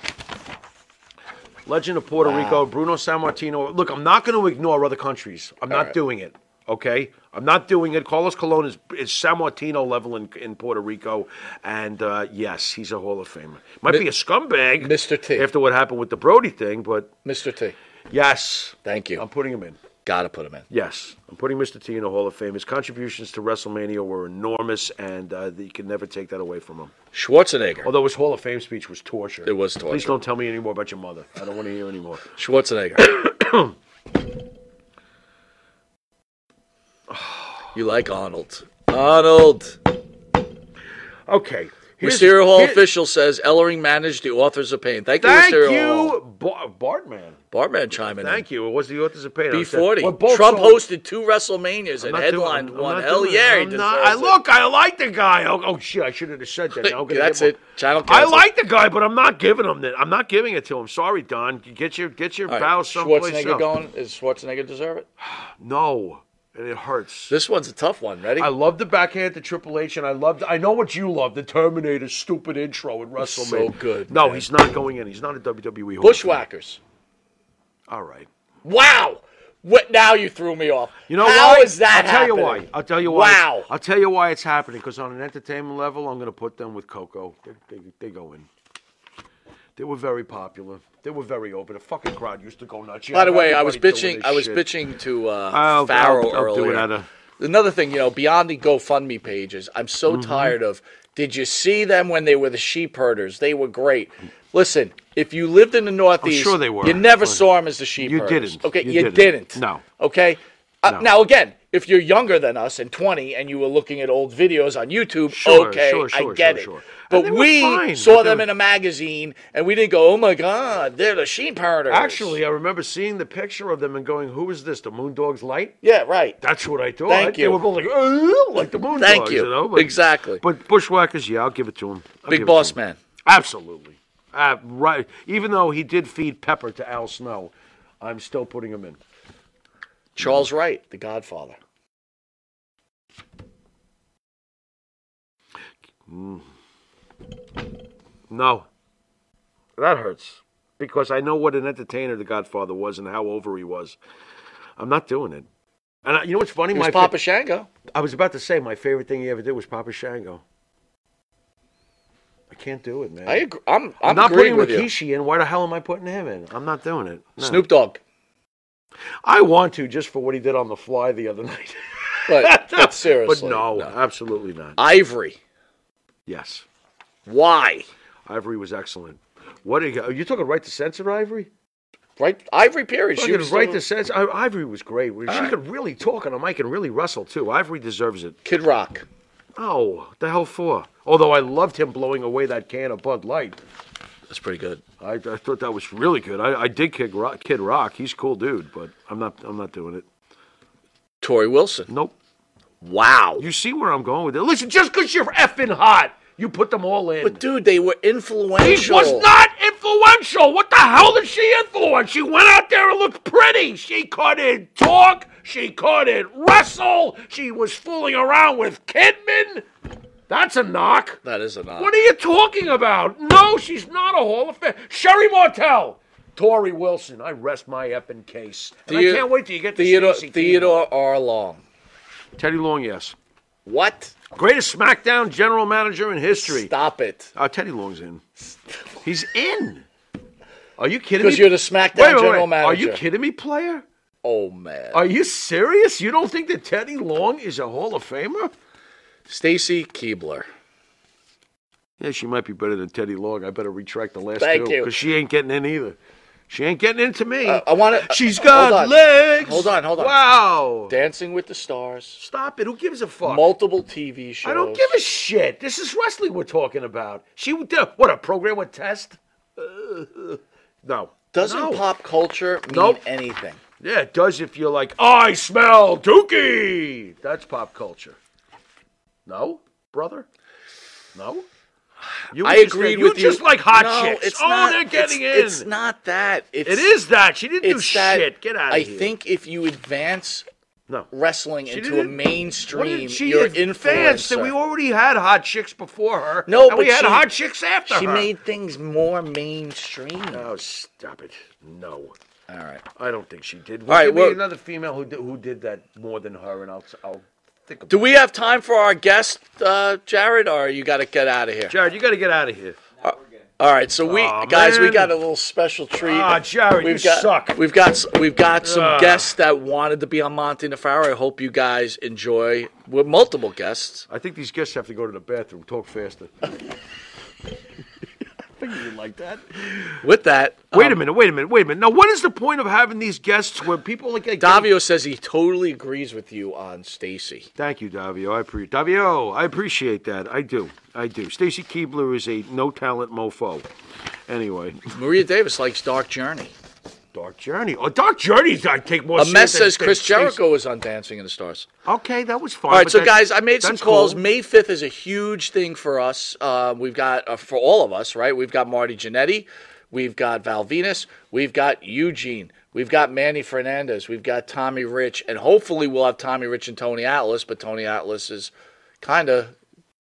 [SPEAKER 4] Legend of Puerto Rico, Bruno San Martino. Look, I'm not going to ignore other countries. I'm not doing it. Okay, I'm not doing it. Carlos Colon is, is San Martino level in, in Puerto Rico, and uh, yes, he's a Hall of Famer. Might be a scumbag,
[SPEAKER 3] Mr. T.
[SPEAKER 4] after what happened with the Brody thing, but
[SPEAKER 3] Mr. T.
[SPEAKER 4] yes,
[SPEAKER 3] Thank you.
[SPEAKER 4] I'm putting him in.
[SPEAKER 3] Gotta put him in.
[SPEAKER 4] Yes, I'm putting Mr. T in the Hall of Fame. His contributions to WrestleMania were enormous, and uh, you can never take that away from him.
[SPEAKER 3] Schwarzenegger.
[SPEAKER 4] Although his Hall of Fame speech was torture.
[SPEAKER 3] It was
[SPEAKER 4] Please
[SPEAKER 3] torture.
[SPEAKER 4] don't tell me any more about your mother. I don't want to hear any more.
[SPEAKER 3] Schwarzenegger. You like Arnold. Arnold.
[SPEAKER 4] Okay. Here's-
[SPEAKER 3] Mysterio Hall
[SPEAKER 4] here-
[SPEAKER 3] official says Ellering managed the authors of pain. Thank you,
[SPEAKER 4] Thank
[SPEAKER 3] Mysterio Hall.
[SPEAKER 4] you, Bar- Bartman.
[SPEAKER 3] Bartman chiming in.
[SPEAKER 4] Thank you. It was the authors of pain. I
[SPEAKER 3] B
[SPEAKER 4] said,
[SPEAKER 3] forty.
[SPEAKER 4] we're both
[SPEAKER 3] Trump
[SPEAKER 4] so-
[SPEAKER 3] hosted two WrestleManias and
[SPEAKER 4] I'm not doing-
[SPEAKER 3] headlined
[SPEAKER 4] I'm
[SPEAKER 3] one.
[SPEAKER 4] not
[SPEAKER 3] Hell
[SPEAKER 4] doing it.
[SPEAKER 3] yeah, he
[SPEAKER 4] I'm
[SPEAKER 3] deserves
[SPEAKER 4] not- I
[SPEAKER 3] it.
[SPEAKER 4] look. I like the guy. Oh, oh, shit! I should have just said that. Now I'm gonna
[SPEAKER 3] That's
[SPEAKER 4] get
[SPEAKER 3] it.
[SPEAKER 4] more-
[SPEAKER 3] Channel
[SPEAKER 4] I
[SPEAKER 3] cancel.
[SPEAKER 4] like the guy, but I'm not giving him that. I'm not giving it to him. Sorry, Don. Get your get your
[SPEAKER 3] All right,
[SPEAKER 4] bow someplace
[SPEAKER 3] Schwarzenegger
[SPEAKER 4] else.
[SPEAKER 3] going. Is Schwarzenegger deserve it?
[SPEAKER 4] No, and it hurts.
[SPEAKER 3] This one's a tough one. Ready?
[SPEAKER 4] I love the backhand to Triple H, and I loved. I know what you love, the Terminator stupid intro at WrestleMania.
[SPEAKER 3] good,
[SPEAKER 4] No,
[SPEAKER 3] man.
[SPEAKER 4] he's not going in. He's not a WWE. Hall of
[SPEAKER 3] Bushwhackers.
[SPEAKER 4] Famer. All right.
[SPEAKER 3] Wow. What, now you threw me off.
[SPEAKER 4] You know
[SPEAKER 3] How
[SPEAKER 4] why?
[SPEAKER 3] is that
[SPEAKER 4] I'll tell you
[SPEAKER 3] happening?
[SPEAKER 4] why. I'll tell you why.
[SPEAKER 3] Wow.
[SPEAKER 4] I'll tell you why it's happening. Because on an entertainment level, I'm going to put them with Coco. They, they, they go in. They were very popular. They were very open. The fucking crowd used to go nuts. You
[SPEAKER 3] By the
[SPEAKER 4] have
[SPEAKER 3] way, I was
[SPEAKER 4] everybody doing
[SPEAKER 3] bitching.
[SPEAKER 4] this
[SPEAKER 3] I was
[SPEAKER 4] shit.
[SPEAKER 3] bitching to uh,
[SPEAKER 4] I'll-
[SPEAKER 3] Farrell
[SPEAKER 4] I'll- I'll do it
[SPEAKER 3] earlier.
[SPEAKER 4] at a-
[SPEAKER 3] Another thing, you know, beyond the GoFundMe pages, I'm so
[SPEAKER 4] Mm-hmm.
[SPEAKER 3] tired of. Did you see them when they were the sheep herders? They were great. Listen, if you lived in the Northeast,
[SPEAKER 4] sure they were.
[SPEAKER 3] You never
[SPEAKER 4] But
[SPEAKER 3] saw them as the sheep.
[SPEAKER 4] you
[SPEAKER 3] herders,
[SPEAKER 4] didn't.
[SPEAKER 3] Okay,
[SPEAKER 4] You
[SPEAKER 3] you,
[SPEAKER 4] didn't.
[SPEAKER 3] didn't.
[SPEAKER 4] No.
[SPEAKER 3] Okay. Uh,
[SPEAKER 4] No.
[SPEAKER 3] Now again, if you're younger than us and 20, and you were looking at old videos on YouTube,
[SPEAKER 4] Sure,
[SPEAKER 3] okay,
[SPEAKER 4] sure, sure,
[SPEAKER 3] I get
[SPEAKER 4] sure,
[SPEAKER 3] it.
[SPEAKER 4] sure. And
[SPEAKER 3] But
[SPEAKER 4] they were
[SPEAKER 3] we
[SPEAKER 4] fine,
[SPEAKER 3] saw
[SPEAKER 4] but they
[SPEAKER 3] them
[SPEAKER 4] were-
[SPEAKER 3] in a magazine, and we didn't go, "Oh my God, they're the sheep herders."
[SPEAKER 4] Actually, I remember seeing the picture of them and going, "Who is this? The Moondog's light?"
[SPEAKER 3] yeah, right.
[SPEAKER 4] That's what I thought.
[SPEAKER 3] Thank
[SPEAKER 4] They
[SPEAKER 3] you.
[SPEAKER 4] were both like, "Ooh," like the Moondogs.
[SPEAKER 3] Thank you.
[SPEAKER 4] know? But-
[SPEAKER 3] Exactly.
[SPEAKER 4] But Bushwhackers, yeah, I'll give it to him.
[SPEAKER 3] Big boss man.
[SPEAKER 4] Absolutely. Uh, right. Even though he did feed Pepper to Al Snow, I'm still putting him in.
[SPEAKER 3] Charles Wright, the Godfather.
[SPEAKER 4] No. That hurts because I know what an entertainer the Godfather was and how over he was. I'm not doing it. And I, you know what's funny?
[SPEAKER 3] He was
[SPEAKER 4] my
[SPEAKER 3] Papa Shango.
[SPEAKER 4] I was about to say my favorite thing he ever did was Papa Shango. I can't do it, man.
[SPEAKER 3] I agree. I'm, I'm,
[SPEAKER 4] I'm, not
[SPEAKER 3] agreeing
[SPEAKER 4] putting
[SPEAKER 3] with you.
[SPEAKER 4] Rikishi in. Why the hell am I putting him in? I'm not doing it. No.
[SPEAKER 3] Snoop Dogg.
[SPEAKER 4] I want to just for what he did on the fly the other night.
[SPEAKER 3] But, but seriously.
[SPEAKER 4] but no, absolutely not.
[SPEAKER 3] Ivory.
[SPEAKER 4] Yes,
[SPEAKER 3] Why?
[SPEAKER 4] Ivory was excellent. What are you, are oh, you talking? Right to censor Ivory?
[SPEAKER 3] Right? Ivory period. She
[SPEAKER 4] Fucking
[SPEAKER 3] was
[SPEAKER 4] right
[SPEAKER 3] the-
[SPEAKER 4] to censor. I, Ivory was great. She could really talk on a mic and really wrestle too. Ivory deserves it.
[SPEAKER 3] Kid Rock.
[SPEAKER 4] Oh, the hell for? Although I loved him blowing away that can of Bud Light.
[SPEAKER 3] That's pretty good.
[SPEAKER 4] I, I thought that was really good. I, I did kick Rock, Kid Rock. He's a cool dude, but I'm not. I'm not doing it.
[SPEAKER 3] Tori Wilson.
[SPEAKER 4] Nope.
[SPEAKER 3] Wow.
[SPEAKER 4] You see where I'm going with it? Listen, just because you're effing hot, you put them all in.
[SPEAKER 3] But dude, they were
[SPEAKER 4] She
[SPEAKER 3] influential.
[SPEAKER 4] was not influential. What the hell did she influence? She went out there and looked pretty. She couldn't talk. She couldn't wrestle. She was fooling around with Kidman. That's a knock.
[SPEAKER 3] That is a knock.
[SPEAKER 4] What are you talking about? No, she's not a Hall of Fame. Sherry Martel. Tori Wilson. I rest my effing case. And
[SPEAKER 3] Theo-
[SPEAKER 4] I can't wait till you get to
[SPEAKER 3] Theodore,
[SPEAKER 4] Stacey
[SPEAKER 3] Theodore R. Long.
[SPEAKER 4] Keebler. Teddy Long, yes.
[SPEAKER 3] What?
[SPEAKER 4] Greatest SmackDown general manager in history.
[SPEAKER 3] Stop it.
[SPEAKER 4] Uh, Teddy Long's in. He's in. Are you kidding me?
[SPEAKER 3] Because you're the SmackDown
[SPEAKER 4] Wait, wait, wait.
[SPEAKER 3] general manager.
[SPEAKER 4] Are you kidding me, player?
[SPEAKER 3] Oh man.
[SPEAKER 4] Are you serious? You don't think that Teddy Long is a Hall of Famer?
[SPEAKER 3] Stacy Keebler.
[SPEAKER 4] Yeah, she might be better than Teddy Long. I better retract the last
[SPEAKER 3] Thank
[SPEAKER 4] two
[SPEAKER 3] you.
[SPEAKER 4] because she ain't getting in either. She ain't getting into me.
[SPEAKER 3] Uh, I want to.
[SPEAKER 4] She's got
[SPEAKER 3] hold on.
[SPEAKER 4] legs.
[SPEAKER 3] Hold on, hold on.
[SPEAKER 4] Wow.
[SPEAKER 3] Dancing with the Stars.
[SPEAKER 4] Stop it. Who gives a fuck?
[SPEAKER 3] Multiple TV shows.
[SPEAKER 4] I don't give a shit. This is wrestling we're talking about. She did what a program with test. Uh, no.
[SPEAKER 3] Doesn't
[SPEAKER 4] No.
[SPEAKER 3] pop culture mean
[SPEAKER 4] Nope.
[SPEAKER 3] anything?
[SPEAKER 4] Yeah, it does if you're like, I smell dookie. That's pop culture. No, brother? No? You
[SPEAKER 3] I
[SPEAKER 4] just-
[SPEAKER 3] agreed
[SPEAKER 4] you
[SPEAKER 3] with you.
[SPEAKER 4] just like hot
[SPEAKER 3] no,
[SPEAKER 4] chicks.
[SPEAKER 3] It's
[SPEAKER 4] oh,
[SPEAKER 3] not,
[SPEAKER 4] they're getting
[SPEAKER 3] it's,
[SPEAKER 4] in.
[SPEAKER 3] It's not that. It's,
[SPEAKER 4] It is that. She didn't do
[SPEAKER 3] It's that.
[SPEAKER 4] shit. Get out of
[SPEAKER 3] I
[SPEAKER 4] here.
[SPEAKER 3] think if you advance
[SPEAKER 4] no.
[SPEAKER 3] wrestling
[SPEAKER 4] She
[SPEAKER 3] into a
[SPEAKER 4] didn't- What
[SPEAKER 3] mainstream,
[SPEAKER 4] did she
[SPEAKER 3] you're
[SPEAKER 4] advance that
[SPEAKER 3] influencer.
[SPEAKER 4] we already had hot chicks before her.
[SPEAKER 3] No,
[SPEAKER 4] and we
[SPEAKER 3] but
[SPEAKER 4] had
[SPEAKER 3] she-
[SPEAKER 4] hot chicks after
[SPEAKER 3] she
[SPEAKER 4] her.
[SPEAKER 3] made things more mainstream.
[SPEAKER 4] Oh, stop it! No,
[SPEAKER 3] All right.
[SPEAKER 4] I don't think she did.
[SPEAKER 3] right,
[SPEAKER 4] Give me
[SPEAKER 3] well-
[SPEAKER 4] another female who did, who did that more than her, and I'll I'll think about.
[SPEAKER 3] Do we have time for our guest, uh, Jared, or you got to get out of here?
[SPEAKER 4] Jared, you got to get out of here.
[SPEAKER 3] All right, so we
[SPEAKER 4] Aw,
[SPEAKER 3] guys, we
[SPEAKER 4] man.
[SPEAKER 3] got a little special treat.
[SPEAKER 4] Ah, Jared,
[SPEAKER 3] we've
[SPEAKER 4] you
[SPEAKER 3] got,
[SPEAKER 4] suck.
[SPEAKER 3] We've got s- we've got some
[SPEAKER 4] Ah.
[SPEAKER 3] guests that wanted to be on Monte Nefaro. I hope you guys enjoy. We're multiple guests.
[SPEAKER 4] I think these guests have to go to the bathroom. Talk faster.
[SPEAKER 3] think you like that. With that,
[SPEAKER 4] Wait a
[SPEAKER 3] um,
[SPEAKER 4] minute, wait a minute, wait a minute. Now, what is the point of having these guests where people like, like
[SPEAKER 3] Davio says he totally agrees with you on Stacy.
[SPEAKER 4] Thank you, Davio. I appreciate Davio. I appreciate that. I do. I do. Stacy Keebler is a no talent mofo. Anyway,
[SPEAKER 3] Maria Davis likes Dark Journey.
[SPEAKER 4] Dark Journey. Oh, Dark Journey's. I take more.
[SPEAKER 3] A mess
[SPEAKER 4] serious than-
[SPEAKER 3] says
[SPEAKER 4] than
[SPEAKER 3] Chris
[SPEAKER 4] Stacey.
[SPEAKER 3] Jericho is on Dancing in the Stars.
[SPEAKER 4] Okay, that was fine.
[SPEAKER 3] All right,
[SPEAKER 4] but
[SPEAKER 3] so
[SPEAKER 4] that-
[SPEAKER 3] guys, I made some
[SPEAKER 4] that's
[SPEAKER 3] calls.
[SPEAKER 4] cool.
[SPEAKER 3] May 5th is a huge thing for us. Uh, we've got, uh, for all of us, right? We've got Marty Jannetty. We've got Val Venus. We've got Eugene. We've got Manny Fernandez. We've got Tommy Rich. And hopefully we'll have Tommy Rich and Tony Atlas, but Tony Atlas is kind of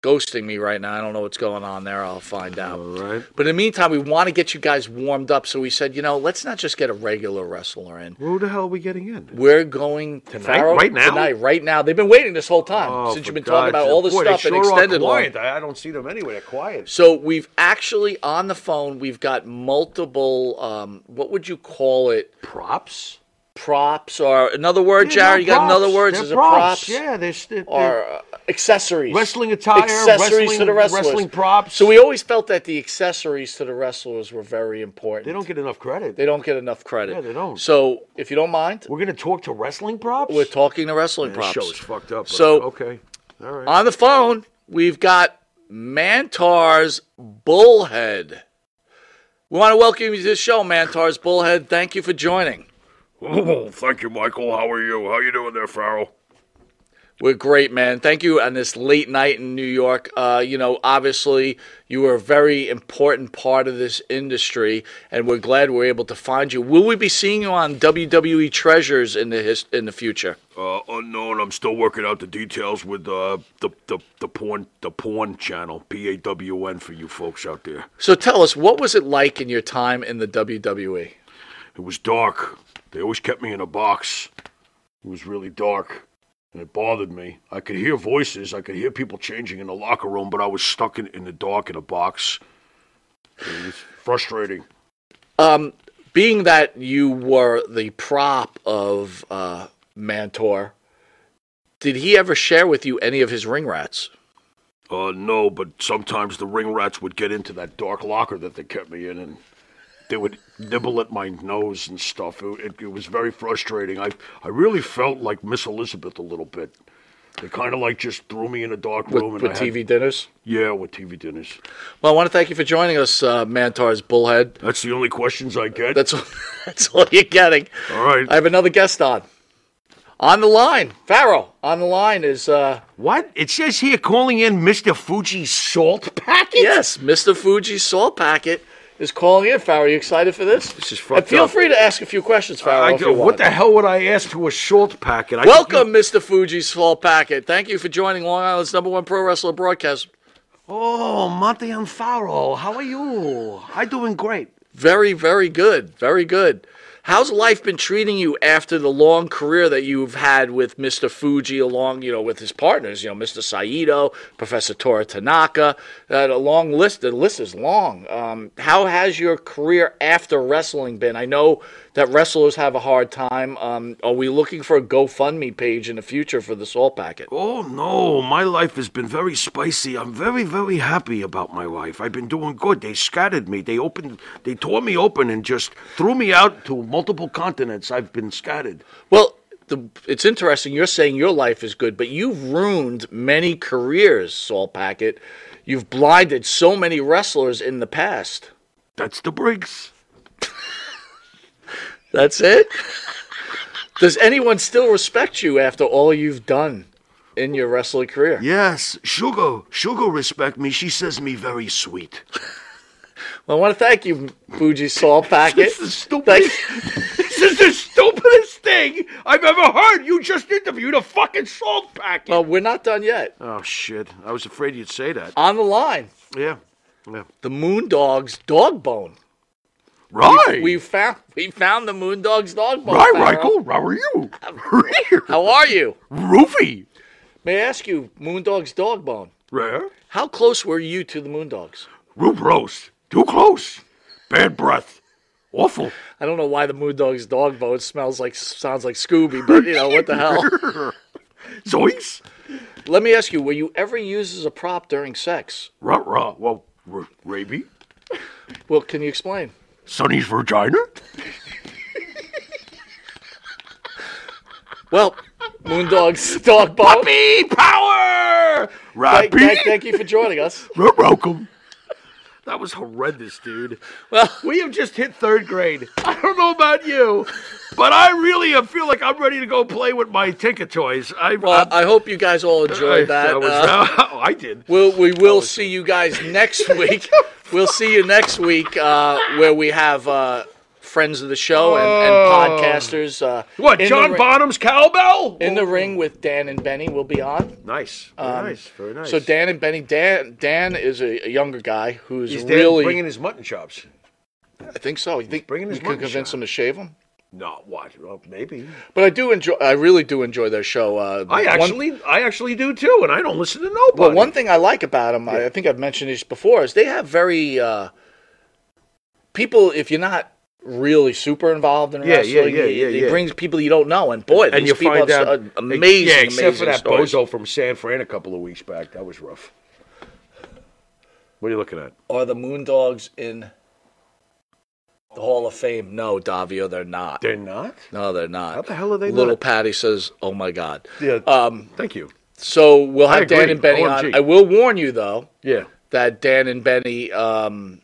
[SPEAKER 3] ghosting me right now. I don't know what's going on there. I'll find out.
[SPEAKER 4] All right.
[SPEAKER 3] But in the meantime, we want to get you guys warmed up. So we said, you know, let's not just get a regular wrestler in.
[SPEAKER 4] Who the hell are we getting in?
[SPEAKER 3] We're going tonight,
[SPEAKER 4] Right now?
[SPEAKER 3] Tonight, right now. They've been waiting this whole time
[SPEAKER 4] Oh,
[SPEAKER 3] since
[SPEAKER 4] for
[SPEAKER 3] you've been
[SPEAKER 4] God's
[SPEAKER 3] talking about
[SPEAKER 4] sake.
[SPEAKER 3] all this
[SPEAKER 4] Boy, they
[SPEAKER 3] stuff and
[SPEAKER 4] sure are
[SPEAKER 3] extended
[SPEAKER 4] quiet.
[SPEAKER 3] long.
[SPEAKER 4] I I don't see them anywhere. They're quiet.
[SPEAKER 3] So we've actually on the phone. We've got multiple. Um, what would you call it?
[SPEAKER 4] Props.
[SPEAKER 3] Props or another word,
[SPEAKER 4] Yeah, no,
[SPEAKER 3] Jared? You got another
[SPEAKER 4] props.
[SPEAKER 3] word?
[SPEAKER 4] They're
[SPEAKER 3] Is it
[SPEAKER 4] props.
[SPEAKER 3] props?
[SPEAKER 4] Yeah, they're, st-
[SPEAKER 3] Or uh, accessories,
[SPEAKER 4] Wrestling attire,
[SPEAKER 3] accessories to
[SPEAKER 4] wrestling-
[SPEAKER 3] the wrestlers,
[SPEAKER 4] wrestling props.
[SPEAKER 3] So we always felt that the accessories to the wrestlers were very important.
[SPEAKER 4] they don't get enough credit.
[SPEAKER 3] they don't get enough credit.
[SPEAKER 4] Yeah, they don't.
[SPEAKER 3] So if you don't mind,
[SPEAKER 4] We're gonna talk to wrestling props.
[SPEAKER 3] we're talking to wrestling
[SPEAKER 4] This
[SPEAKER 3] props.
[SPEAKER 4] show is fucked up. but
[SPEAKER 3] So-
[SPEAKER 4] okay, all right.
[SPEAKER 3] On the phone, we've got Mantar's Bullhead. We want to welcome you to the show, Mantar's Bullhead. Thank you for joining.
[SPEAKER 4] Oh, thank you, Michael. How are you? How you doing there, Farrell?
[SPEAKER 3] We're great, man. Thank you on this late night in New York. Uh, you know, obviously, you were a very important part of this industry, and we're glad we're able to find you. Will we be seeing you on WWE Treasures in the his- in the future?
[SPEAKER 4] Uh, unknown. I'm still working out the details with uh, the, the the porn the porn channel P A W N for you folks out there.
[SPEAKER 3] So tell us, what was it like in your time in the E? WWE?
[SPEAKER 4] It was dark. They always kept me in a box. It was really dark, and it bothered me. I could hear voices. I could hear people changing in the locker room, but I was stuck in, in the dark in a box. It was frustrating.
[SPEAKER 3] Um, being that you were the prop of uh, Mantor, did he ever share with you any of his ring rats?
[SPEAKER 4] Uh, no, but sometimes the ring rats would get into that dark locker that they kept me in, and they would nibble at my nose and stuff. It, it, it was very frustrating. I I really felt like Miss Elizabeth a little bit. They kind of like just threw me in a dark
[SPEAKER 3] With,
[SPEAKER 4] room and
[SPEAKER 3] with
[SPEAKER 4] I had-
[SPEAKER 3] TV dinners?
[SPEAKER 4] yeah, with TV dinners.
[SPEAKER 3] Well, I want to thank you for joining us, uh, Mantar's Bullhead.
[SPEAKER 4] That's the only questions I get.
[SPEAKER 3] That's all, that's all you're getting.
[SPEAKER 4] all right.
[SPEAKER 3] I have another guest on. On the line, Pharaoh. On the line is uh,
[SPEAKER 4] what it says here? Calling in Mr. Fuji Salt Packet.
[SPEAKER 3] yes, Mr. Fuji Salt Packet is calling in. Pharaoh, you excited for this?
[SPEAKER 4] This is
[SPEAKER 3] And
[SPEAKER 4] fucked
[SPEAKER 3] feel
[SPEAKER 4] up.
[SPEAKER 3] free to ask a few questions, Pharaoh.
[SPEAKER 4] I
[SPEAKER 3] if you
[SPEAKER 4] do. What
[SPEAKER 3] want.
[SPEAKER 4] the hell would I ask to a salt packet? I could
[SPEAKER 3] Welcome, Mr. Fuji Small Packet. Thank you for joining Long Island's number one pro wrestler broadcast.
[SPEAKER 4] Oh, Monte and Faro, how are you? I doing great.
[SPEAKER 3] Very, very good. Very good. How's life been treating you after the long career that you've had with Mr. Fuji, along, you know, with his partners, you know, Mr. Saito, Professor Tora Tanaka, uh, a long list. The list is long. Um, how has your career after wrestling been? I know that wrestlers have a hard time. Um, are we looking for a GoFundMe page in the future for the Salt Packet?
[SPEAKER 4] Oh no, my life has been very spicy. I'm very, very happy about my life. I've been doing good. They scattered me. They opened they tore me open and just threw me out to multiple continents. I've been scattered.
[SPEAKER 3] Well, the, it's interesting. You're saying your life is good, but you've ruined many careers, Saul Packett. You've blinded so many wrestlers in the past.
[SPEAKER 4] That's the Briggs.
[SPEAKER 3] That's it? Does anyone still respect you after all you've done in your wrestling career?
[SPEAKER 4] Yes, Sugar. Sugar respect me. She says me very sweet.
[SPEAKER 3] Well, I want to thank you, Fuji Saul Packett.
[SPEAKER 4] This is the stupidest. this is the stupidest thing I've ever heard. You just interviewed a fucking salt packet.
[SPEAKER 3] well, we're not done yet.
[SPEAKER 4] Oh shit! I was afraid you'd say that.
[SPEAKER 3] On the line,
[SPEAKER 4] Yeah, yeah.
[SPEAKER 3] the Moondog's dog bone.
[SPEAKER 4] Right.
[SPEAKER 3] We found we found the Moondog's dog bone.
[SPEAKER 4] right,
[SPEAKER 3] Farrell.
[SPEAKER 4] Michael. How are you?
[SPEAKER 3] How are you?
[SPEAKER 4] Roofy.
[SPEAKER 3] May I ask you, Moondog's dog bone?
[SPEAKER 4] Rare.
[SPEAKER 3] How close were you to the Moondogs?
[SPEAKER 4] Roof roast. Too close. Bad breath. Awful.
[SPEAKER 3] I don't know why the Moondogs dog bone smells like sounds like Scooby, but you know what the hell.
[SPEAKER 4] Zoinks.
[SPEAKER 3] Let me ask you: Were you ever used as a prop during sex?
[SPEAKER 4] Rah rah. Well, r- rabies.
[SPEAKER 3] Well, can you explain?
[SPEAKER 4] Sonny's vagina?
[SPEAKER 3] Well, Moondog's dog Bob.
[SPEAKER 4] Puppy power!
[SPEAKER 3] Thank,
[SPEAKER 4] Rappy?
[SPEAKER 3] thank, thank you for joining us.
[SPEAKER 4] You're welcome. That was horrendous, dude. Well, we have just hit third grade. I don't know about you, but I really am- feel like I'm ready to go play with my Tinker Toys. I,
[SPEAKER 3] Well, I hope you guys all
[SPEAKER 4] I,
[SPEAKER 3] enjoyed that.
[SPEAKER 4] I was-
[SPEAKER 3] Uh,
[SPEAKER 4] oh, I did.
[SPEAKER 3] We'll, we will see you guys next week. we'll see you next week uh, where we have uh, friends of the show and, and
[SPEAKER 4] Oh.
[SPEAKER 3] podcasters. Uh,
[SPEAKER 4] What,
[SPEAKER 3] in the
[SPEAKER 4] John
[SPEAKER 3] ri-
[SPEAKER 4] Bonham's cowbell? Oh,
[SPEAKER 3] In the ring with Dan and Benny will be on.
[SPEAKER 4] nice. Very nice. Very nice.
[SPEAKER 3] So Dan and Benny, Dan Dan is a, a younger guy who's
[SPEAKER 4] He's dead,
[SPEAKER 3] really.
[SPEAKER 4] bringing his mutton chops.
[SPEAKER 3] I think so. You think
[SPEAKER 4] bringing his
[SPEAKER 3] we could
[SPEAKER 4] mutton
[SPEAKER 3] convince
[SPEAKER 4] chop.
[SPEAKER 3] him to shave him?
[SPEAKER 4] No, what? Well, maybe.
[SPEAKER 3] But I do enjoy. I really do enjoy their show. Uh,
[SPEAKER 4] I
[SPEAKER 3] one-
[SPEAKER 4] actually, I actually do too, and I don't listen to nobody.
[SPEAKER 3] Well, one thing I like about them, I I think I've mentioned this before, is they have very uh, people. If you're not really super involved in
[SPEAKER 4] Yeah,
[SPEAKER 3] wrestling,
[SPEAKER 4] yeah, yeah,
[SPEAKER 3] it-
[SPEAKER 4] yeah,
[SPEAKER 3] it,
[SPEAKER 4] yeah.
[SPEAKER 3] brings people you don't know, and boy,
[SPEAKER 4] and
[SPEAKER 3] these
[SPEAKER 4] you
[SPEAKER 3] people
[SPEAKER 4] find
[SPEAKER 3] have
[SPEAKER 4] out
[SPEAKER 3] s- uh, amazing,
[SPEAKER 4] yeah, except
[SPEAKER 3] amazing
[SPEAKER 4] for that
[SPEAKER 3] stories.
[SPEAKER 4] bozo from San Fran a couple of weeks back. That was rough. What are you looking at?
[SPEAKER 3] Are the Moondogs in the Hall of Fame? No, Davio, they're not.
[SPEAKER 4] They're not.
[SPEAKER 3] no, they're not.
[SPEAKER 4] How the hell are they
[SPEAKER 3] Little
[SPEAKER 4] not?
[SPEAKER 3] Patty says, "Oh my God."
[SPEAKER 4] Yeah.
[SPEAKER 3] Um,
[SPEAKER 4] Thank you.
[SPEAKER 3] so we'll
[SPEAKER 4] I
[SPEAKER 3] have Dan
[SPEAKER 4] agree.
[SPEAKER 3] and Benny
[SPEAKER 4] OMG.
[SPEAKER 3] on. I will warn you though.
[SPEAKER 4] Yeah.
[SPEAKER 3] that Dan and Benny, um,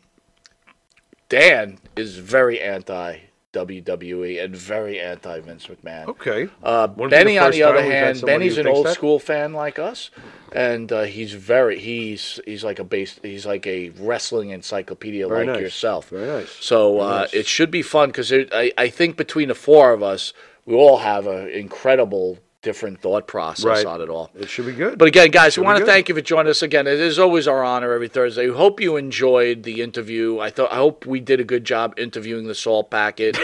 [SPEAKER 3] Dan is very anti WWE and very anti Vince McMahon.
[SPEAKER 4] Okay.
[SPEAKER 3] Uh,
[SPEAKER 4] Wouldn't be
[SPEAKER 3] Benny, on
[SPEAKER 4] first
[SPEAKER 3] the other
[SPEAKER 4] time we've had
[SPEAKER 3] hand,
[SPEAKER 4] somebody
[SPEAKER 3] Benny's
[SPEAKER 4] who
[SPEAKER 3] an
[SPEAKER 4] thinks
[SPEAKER 3] old
[SPEAKER 4] that.
[SPEAKER 3] school fan like us, and uh, he's very he's he's like a base he's like a wrestling encyclopedia
[SPEAKER 4] Very
[SPEAKER 3] like
[SPEAKER 4] nice.
[SPEAKER 3] yourself.
[SPEAKER 4] Very nice.
[SPEAKER 3] So uh, it should be fun because I I think between the four of us, we all have an incredible different thought process
[SPEAKER 4] Right.
[SPEAKER 3] on it all.
[SPEAKER 4] It should be good.
[SPEAKER 3] But again, guys, we want to
[SPEAKER 4] good.
[SPEAKER 3] thank you for joining us again. It is always our honor every Thursday. We hope you enjoyed the interview. I thought I hope we did a good job interviewing the Salt Packet,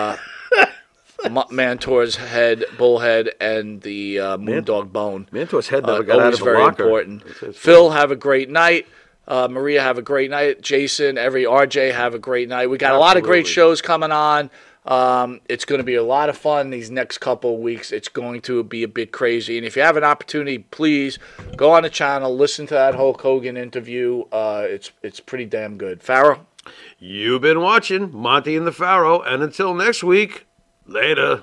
[SPEAKER 3] uh, Ma- Mantor's head, Bullhead, and the uh, Moondog Bone.
[SPEAKER 4] Mantor's head never
[SPEAKER 3] Uh,
[SPEAKER 4] got out
[SPEAKER 3] always
[SPEAKER 4] of the
[SPEAKER 3] very
[SPEAKER 4] locker.
[SPEAKER 3] important.
[SPEAKER 4] It's- it's-
[SPEAKER 3] Phil, have a great night. Uh, Maria, have a great night. Jason, every RJ, have a great night. We got a lot of great
[SPEAKER 4] Absolutely.
[SPEAKER 3] shows coming on. Um, it's going to be a lot of fun these next couple of weeks. It's going to be a bit crazy. And if you have an opportunity, please go on the channel, listen to that Hulk Hogan interview. Uh, it's it's pretty damn good. Farrell,
[SPEAKER 4] You've been watching Monty and the Pharaoh, and until next week, later.